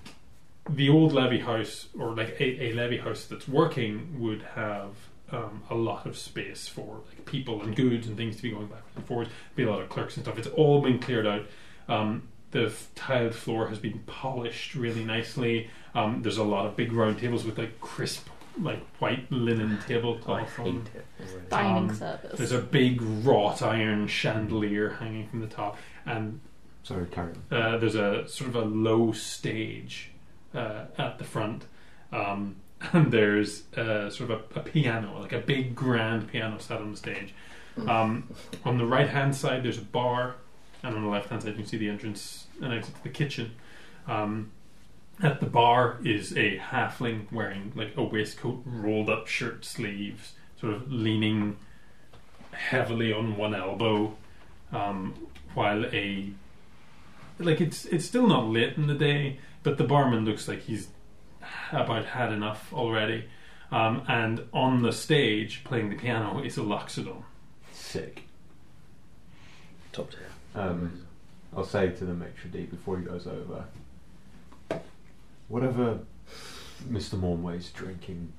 Speaker 1: the old levy house, or like a, a levy house that's working, would have um, a lot of space for like people and goods and things to be going back and forth. Be a lot of clerks and stuff. It's all been cleared out. Um, the f- tiled floor has been polished really nicely. Um, there's a lot of big round tables with like crisp, like white linen
Speaker 2: I
Speaker 1: tablecloth. on
Speaker 2: hate
Speaker 1: them.
Speaker 2: it.
Speaker 3: Dining
Speaker 1: Um,
Speaker 3: service.
Speaker 1: There's a big wrought iron chandelier hanging from the top, and
Speaker 4: Sorry, carry on.
Speaker 1: uh, there's a sort of a low stage uh, at the front, um, and there's uh, sort of a, a piano, like a big grand piano set on the stage. Um, on the right hand side, there's a bar, and on the left hand side, you can see the entrance and exit to the kitchen. Um, at the bar is a halfling wearing like a waistcoat, rolled up shirt sleeves, sort of leaning heavily on one elbow, um, while a like it's it's still not late in the day, but the barman looks like he's about had enough already. Um, and on the stage playing the piano is a loxodon.
Speaker 4: Sick.
Speaker 2: Top tier.
Speaker 4: Um, I'll say to the maitre d' before he goes over, whatever Mr. Mornway's drinking,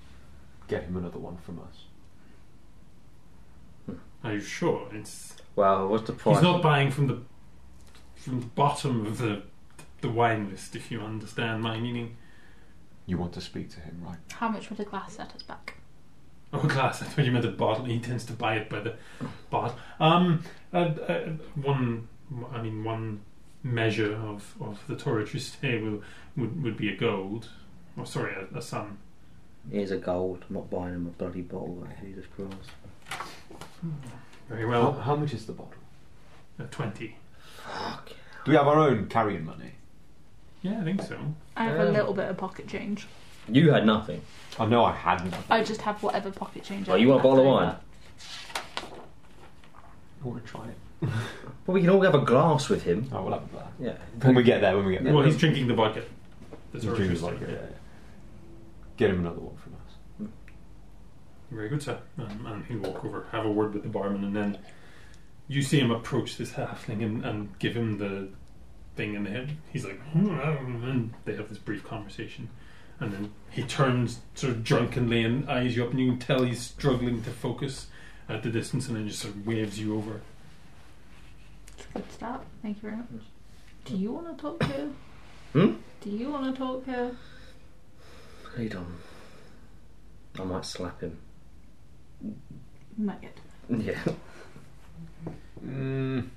Speaker 4: get him another one from us.
Speaker 1: Are you sure? It's
Speaker 2: Well, what's the price?
Speaker 1: he's not buying from the from the bottom of the the wine list, if you understand my meaning.
Speaker 4: You want to speak to him, right?
Speaker 3: How much would a glass set us back?
Speaker 1: Oh, glass. I thought you meant a bottle. He tends to buy it by the bottle. Um, uh, uh, one. I mean, one measure of of the Torah Triste will would would be a gold. Oh, sorry, a, a sun.
Speaker 2: Here's a gold. I'm not buying him a bloody bottle. Like, Jesus Christ.
Speaker 1: Very
Speaker 4: How,
Speaker 1: well.
Speaker 4: how much is the bottle?
Speaker 1: A twenty.
Speaker 2: Fuck.
Speaker 4: Do we have our own carrying money?
Speaker 1: Yeah, I think so.
Speaker 3: I have a
Speaker 2: Um,
Speaker 3: little bit of pocket change.
Speaker 2: You had nothing.
Speaker 4: I know I hadn't.
Speaker 3: I just have whatever pocket change.
Speaker 2: Oh,
Speaker 3: I
Speaker 2: you want a
Speaker 3: have
Speaker 2: bottle of
Speaker 3: over.
Speaker 2: wine?
Speaker 4: I want to try it.
Speaker 2: But we can all have a glass with him.
Speaker 4: Oh, we'll have that.
Speaker 2: Yeah.
Speaker 4: When we get there, when we get there.
Speaker 1: Well, he's drinking the vodka.
Speaker 4: He's
Speaker 1: That's already
Speaker 4: drinking
Speaker 1: drinking.
Speaker 4: vodka, yeah, yeah. Get him another one from us.
Speaker 1: Very good, sir. Um, and he'll walk over, have a word with the barman, and then you see him approach this halfling and, and give him the thing in the head. He's like, "Hmm," and they have this brief conversation. And then he turns sort of drunkenly and eyes you up, and you can tell he's struggling to focus at the distance, and then just sort of waves you over.
Speaker 3: It's a good start. Thank you very much. Do you want to talk here?
Speaker 2: Hmm?
Speaker 3: Do you want to talk here?
Speaker 2: Lead on. I might slap him.
Speaker 3: You might get.
Speaker 2: Yeah.
Speaker 4: Mm.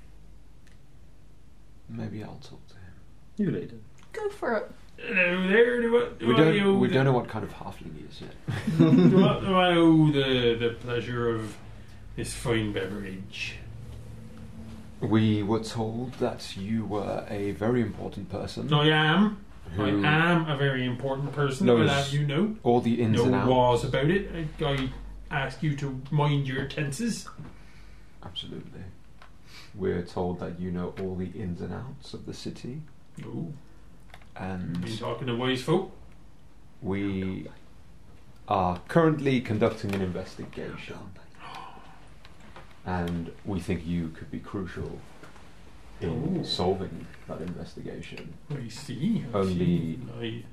Speaker 4: Maybe I'll talk to him.
Speaker 2: You lead him.
Speaker 3: Go for it.
Speaker 1: Hello there, do I, do
Speaker 4: we
Speaker 1: I
Speaker 4: don't.
Speaker 1: owe
Speaker 4: we
Speaker 1: the-
Speaker 4: don't know what kind of halfling he is yet.
Speaker 1: do, I, do I owe the, the pleasure of this fine beverage?
Speaker 4: We were told that you were a very important person.
Speaker 1: I am. I
Speaker 4: who
Speaker 1: am a very important person.
Speaker 4: No,
Speaker 1: I'll
Speaker 4: it's-
Speaker 1: have you know.
Speaker 4: all the ins
Speaker 1: no
Speaker 4: and outs.
Speaker 1: laws about it. I, I ask you to mind your tenses.
Speaker 4: Absolutely. We're told that you know all the ins and outs of the city,
Speaker 1: Oh, been
Speaker 4: and
Speaker 1: talking to wise folk.
Speaker 4: we are currently conducting an investigation. And we think you could be crucial in
Speaker 1: Ooh.
Speaker 4: solving that investigation.
Speaker 1: I see. I
Speaker 4: Only-
Speaker 1: see.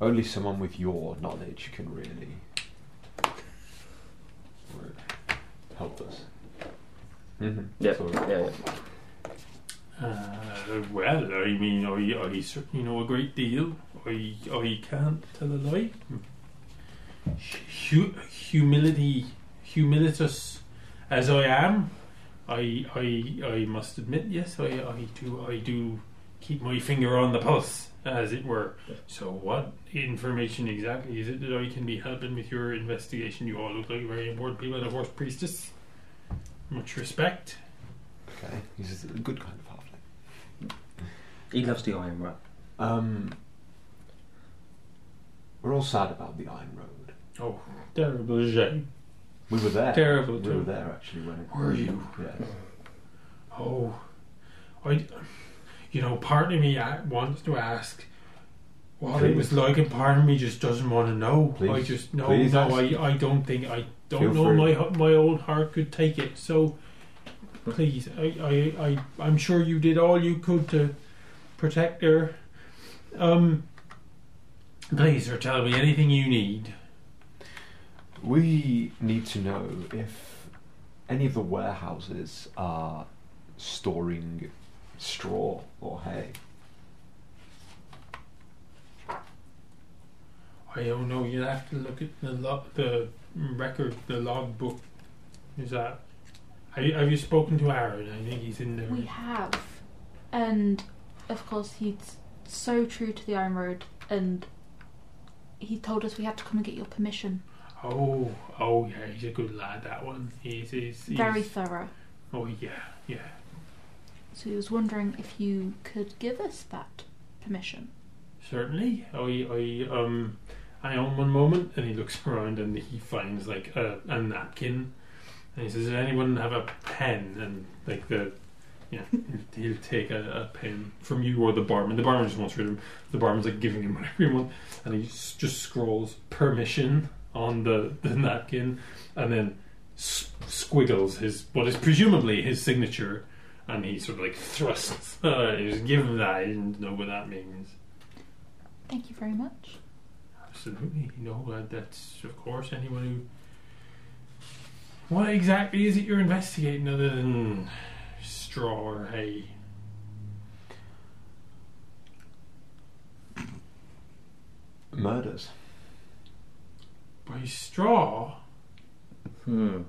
Speaker 1: I,
Speaker 4: Only someone with your knowledge can really help us. Mm-hmm.
Speaker 2: Yeah. Yeah, yeah.
Speaker 1: uh, well, I mean, I, I certainly know a great deal. I, I can't tell a lie. Hu- humility, humilitus as I am, I, I, I must admit, yes, I, I do, I do keep my finger on the pulse, as it were. So, what information exactly is it that I can be helping with your investigation? You all look like very important people and a horse priestess. Much respect.
Speaker 4: Okay. He's a good kind of halfling.
Speaker 2: He loves the iron wrap.
Speaker 4: Um, we're all sad about the Iron Road.
Speaker 1: Oh, terrible shame.
Speaker 4: We were there.
Speaker 1: Terrible.
Speaker 4: We were
Speaker 1: terrible.
Speaker 4: there actually when it.
Speaker 1: Were you?
Speaker 4: Yeah.
Speaker 1: Oh, I, you know, part of me a- wants to ask what it was
Speaker 4: Please.
Speaker 1: like, and part of me just doesn't want to know. I
Speaker 4: Please.
Speaker 1: just no,
Speaker 4: Please
Speaker 1: no, I, I don't think I don't
Speaker 4: Feel
Speaker 1: know.
Speaker 4: free.
Speaker 1: My h- my old heart could take it. So, please, I, I, I I'm sure you did all you could to protect her. Um, please, or tell me anything you need.
Speaker 4: We need to know if any of the warehouses are storing straw or hay.
Speaker 1: I don't know. You'll have to look at the lo- the record, the log book. Is that? Have you, have you spoken to Aaron? I think he's in there.
Speaker 3: We have, and of course he's so true to the Iron Road, and he told us we had to come and get your permission.
Speaker 1: Oh, oh yeah, he's a good lad. That one. He's he's, he's
Speaker 3: Very thorough.
Speaker 1: Oh yeah, yeah.
Speaker 3: So he was wondering if you could give us that permission.
Speaker 1: Certainly. I, I, um, I own one moment, and he looks around and he finds like a, a napkin, and he says, "Does anyone have a pen?" And like the, yeah, he'll take a, a pen from you or the barman. The barman just wants rid of him. The barman's like giving him whatever he wants, and he s- just scrolls permission on the the napkin, and then s- squiggles his what is presumably his signature. And he sort of like thrusts. Uh, he was given that. He didn't know what that means.
Speaker 3: Thank you very much.
Speaker 1: Absolutely. No, uh, that's of course anyone who. What exactly is it you're investigating other than straw or hay?
Speaker 4: Murders.
Speaker 1: By straw?
Speaker 2: Hmm.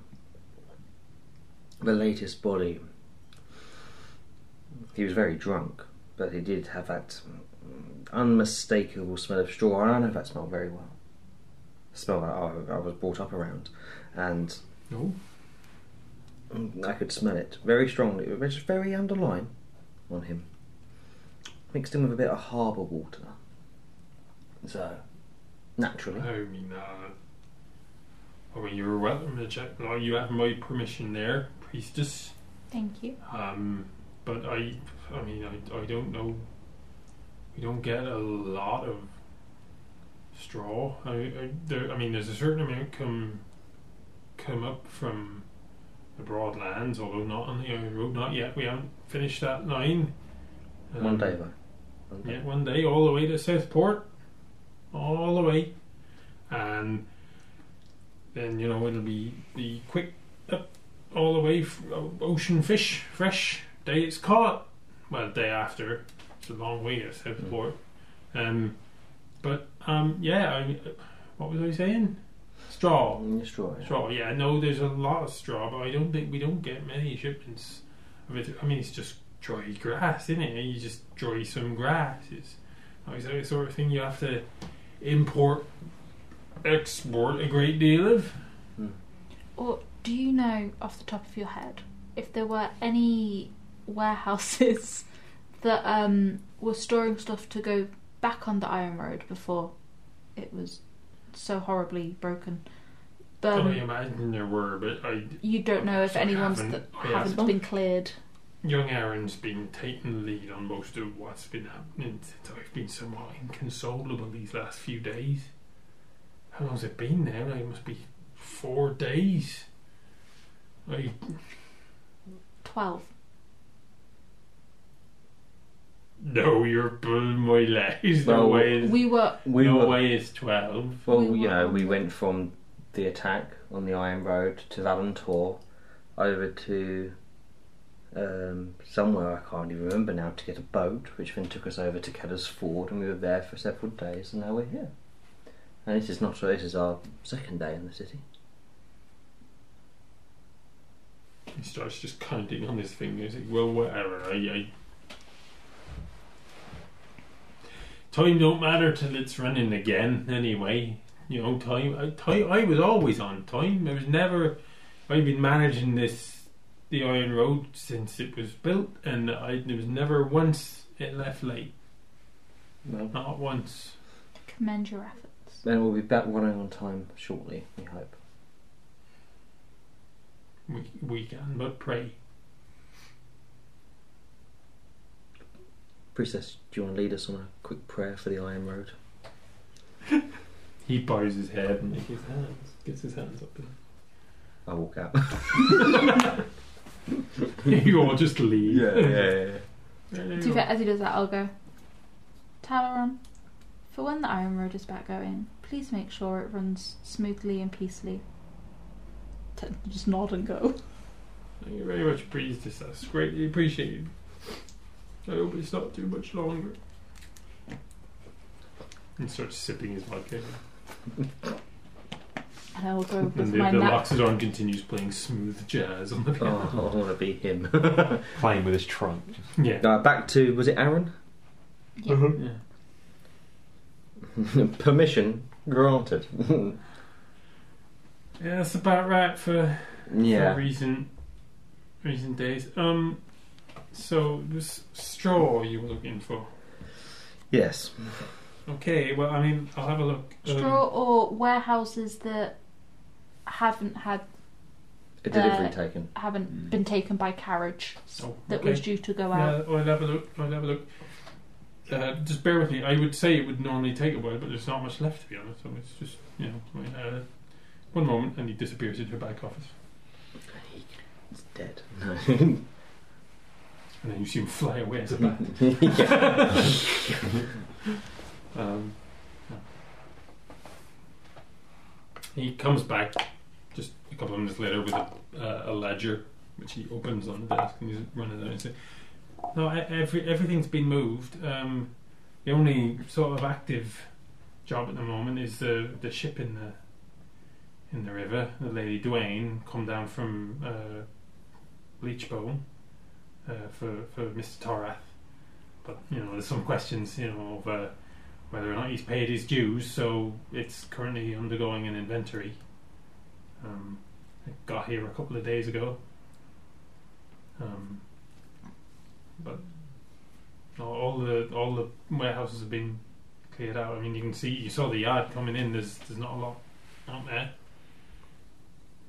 Speaker 2: The latest body. He was very drunk, but he did have that mm, unmistakable smell of straw, and I know that smell very well. The smell that I, I was brought up around, and
Speaker 1: No.
Speaker 2: mm, I could smell it very strongly, which is very underlying on him. Mixed in with a bit of harbour water. So, naturally.
Speaker 1: I mean, uh. I mean, you're welcome to check. No, you have my permission there, priestess.
Speaker 3: Thank you.
Speaker 1: Um, but I, I mean, I, I don't know. We don't get a lot of straw. I, I, there, I mean, there's a certain amount come come up from the broad lands, although not on the iron road. Not yet. We haven't finished that line. Um,
Speaker 2: One day though. One day.
Speaker 1: yeah, one day all the way to Southport, all the way, and then you know it'll be the quick up all the way f- o- ocean fish, fresh day it's caught. Well, day after, it's a long way to Southport. Um, but um, yeah, I, what was I saying? Straw.
Speaker 2: Mm, it's straw, yeah.
Speaker 1: Straw, yeah, no, there's a lot of straw, but I don't think we don't get many shipments of it. I mean, it's just dry grass, isn't it? You just dry some grass. It's like the sort of thing you have to import, export a great deal of.
Speaker 2: Hmm.
Speaker 3: Or do you know off the top of your head if there were any warehouses that um, were storing stuff to go back on the Iron Road before it was so horribly broken? But um,
Speaker 1: I imagine there were, but I,
Speaker 3: you don't know if
Speaker 1: I
Speaker 3: anyone's
Speaker 1: haven't-
Speaker 3: that
Speaker 1: I
Speaker 3: haven't
Speaker 1: haven't.
Speaker 3: been cleared.
Speaker 1: young Aaron's been taking the lead on most of what's been happening since I've been somewhat inconsolable these last few days. How long's it been now? It must be four days. I
Speaker 3: Twelve.
Speaker 1: No, you're pulling my legs. No
Speaker 2: Well,
Speaker 1: way. Is,
Speaker 3: We were
Speaker 2: We
Speaker 1: no
Speaker 2: were,
Speaker 1: way is twelve.
Speaker 2: well,
Speaker 3: we
Speaker 2: you
Speaker 3: were-
Speaker 2: know, we went from the attack on the Iron Road to Valentor over to um, somewhere I can't even remember now to get a boat, which then took us over to Keddar's Ford, and we were there for several days, and now we're here. And this is not this is our second day in the city.
Speaker 1: He starts just counting on his fingers. Like, well, whatever. I, I... Time don't matter till it's running again. Anyway, you know, time. I, time. I was always on time. I was never. I've been managing this the Iron Road since it was built, and I there was never once it left late.
Speaker 2: Well,
Speaker 1: Not once.
Speaker 3: commend your efforts.
Speaker 2: then we'll be back running on time shortly, we hope.
Speaker 1: We we can but pray.
Speaker 2: Princess, do you want to lead us on a quick prayer for the Iron Road?
Speaker 1: He bows his head and like his hands gets his hands up.
Speaker 2: I'll walk out.
Speaker 1: you all just leave.
Speaker 2: yeah.
Speaker 3: To be fair, as he does that, I'll go. Talaron, for when the Iron Road is back going, please make sure it runs smoothly and peacefully. T- just nod and go.
Speaker 1: Thank you very much for praising this. That's greatly appreciated. I hope it's not too much longer. And starts sipping his vodka.
Speaker 3: And I will go with
Speaker 1: And the,
Speaker 3: my
Speaker 1: the
Speaker 3: nap.
Speaker 1: Loxodon continues playing smooth jazz on the piano.
Speaker 2: Oh, I want to be him.
Speaker 4: Playing with his trunk.
Speaker 1: Yeah.
Speaker 2: Uh, back to was it Aaron?
Speaker 3: Yeah.
Speaker 1: yeah.
Speaker 2: Permission granted.
Speaker 1: Yeah, that's about right for for
Speaker 2: yeah.
Speaker 1: recent recent days. Um, so this straw you were looking for.
Speaker 2: Yes.
Speaker 1: Okay, well, I mean, I'll have a look. Um,
Speaker 3: Straw or warehouses that haven't had
Speaker 2: A delivery
Speaker 3: Uh,
Speaker 2: taken.
Speaker 3: haven't
Speaker 4: Mm.
Speaker 3: been taken by carriage
Speaker 1: Oh,
Speaker 3: that
Speaker 1: okay.
Speaker 3: was due to go out.
Speaker 1: Yeah, I'll have a look. I'll have a look. Uh, just bear with me. I would say it would normally take a while, but there's not much left to be honest. So it's just you know, I mean, uh, one moment and he disappears into a back office,
Speaker 2: It's dead. No.
Speaker 1: and then you see him fly away as a bat. Um, yeah. He comes back just a couple of minutes later with a, uh, a ledger, which he opens on the desk and he's running down and says, "No, e- every, everything's been moved. Um, the only sort of active job at the moment is the the ship in the in the river. The Lady Duane come down from uh, Leechbone uh, for for Mister Torath, but you know there's some questions you know of." Uh, whether or not he's paid his dues, so it's currently undergoing an inventory. Um, it got here a couple of days ago. Um, but all- all the all the warehouses have been cleared out. I mean, you can see you saw the yard coming in. There's there's not a lot out there.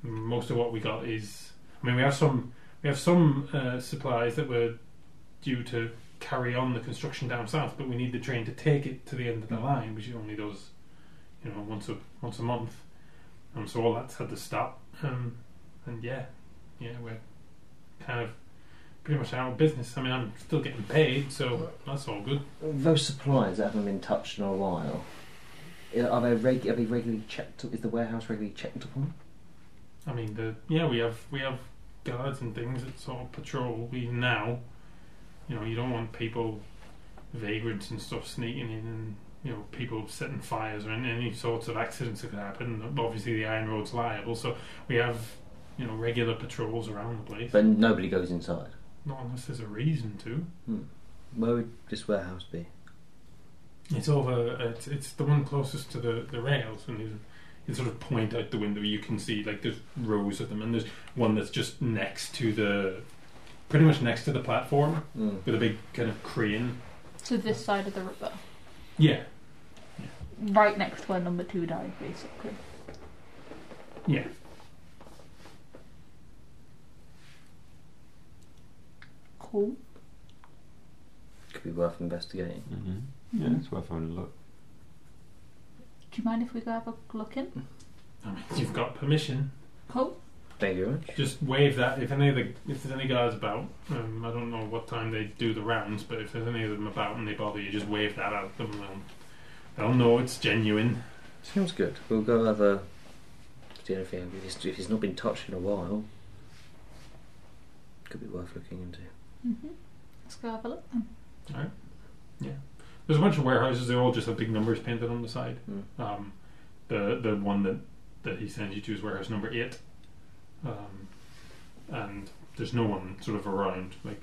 Speaker 1: Most of what we got is, I mean, we have some we We have some uh, supplies that were due to carry on the construction down south, but we need the train to take it to the end of the line, which it only does, you know, once a once a month. Um, so all that's had to stop. Um, and yeah, yeah, we're kind of pretty much out of business. I mean, I'm still getting paid, so that's all good.
Speaker 2: Those supplies that haven't been touched in a while, are they, reg- are they regularly checked? Is the warehouse regularly checked upon?
Speaker 1: I mean, the yeah, we have we have guards and things that sort of patrol. We now, you know, you don't want people, vagrants and stuff sneaking in, and you know, people setting fires or any, any sorts of accidents that could happen. Obviously, the Iron Road's liable, so we have you know regular patrols around the place.
Speaker 2: But nobody goes inside.
Speaker 1: Not unless there's a reason to.
Speaker 2: Where would this warehouse be?
Speaker 1: It's over. It's, it's the one closest to the the rails, and you you sort of point out the window. You can see like there's rows of them, and there's one that's just next to the, pretty much next to the platform
Speaker 2: Mm.
Speaker 1: with a big kind of crane.
Speaker 3: To this side of the river.
Speaker 1: Yeah,
Speaker 3: Right next to where number two died, basically.
Speaker 1: yeah.
Speaker 3: Cool.
Speaker 2: Could be worth investigating.
Speaker 4: Mm-hmm. Yeah, it's worth having a look.
Speaker 3: Do you mind if we go have a look in?
Speaker 1: I mean, you've got permission.
Speaker 3: Cool.
Speaker 2: Thank you very much.
Speaker 1: Just wave that if any of the if there's any guards about. Um, I don't know what time they do the rounds, but if there's any of them about and they bother you, just wave that at them. And they'll know it's genuine.
Speaker 2: Sounds good. We'll go have a. See anything. If it's, if it's not been touched in a while, could be worth looking into.
Speaker 3: Mm-hmm. Let's go have a look then.
Speaker 1: There's a bunch of warehouses. They all just have big numbers painted on the side.
Speaker 2: Mm.
Speaker 1: Um, the the one that, that he sends you to is warehouse number eight. Um, and there's no one sort of around. Like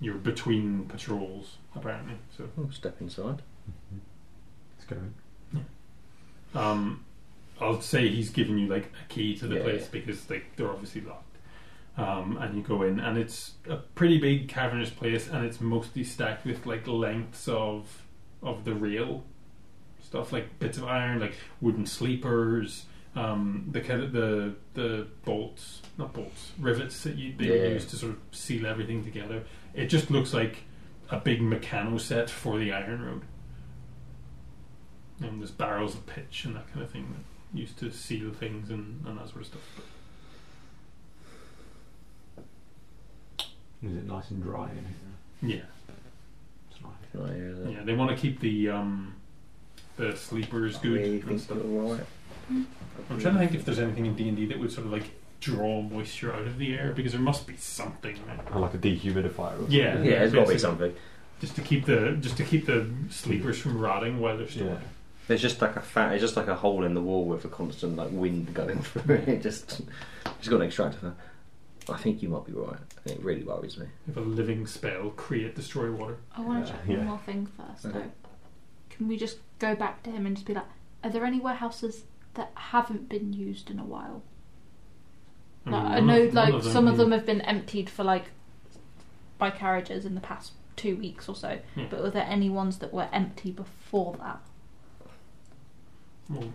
Speaker 1: you're between patrols apparently. So
Speaker 2: We'll step inside.
Speaker 4: Mm-hmm. It's going.
Speaker 1: um, I'll say he's given you like a key to the
Speaker 2: Yeah,
Speaker 1: place
Speaker 2: yeah.
Speaker 1: because like they're obviously locked. Um, and you go in, and it's a pretty big cavernous place, and it's mostly stacked with like lengths of of the rail stuff, like bits of iron, like wooden sleepers, um, the kind of the the bolts, not bolts, rivets that you they
Speaker 2: Yeah.
Speaker 1: use to sort of seal everything together. It just looks like a big mechano set for the iron road. And there's barrels of pitch and that kind of thing that used to seal things and, and that sort of stuff.
Speaker 4: Is it nice and dry in here?
Speaker 1: Yeah,
Speaker 4: It's nice.
Speaker 2: Right here, is it?
Speaker 1: yeah. They want to keep the um, the sleepers
Speaker 2: I
Speaker 1: good
Speaker 2: really
Speaker 1: and
Speaker 2: think
Speaker 1: stuff.
Speaker 2: you're right.
Speaker 3: Mm.
Speaker 1: I'm trying to think if there's anything in D and D that would sort of like draw moisture out of the air because there must be something. Right?
Speaker 4: Or like a dehumidifier. Or
Speaker 1: Yeah.
Speaker 4: something.
Speaker 2: Yeah, there's got to
Speaker 1: Basically.
Speaker 2: be something.
Speaker 1: just to keep the just to keep the sleepers from rotting while they're still.
Speaker 4: Yeah.
Speaker 2: There's just like a fat. It's just like a hole in the wall with a constant like wind going through it. Just, just got an extractor. fan. I think you might be right. And it really worries me.
Speaker 1: If a living spell create destroy water.
Speaker 3: I want
Speaker 4: Yeah,
Speaker 3: to check
Speaker 4: yeah.
Speaker 3: one more thing first,
Speaker 2: Okay.
Speaker 3: though. Can we just go back to him and just be like, are there any warehouses that haven't been used in a while? Like, I
Speaker 1: Hmm. none
Speaker 3: know,
Speaker 1: of- none
Speaker 3: like, some of
Speaker 1: you-
Speaker 3: them have been emptied for, like, by carriages in the past two weeks or so.
Speaker 1: Yeah.
Speaker 3: But were there any ones that were empty before that?
Speaker 1: Well,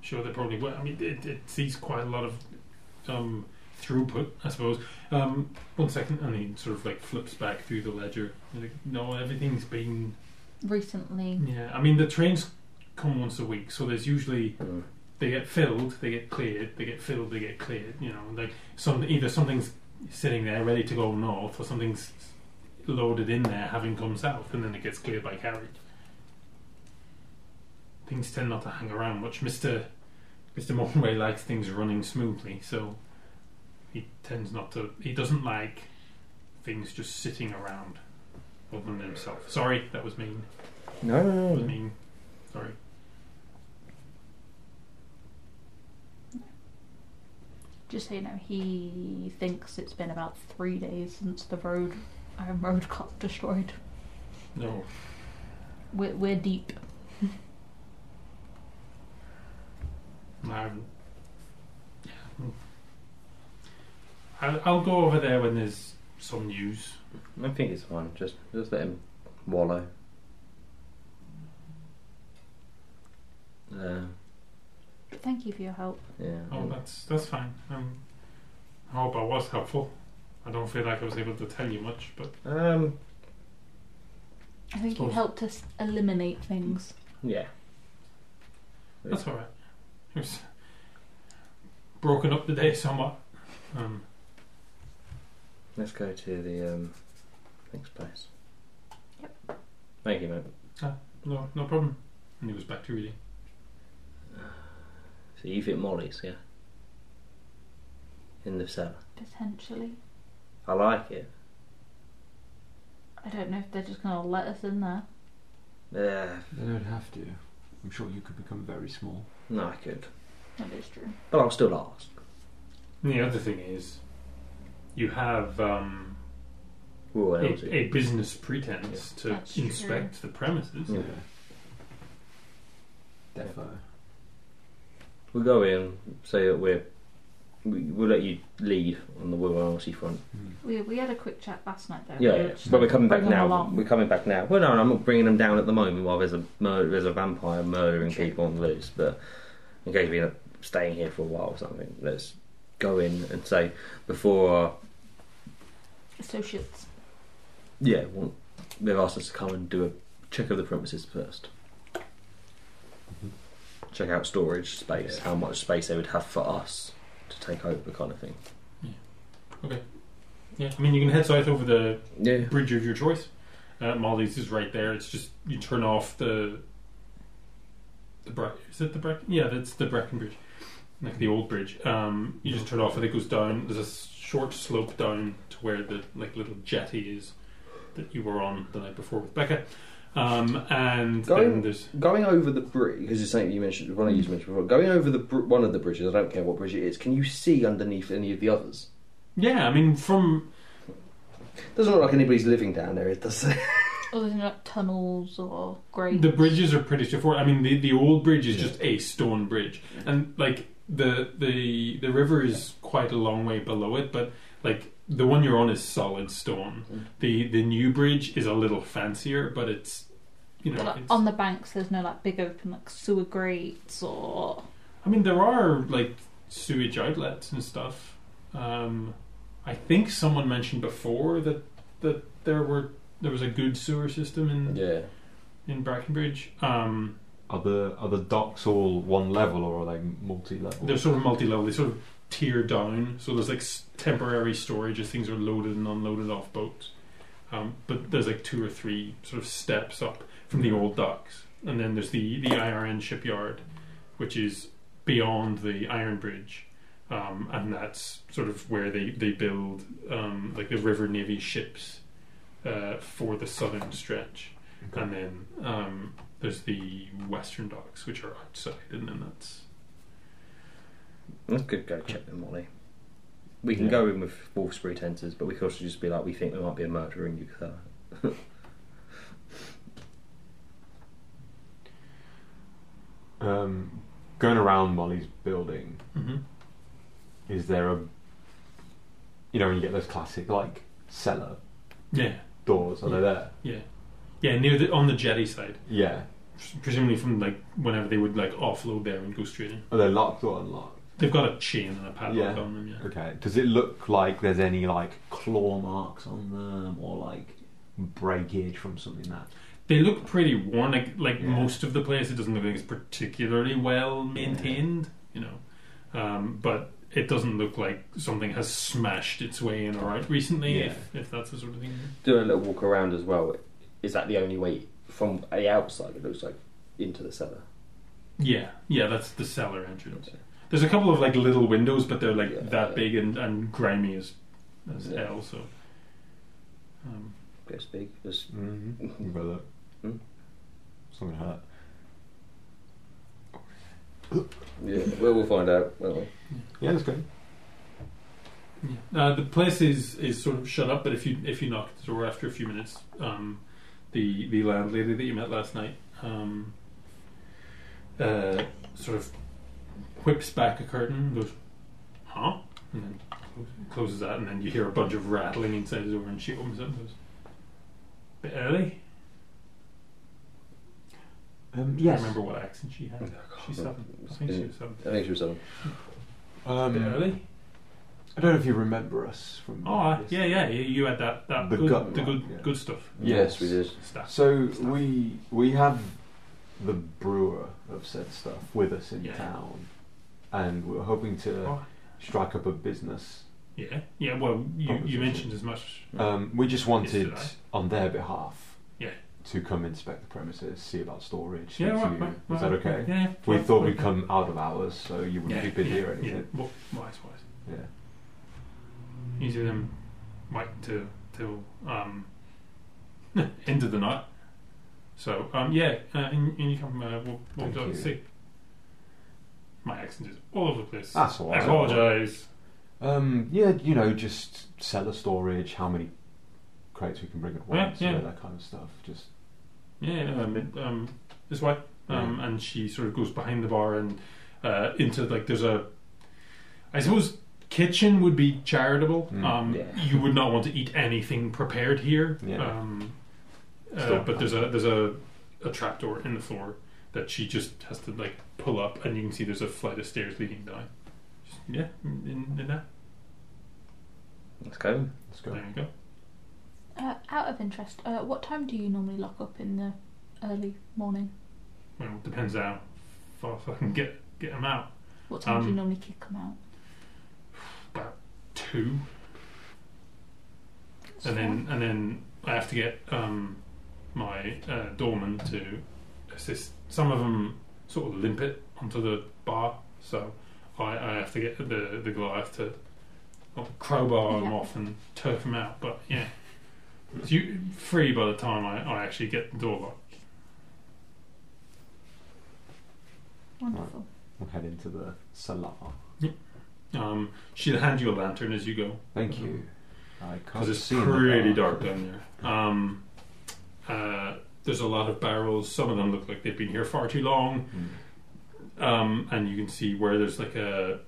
Speaker 1: sure, they probably were. I mean, it, it sees quite a lot of um, throughput, I suppose. Um, one second, and he sort of like flips back through the ledger. Like, no, everything's been.
Speaker 3: Recently,
Speaker 1: Yeah, I mean, the trains come once a week, so there's usually
Speaker 2: Mm.
Speaker 1: they get filled, they get cleared, they get filled, they get cleared. You know, like some either something's sitting there ready to go north, or something's loaded in there having come south, and then it gets cleared by carriage. Things tend not to hang around much. Mister Mister Mornway likes things running smoothly, so he tends not to. He doesn't like things just sitting around. Other than himself. Sorry, that was mean.
Speaker 2: No, no,
Speaker 1: That
Speaker 2: no,
Speaker 1: was
Speaker 2: no.
Speaker 1: mean. Sorry.
Speaker 3: just so you know, he thinks it's been about three days since the road, Iron Road got destroyed.
Speaker 1: No.
Speaker 3: We're, we're deep.
Speaker 1: Um, yeah, mm. I'll, I'll go over there when there's some news.
Speaker 2: I think it's fine. Just, just let him wallow. Uh,
Speaker 3: Thank you for your help.
Speaker 2: Uh, yeah.
Speaker 1: Oh, that's that's fine. Um, I hope I was helpful. I don't feel like I was able to tell you much, but
Speaker 2: Um,
Speaker 3: I think you
Speaker 1: Suppose-
Speaker 3: helped us eliminate things.
Speaker 2: yeah.
Speaker 1: that's all right. It was broken up the day somewhat. Um,
Speaker 2: Let's go to the um, next place.
Speaker 3: Yep.
Speaker 2: Thank you, mate.
Speaker 1: no, no problem. And he was back to reading.
Speaker 2: So you've hit Molly's, yeah? In the cellar.
Speaker 3: Potentially.
Speaker 2: I like it.
Speaker 3: I don't know if they're just going to let us in there.
Speaker 2: Yeah.
Speaker 4: They don't have to. I'm sure you could become very small.
Speaker 2: No, I could.
Speaker 3: That is true.
Speaker 2: But I'll still ask.
Speaker 1: And the other thing is, you have um,
Speaker 2: Ooh,
Speaker 1: a,
Speaker 2: what
Speaker 1: a business pretense to
Speaker 3: That's true.
Speaker 1: inspect the premises.
Speaker 2: Yeah.
Speaker 4: Defo.
Speaker 2: We'll go in, say that we're. We, we'll let you lead on the Will Honesty front.
Speaker 4: Hmm.
Speaker 3: We, we had a quick chat last night though.
Speaker 2: Yeah,
Speaker 3: We
Speaker 2: yeah.
Speaker 3: were just
Speaker 2: But we're coming back
Speaker 3: Bring them
Speaker 2: now.
Speaker 3: along.
Speaker 2: We're coming back now. Well, no, I'm not bringing them down at the moment while there's a murder, there's a vampire murdering
Speaker 3: True.
Speaker 2: people on the loose. But in case we end up staying here for a while or something, let's go in and say before our
Speaker 3: Associates.
Speaker 2: Yeah, well, they've asked us to come and do a check of the premises 1st Mm-hmm. Check out storage space,
Speaker 5: Yeah.
Speaker 2: how much space they would have for us to take over, kind of thing.
Speaker 1: Yeah, I mean, you can head south over the
Speaker 2: Yeah.
Speaker 1: bridge of your choice. Uh, Molly's is right there. It's just you turn off the the Breck. Is it the Breck? Yeah, that's the Brecon Bridge, like the old bridge. Um, you just turn off and it goes down. There's a s- short slope down to where the like little jetty is that you were on the night before with Becca. Um, and
Speaker 2: Going-
Speaker 1: then there's
Speaker 2: Going over the bridge, because it's something you mentioned, one of you mentioned before, going over the br- one of the bridges, I don't care what bridge it is, can you see underneath any of the others?
Speaker 1: yeah. I mean, from
Speaker 2: Doesn't look like anybody's living down there, it does.
Speaker 3: Other than like tunnels or grates.
Speaker 1: the bridges are pretty straightforward. I mean, the the old bridge is
Speaker 2: Yeah.
Speaker 1: just a stone bridge, and like the the the river is quite a long way below it, but like the one you're on is solid stone.
Speaker 2: Mm-hmm.
Speaker 1: The the new bridge is a little fancier, but it's you know
Speaker 3: But, like,
Speaker 1: it's,
Speaker 3: on the banks, there's no like big open like sewer grates or
Speaker 1: I mean there are like sewage outlets and stuff. Um, I think someone mentioned before that that there were there was a good sewer system in
Speaker 2: yeah.
Speaker 1: in Brackenbridge. Um,
Speaker 4: Are the are the docks all one level or are they multi level?
Speaker 1: They're sort of multi-level. They sort of tier down. So there's like s- temporary storage as things are loaded and unloaded off boats. Um, but there's like two or three sort of steps up from the old docks, and then there's the the IRN shipyard, which is beyond the Iron Bridge, um, and that's sort of where they they build um, like the River Navy ships uh, for the southern stretch, and then um, there's the western docks, which are outside, and then that's
Speaker 2: Let's go, go check them, Molly. We can
Speaker 4: Yeah.
Speaker 2: go in with false pretenses, but we could also just be like, we think there might be a murder in Yucatan.
Speaker 4: Um, going around Molly's building,
Speaker 1: Mhm.
Speaker 4: is there a you know when you get those classic like cellar
Speaker 1: yeah.
Speaker 4: doors? Are they there?
Speaker 1: Yeah, yeah, near the on the jetty side,
Speaker 4: Yeah.
Speaker 1: presumably from like whenever they would like offload there and go straight in.
Speaker 4: Are they locked or unlocked?
Speaker 1: They've got a chain and a padlock
Speaker 4: Yeah.
Speaker 1: on them. Yeah,
Speaker 4: Okay. Does it look like there's any like claw marks on them or like breakage from something that?
Speaker 1: they look pretty worn. Like like
Speaker 4: Yeah.
Speaker 1: most of the place, it doesn't look like it's particularly well maintained. You know, um, but it doesn't look like something has smashed its way in or out recently.
Speaker 4: Yeah.
Speaker 1: If, if that's the sort of thing.
Speaker 2: do a little walk around as well. Is that the only way from the outside? It looks like into the cellar.
Speaker 1: Yeah, yeah, that's the cellar entrance. There's a couple of like little windows, but they're like
Speaker 2: Yeah.
Speaker 1: that big and, and grimy as as
Speaker 2: Yeah.
Speaker 1: hell. So. Um,
Speaker 2: Go speak. Just
Speaker 4: Mm-hmm. Brother.
Speaker 2: Hmm?
Speaker 4: Something hurt.
Speaker 2: yeah. Well, we'll find out, won't we?
Speaker 4: Yeah, that's good.
Speaker 1: Yeah. Uh, the place is, is sort of shut up, but if you if you knock at the door after a few minutes, um, the the landlady that you met last night um, uh, sort of whips back a curtain, and goes, "Huh," and then closes- closes that, and then you hear a bunch of rattling inside the door, and she opens it and goes, "Bit early."
Speaker 4: Um,
Speaker 1: Do you
Speaker 4: yes.
Speaker 1: remember what accent she
Speaker 4: Oh,
Speaker 1: had? She's seven. I think she was seven.
Speaker 2: I think she was on.
Speaker 1: Bit
Speaker 4: Uh, Um,
Speaker 1: early.
Speaker 4: I don't know if you remember us from.
Speaker 1: Oh, uh,
Speaker 4: this.
Speaker 1: yeah, yeah, you- you had that, that
Speaker 4: The
Speaker 1: good,
Speaker 4: gut
Speaker 1: the
Speaker 4: one,
Speaker 1: good,
Speaker 4: yeah.
Speaker 1: good stuff
Speaker 4: Yes.
Speaker 5: we did.
Speaker 1: stuff.
Speaker 4: So we we have the brewer of said stuff with us in
Speaker 1: Yeah.
Speaker 4: town, and we we're hoping to
Speaker 1: Oh.
Speaker 4: strike up a business.
Speaker 1: Yeah, yeah. Well, you, you
Speaker 4: Proposition.
Speaker 1: mentioned as much.
Speaker 4: Um, we just wanted
Speaker 1: Yesterday.
Speaker 4: on their behalf.
Speaker 1: Yeah.
Speaker 4: To come inspect the premises, see about storage. speak
Speaker 1: Yeah,
Speaker 4: to
Speaker 1: right,
Speaker 4: you.
Speaker 1: right,
Speaker 4: Is that
Speaker 1: right,
Speaker 4: okay?
Speaker 1: Yeah, yeah,
Speaker 4: We
Speaker 1: right,
Speaker 4: thought
Speaker 1: right.
Speaker 4: we'd come out of hours, so you wouldn't
Speaker 1: Yeah,
Speaker 4: be busy
Speaker 1: yeah,
Speaker 4: or
Speaker 1: Yeah,
Speaker 4: anything.
Speaker 1: well, wise, wise.
Speaker 4: Yeah. Mm.
Speaker 1: Easier than wait till till um, end of the night. So um, yeah, uh, in, in you come. Uh, we'll, we'll
Speaker 4: Thank
Speaker 1: go
Speaker 4: you.
Speaker 1: and see. My accent is all over the place.
Speaker 4: That's all
Speaker 1: I
Speaker 4: right.
Speaker 1: apologise.
Speaker 4: Um, yeah, you know, just cellar storage, how many crates we can bring at
Speaker 1: Yeah,
Speaker 4: once, you
Speaker 1: yeah.
Speaker 4: know, that kind of stuff. Just
Speaker 1: Yeah, um, um, this way. Um, And she sort of goes behind the bar and uh, into like there's a. I suppose kitchen would be charitable.
Speaker 4: Mm,
Speaker 1: um,
Speaker 2: yeah.
Speaker 1: You would not want to eat anything prepared here.
Speaker 4: Yeah.
Speaker 1: Um, uh,
Speaker 4: Still
Speaker 1: but there's a there's a a trapdoor in the floor that she just has to like pull up, and you can see there's a flight of stairs leading down. Just, yeah, in, in that.
Speaker 2: Let's go.
Speaker 4: let's go.
Speaker 1: There you go.
Speaker 3: Uh, out of interest, uh, what time do you normally lock up in the early morning?
Speaker 1: Well, it depends how far I can get get them out.
Speaker 3: What time do you
Speaker 1: Um,
Speaker 3: normally kick them out?
Speaker 1: Two. and then and then I have to get um, my uh, doorman to assist. Some of them sort of limp it onto the bar, so I, I have to get the the Goliath to well, crowbar them
Speaker 3: Yeah.
Speaker 1: off and turf them out. But yeah, it's you free by the time I, I actually get the door locked.
Speaker 3: Wonderful.
Speaker 4: We'll head into the cellar.
Speaker 1: Um, she'll hand you a lantern as you go
Speaker 4: Thank
Speaker 1: Mhm.
Speaker 4: you. I can't
Speaker 1: because it's
Speaker 4: see in the
Speaker 1: pretty
Speaker 4: dark.
Speaker 1: dark down there. Um, uh, there's a lot of barrels. Some of them look like they've been here far too long.
Speaker 4: Mm.
Speaker 1: um, and you can see where there's like a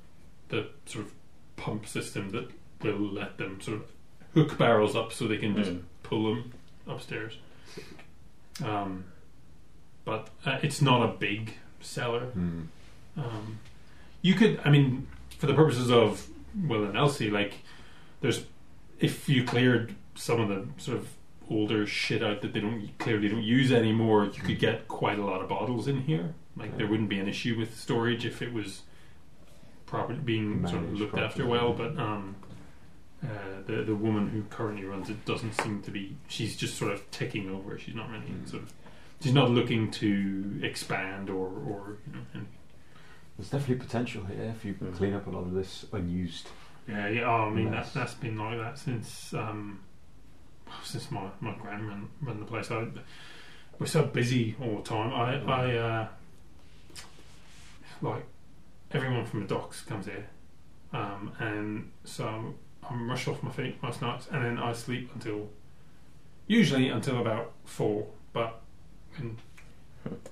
Speaker 1: the sort of pump system that will let them sort of hook barrels up so they can just
Speaker 2: Mm.
Speaker 1: pull them upstairs. Um, but uh, it's not a big cellar.
Speaker 4: Mm.
Speaker 1: Um, you could, I mean, for the purposes of Will and Elsie, like there's if you cleared some of the sort of older shit out that they don't clearly don't use anymore, you could get quite a lot of bottles in here. Like there wouldn't be an issue with storage if it was properly being sort of
Speaker 4: Managed
Speaker 1: looked after
Speaker 4: properly.
Speaker 1: well. But um, uh, the the woman who currently runs it doesn't seem to be. She's just sort of ticking over. She's not really
Speaker 4: Mm.
Speaker 1: sort of. She's not looking to expand or or you know. And,
Speaker 4: There's definitely potential here if you
Speaker 1: Mm-hmm.
Speaker 2: Mhm.
Speaker 4: clean up a lot of this unused.
Speaker 1: Yeah, yeah. Oh, I mean,
Speaker 4: Nice.
Speaker 1: that, that's been like that since um, since my my gran ran, ran the place. I, we're so busy all the time. I I uh, like everyone from the docks comes here, um, and so I'm rushed off my feet most nights, and then I sleep until usually until about four. But when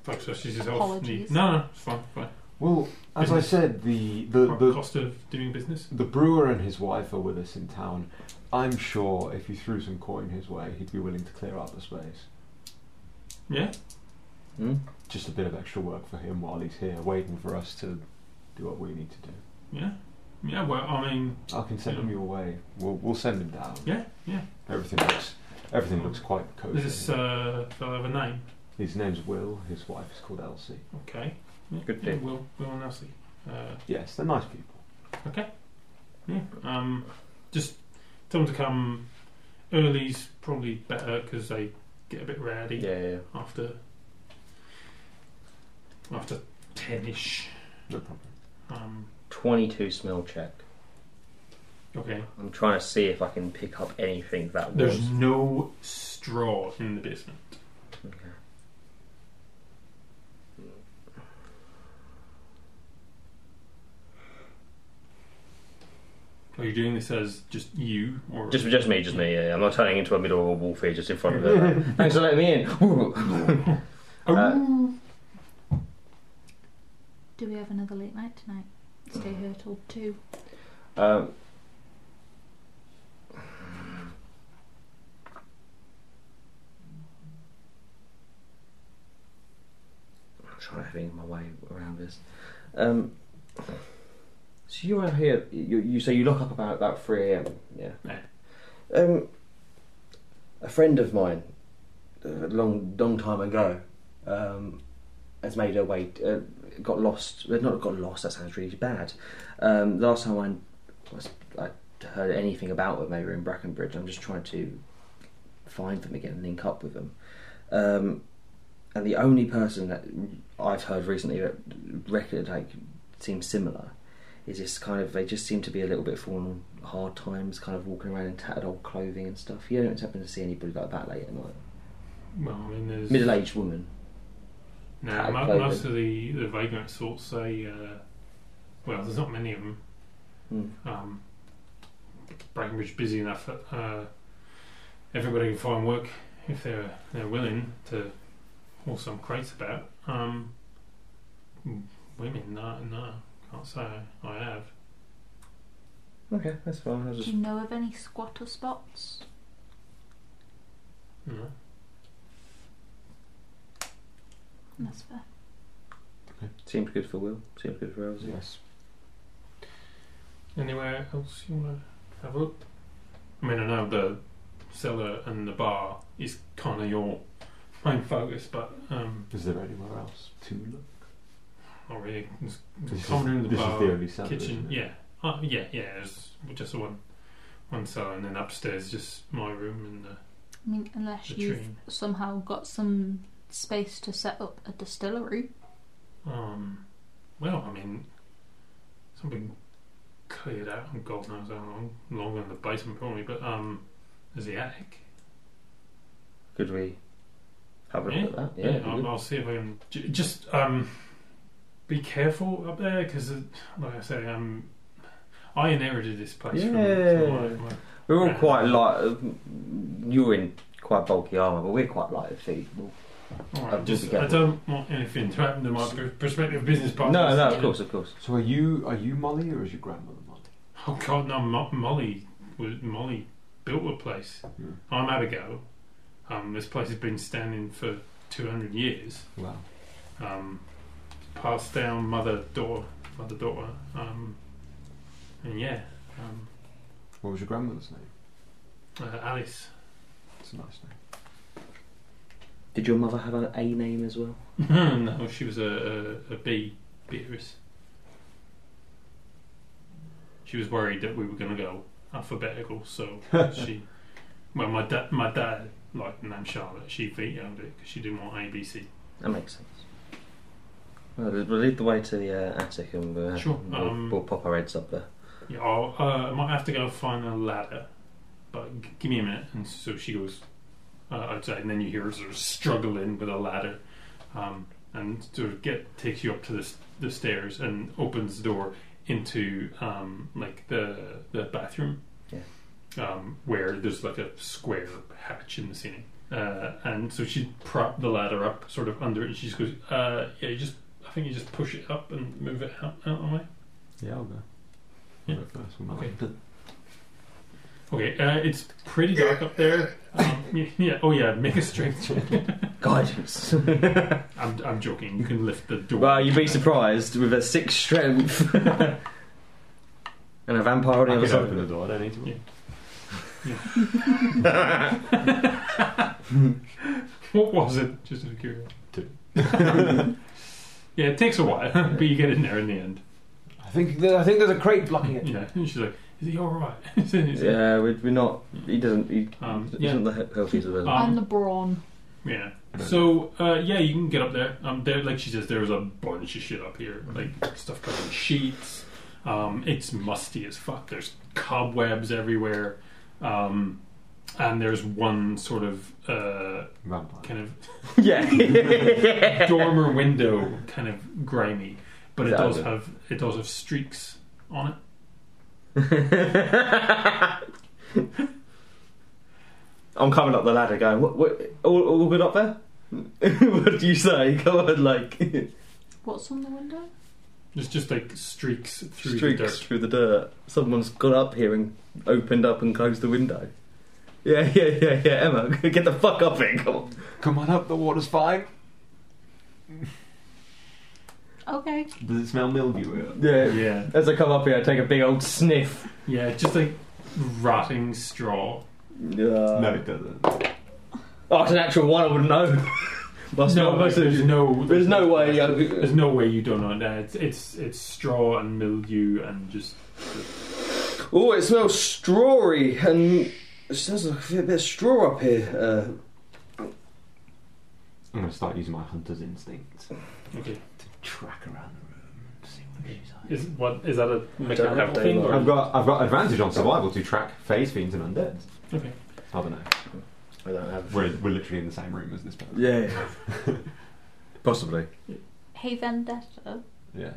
Speaker 1: folks such as yourself need
Speaker 3: Apologies.
Speaker 1: no, no, it's fine, fine.
Speaker 4: Well, as I
Speaker 1: Business.
Speaker 4: said, the the,
Speaker 1: Right,
Speaker 4: the
Speaker 1: cost of doing business.
Speaker 4: The brewer and his wife are with us in town. I'm sure if you threw some coin his way, he'd be willing to clear out the space.
Speaker 1: Yeah,
Speaker 2: Mm.
Speaker 4: Just a bit of extra work for him while he's here, waiting for us to do what we need to do.
Speaker 1: yeah, yeah. Well, I mean.
Speaker 4: I can send him your way. We'll, we'll send him down.
Speaker 1: Yeah, yeah.
Speaker 4: Everything looks everything looks quite kosher.
Speaker 1: This is uh, fellow of a name.
Speaker 4: his name's Will. His wife is called Elsie.
Speaker 1: Okay. Yeah,
Speaker 2: Good
Speaker 1: yeah,
Speaker 2: pick.
Speaker 1: Will, Will and Elsie. Uh,
Speaker 4: Yes, they're nice people.
Speaker 1: yeah. Um, just tell them to come. Early's probably better because they get a bit rowdy
Speaker 2: Yeah, yeah.
Speaker 1: after after ten-ish.
Speaker 4: No problem.
Speaker 1: Um,
Speaker 2: Twenty-two smell check.
Speaker 1: okay.
Speaker 2: I'm trying to see if I can pick up anything that
Speaker 1: There's
Speaker 2: was.
Speaker 1: no straw in the basement.
Speaker 2: Okay.
Speaker 1: Are you doing this as just you or
Speaker 2: Just, just me, just me. Yeah, yeah. I'm not turning into a middle of a wolf here, just in front of it. Thanks for letting me in.
Speaker 6: Uh,
Speaker 1: Oh,
Speaker 3: Do we have another late night tonight? Stay here till two.
Speaker 6: uh,
Speaker 2: um, I'm trying to think my way around this. Um,
Speaker 6: So you're out here. You, you say you lock up about about three a.m. Yeah.
Speaker 1: Yeah.
Speaker 6: Um, a friend of mine, a long long time ago, um, has made her way. Uh, got lost. well, Not got lost. That sounds really bad. Um, the last time I was, I heard anything about them, they were in Brackenbridge. I'm just trying to find them again and link up with them. Um, and the only person that I've heard recently that record like seems similar is this kind of they just seem to be a little bit fallen on hard times, kind of walking around in tattered old clothing and stuff. You don't happen to see anybody like that late at night.
Speaker 1: Well, I mean, there's
Speaker 6: Middle aged woman.
Speaker 1: No,
Speaker 6: Tag
Speaker 1: mo-
Speaker 6: clothing.
Speaker 1: most of the, the vagrant sorts say, uh, well, there's not many of them.
Speaker 6: Mm.
Speaker 1: Um, Brackenbridge busy enough that uh, everybody can find work if they're they're willing to haul some crates about. Um, m- women, no, no, can't say I have.
Speaker 6: Okay, that's fine. I
Speaker 3: Do
Speaker 6: just
Speaker 3: you know of any squatter spots?
Speaker 1: No.
Speaker 3: That's fair.
Speaker 6: seems good for Will. Seems good for Elsie.
Speaker 4: Yes.
Speaker 1: Anywhere else you want to have a look? I mean, I know the cellar and the bar is kind of your main focus, but um,
Speaker 4: Is there anywhere else to look?
Speaker 1: not really. It's,
Speaker 4: This is,
Speaker 1: common in the
Speaker 4: this
Speaker 1: bar.
Speaker 4: is the only cellar.
Speaker 1: kitchen.
Speaker 4: isn't it?
Speaker 1: Yeah, uh, yeah, yeah. There's just the one, one cellar, and then upstairs just my room and the,
Speaker 3: I mean, unless
Speaker 1: the
Speaker 3: you've
Speaker 1: train.
Speaker 3: somehow got some space to set up a distillery.
Speaker 1: Um, well, I mean, something cleared out. and God knows how long, longer than the basement probably, but um, there's the attic.
Speaker 6: Could we have a look at that? Yeah. it'd be
Speaker 1: I'll,
Speaker 6: good.
Speaker 1: I'll see if I can j- just um, be careful up there because, like I say, um, I inherited this place from-
Speaker 6: Yeah.
Speaker 1: from my, my
Speaker 6: We're all quite light. You're in quite bulky armour, but we're quite light of feet. We'll-
Speaker 1: All
Speaker 6: I'll
Speaker 1: right, just,
Speaker 6: be
Speaker 1: I
Speaker 6: careful.
Speaker 1: don't want anything to happen to my pr- prospective business
Speaker 6: No,
Speaker 1: partners.
Speaker 6: no, of course, of course.
Speaker 4: So are you are you Molly or is your grandmother Molly?
Speaker 1: Oh God, no! Mo- Molly, was- Molly built a place.
Speaker 6: Hmm.
Speaker 4: Yeah.
Speaker 1: I'm Abigail. Um, this place has been standing for 200 years.
Speaker 4: Wow.
Speaker 1: Um, passed down mother daughter, mother daughter. Um, and yeah, um,
Speaker 4: What was your grandmother's name?
Speaker 1: uh, Alice.
Speaker 4: It's a nice name.
Speaker 6: Did your mother have an A name as well?
Speaker 1: no, she was a, a, a bee, Beatrice. She was worried that we were going to go alphabetical, so she. Well, my dad, my dad liked the name Charlotte. She vetoed it because she didn't want ABC.
Speaker 6: That makes sense. Well, we'll lead the way to the uh, attic and we'll,
Speaker 1: Sure,
Speaker 6: we'll,
Speaker 1: um,
Speaker 6: we'll pop our heads up there.
Speaker 1: Yeah, I'll, uh, I might have to go find a ladder, but g- give me a minute. And so she goes uh, outside, and then you hear her sort of struggling with a ladder, um, and sort of get takes you up to the s- the stairs and opens the door into um, like the the bathroom,
Speaker 6: Yeah.
Speaker 1: um, where there's like a square hatch in the ceiling. Uh, and so she propped the ladder up, sort of under it, and she just goes, uh, "Yeah, you just, I think you just push it up and move it out, out of the way."
Speaker 4: Yeah, I'll go.
Speaker 1: Yeah.
Speaker 4: I'll go first. with Molly.
Speaker 1: Okay, uh, it's pretty dark up there. Um, y- yeah. Oh yeah. Make a strength check.
Speaker 6: Guidance.
Speaker 1: I'm, I'm joking. You can lift the door. Uh,
Speaker 6: well, you'd be surprised with a six strength and a vampire on the
Speaker 4: I
Speaker 6: other
Speaker 4: can
Speaker 6: side.
Speaker 4: open the door. I don't need to.
Speaker 1: Yeah. What was it? Just out of curiosity.
Speaker 4: Two.
Speaker 1: yeah, it takes a while, but you get in there in the end.
Speaker 4: I think there, I think there's a crate blocking it.
Speaker 1: Yeah. And she's like, "Is he all right?" Is he- is he-
Speaker 6: Yeah, we- we're not. He doesn't. He
Speaker 1: Um,
Speaker 6: isn't
Speaker 1: yeah.
Speaker 6: the he- healthiest of us.
Speaker 1: Um,
Speaker 3: I'm the brawn.
Speaker 1: Yeah. So uh, yeah, you can get up there. Um, there, like she says, there was a bunch of shit up here, like stuff covered in sheets. Um, it's musty as fuck. There's cobwebs everywhere, um, and there's one sort of uh,
Speaker 4: Vampire.
Speaker 1: kind of
Speaker 6: yeah.
Speaker 1: dormer window, kind of grimy, but it
Speaker 6: That
Speaker 1: does
Speaker 6: would-
Speaker 1: have it does have streaks on it.
Speaker 6: I'm coming up the ladder going, what, what, all, all good up there? what do you say? Come on, like,
Speaker 3: What's on the window?
Speaker 1: There's just like streaks through
Speaker 6: streaks
Speaker 1: the dirt.
Speaker 6: through the dirt. Someone's got up here and opened up and closed the window. Yeah, yeah, yeah, yeah, Emma, get the fuck up here, come on.
Speaker 4: Come on up. The water's fine.
Speaker 3: Okay.
Speaker 4: Does it smell mildew?
Speaker 2: Yeah.
Speaker 1: Yeah,
Speaker 2: As I come up here, I take a big old sniff.
Speaker 1: yeah, just like rotting straw.
Speaker 4: no, it doesn't.
Speaker 2: Oh, it's an actual one. I would know. Must
Speaker 1: no,
Speaker 2: not-
Speaker 1: like, there's no,
Speaker 2: There's no way. I-
Speaker 1: There's no way you don't know that. It's it's, it's straw and mildew and just
Speaker 2: Oh, it smells strawy, and it smells like a fair bit of straw up here. Uh,
Speaker 4: I'm going to start using my hunter's instinct
Speaker 1: okay.
Speaker 4: to track around the room and see what she's hiding.
Speaker 1: Is what is that a
Speaker 2: don't have
Speaker 1: mechanical thing?
Speaker 2: daylight.
Speaker 1: Or?
Speaker 4: I've got I've got advantage on survival to track phase fiends and undead.
Speaker 1: Okay.
Speaker 4: I don't know.
Speaker 2: I don't have.
Speaker 4: We're, we're literally in the same room as this person.
Speaker 2: Yeah. Possibly.
Speaker 3: Hey, Vendetta.
Speaker 4: Yeah.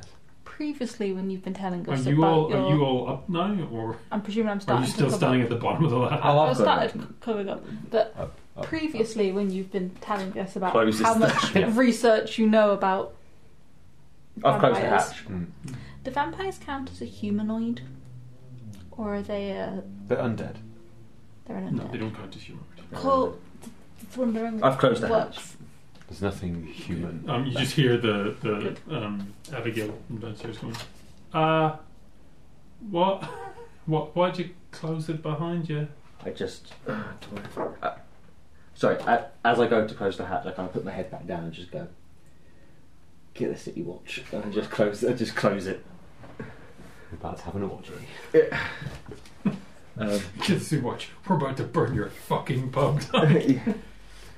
Speaker 3: Previously, when you've been telling
Speaker 1: Are
Speaker 3: us
Speaker 1: you
Speaker 3: about
Speaker 1: all
Speaker 3: your,
Speaker 1: are you all up now, or
Speaker 3: I'm presuming I'm starting
Speaker 1: are you still
Speaker 3: to cover-
Speaker 1: standing at the bottom of the ladder?
Speaker 2: Oh,
Speaker 3: I
Speaker 2: I've got
Speaker 3: started c- covering up, but
Speaker 4: Up,
Speaker 1: Oh,
Speaker 4: up,
Speaker 3: previously, when you've been telling us about
Speaker 2: Close this
Speaker 3: how much
Speaker 2: Yeah.
Speaker 3: research you know about,
Speaker 2: I've closed the
Speaker 3: Vampires.
Speaker 2: hatch.
Speaker 4: Mm.
Speaker 3: do vampires count as a humanoid, or are they uh,
Speaker 4: They're undead.
Speaker 3: they're an
Speaker 1: No, they
Speaker 3: undead?
Speaker 1: don't count as humanoid.
Speaker 3: Cool. Th- That's wondering.
Speaker 2: I've closed the hatch.
Speaker 3: works.
Speaker 4: There's nothing human.
Speaker 1: Um, you just hear the the um, Abigail from downstairs going, uh, what, what, why'd you close it behind you?
Speaker 2: I just. Uh, do I- uh, sorry, I, as I go to close the hatch, I kind of put my head back down and just go. Get the city watch, and I just close. I just close it.
Speaker 4: We're about to have an orgy.
Speaker 2: Um,
Speaker 1: Kids, who watch, we're about to burn your fucking pub.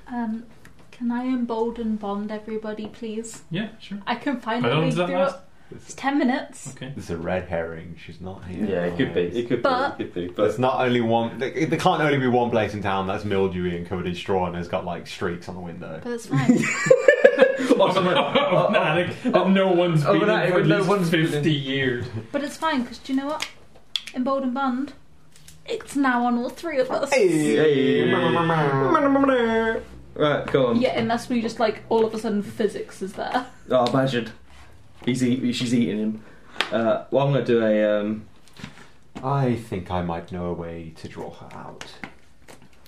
Speaker 3: Um, can I embolden bond everybody, please?
Speaker 1: yeah, sure.
Speaker 3: I can
Speaker 1: How
Speaker 3: finally
Speaker 1: long does
Speaker 3: through
Speaker 1: that last?
Speaker 3: it. It's ten minutes.
Speaker 1: Okay.
Speaker 4: It's a red herring. She's not here.
Speaker 2: yeah, it could be. It could
Speaker 3: But-
Speaker 2: be. It could be.
Speaker 4: There's
Speaker 2: But
Speaker 4: not only one. There there can't only be one place in town that's mildewy and covered in straw and has got like streaks on the window.
Speaker 3: But it's fine.
Speaker 1: Of an attic that no one's
Speaker 2: oh,
Speaker 1: been in
Speaker 2: that-
Speaker 1: for at
Speaker 2: no
Speaker 1: least
Speaker 2: one's been in.
Speaker 1: 50 years.
Speaker 3: but it's fine because do you know what? Embolden bond. It's now on all three of us.
Speaker 2: oh. Right, go on.
Speaker 3: Yeah, unless we just like all of a sudden physics is there.
Speaker 2: Oh, imagine. He's eat, she's eating him. Uh, well, I'm going to do a. Um,
Speaker 4: I think I might know a way to draw her out.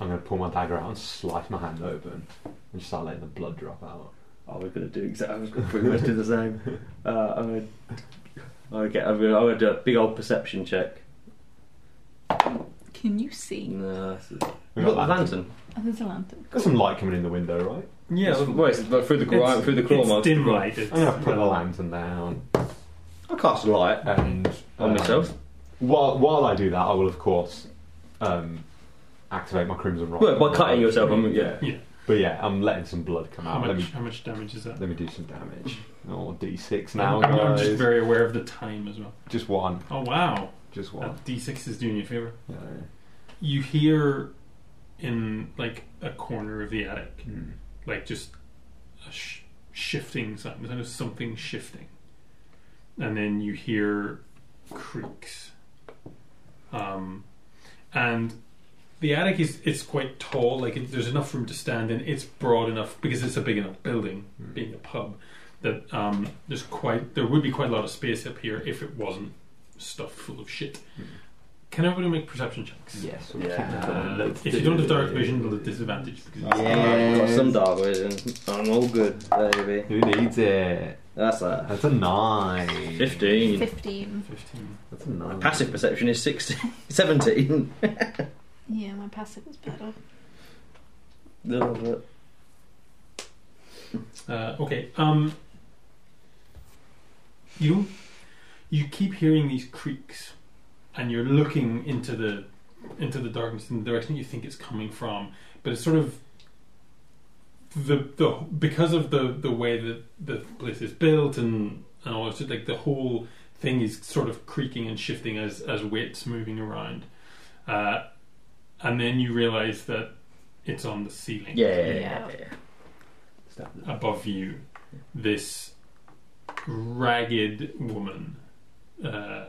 Speaker 4: I'm going to pull my dagger out and slice my hand open and just start letting the blood drop out.
Speaker 2: oh, we're going to do exactly. I was going to do the same. Uh, I'm going to. Okay, I'm gonna, I'm gonna do a big old perception check.
Speaker 3: Can you see?
Speaker 2: No,
Speaker 4: We
Speaker 2: you got the
Speaker 4: got lantern.
Speaker 2: lantern.
Speaker 3: Oh, there's a lantern.
Speaker 4: There's some light coming in the window, right?
Speaker 1: Yeah,
Speaker 2: It's- well, it's but through the claw, through the claw
Speaker 1: it's
Speaker 2: marks.
Speaker 1: dim light. It's, uh,
Speaker 4: I'm going to put the lantern down
Speaker 2: I cast a light
Speaker 4: and
Speaker 2: on
Speaker 4: um,
Speaker 2: myself.
Speaker 4: While while I do that, I will of course um, activate my crimson rod.
Speaker 2: Well, by cutting yourself, I'm, yeah.
Speaker 1: yeah.
Speaker 4: But yeah, I'm letting some blood come
Speaker 1: How
Speaker 4: out. Let
Speaker 1: much,
Speaker 4: me
Speaker 1: how much damage is that?
Speaker 4: let me do some damage. Oh, d6 now,
Speaker 1: I'm, I'm
Speaker 4: guys.
Speaker 1: just
Speaker 4: Just,
Speaker 1: very aware of the time as well.
Speaker 4: one.
Speaker 1: Oh, wow.
Speaker 4: Just one.
Speaker 1: That D6 is doing you a favor.
Speaker 4: Yeah.
Speaker 1: you hear in like a corner of the attic,
Speaker 4: Hmm.
Speaker 1: like just a sh- shifting sound, the sound of something shifting, and then you hear creaks. Um, and the attic is it's quite tall. Like it, there's enough room to stand in. It's broad enough because it's a big enough building, being a pub, that um, there's quite there would be quite a lot of space up here if it wasn't stuffed full of shit. Can everybody make perception checks?
Speaker 4: Yes.
Speaker 2: Yeah.
Speaker 1: Uh, if you don't have dark vision, you'll have disadvantage. Because it's-
Speaker 2: I've got some dark vision. I'm all good, baby.
Speaker 4: Who needs it?
Speaker 2: That's a
Speaker 4: That's a nine.
Speaker 2: 15.
Speaker 3: Fifteen.
Speaker 1: 15.
Speaker 4: That's a nine.
Speaker 2: Passive perception is 16, 17.
Speaker 3: Yeah, my passive is better.
Speaker 2: Little bit.
Speaker 1: Uh, okay. Um, you you keep hearing these creaks, and you're looking into the into the darkness in the direction you think it's coming from, but it's sort of the the because of the the way that the place is built and and all it's just like the whole thing is sort of creaking and shifting as as weights moving around, uh, and then you realize that it's on the ceiling
Speaker 2: Yeah, yeah, yeah, yeah.
Speaker 1: above you this ragged woman. Uh,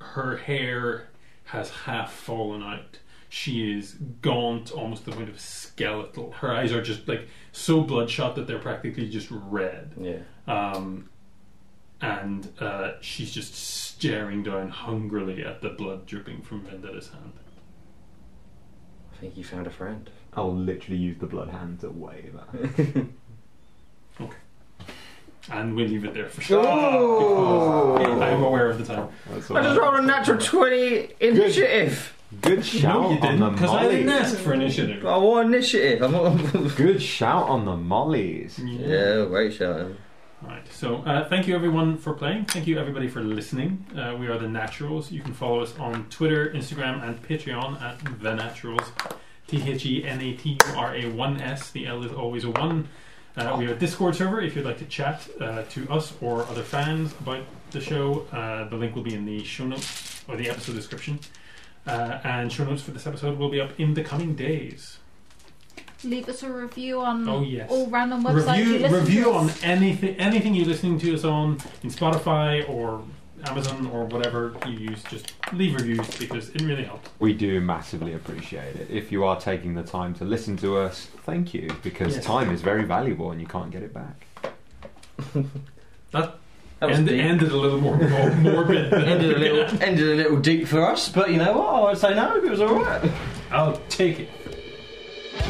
Speaker 1: her hair has half fallen out. She is gaunt, almost to the point of skeletal. Her eyes are just like so bloodshot that they're practically just red.
Speaker 2: yeah.
Speaker 1: Um, and uh, she's just staring down hungrily at the blood dripping from Vendetta's hand.
Speaker 2: I think you found a friend.
Speaker 4: I'll literally use the blood hand to wave at her.
Speaker 1: And we'll leave it there for
Speaker 2: Oh!
Speaker 1: sure. Because I'm aware of the time.
Speaker 4: That's
Speaker 2: I just
Speaker 4: all
Speaker 2: rolled a natural 20 initiative.
Speaker 4: Good shout
Speaker 1: no, you
Speaker 4: on
Speaker 1: didn't,
Speaker 4: the
Speaker 1: because I didn't
Speaker 4: mollies.
Speaker 1: ask for initiative.
Speaker 2: But I want initiative. I'm not.
Speaker 4: Good shout on the mollies.
Speaker 1: Mm.
Speaker 2: yeah, wait, shall
Speaker 1: Right. So, uh, thank you everyone for playing. Thank you everybody for listening. Uh, we are the Naturals. You can follow us on Twitter, Instagram, and Patreon at the Naturals. T H E N A T U R A one S. The L is always a one. Uh, we have a Discord server if you'd like to chat uh, to us or other fans about the show. Uh, the link will be in the show notes or the episode description. Uh, and show notes for this episode will be up in the coming days.
Speaker 3: Leave us a review on
Speaker 1: Oh, yes.
Speaker 3: all random websites you
Speaker 1: review
Speaker 3: listen
Speaker 1: review
Speaker 3: to
Speaker 1: on
Speaker 3: us.
Speaker 1: anything anything you're listening to us on in Spotify or Amazon or whatever you use. Just leave reviews because it really helps.
Speaker 4: We do massively appreciate it. If you are taking the time to listen to us, thank you, because
Speaker 1: Yes.
Speaker 4: time is very valuable and you can't get it back.
Speaker 2: I?
Speaker 1: and
Speaker 2: deep.
Speaker 1: ended a little more more morbid. than-
Speaker 2: ended a little ended a little deep for us, but you know what? I would say no. It was all right.
Speaker 1: I'll take it.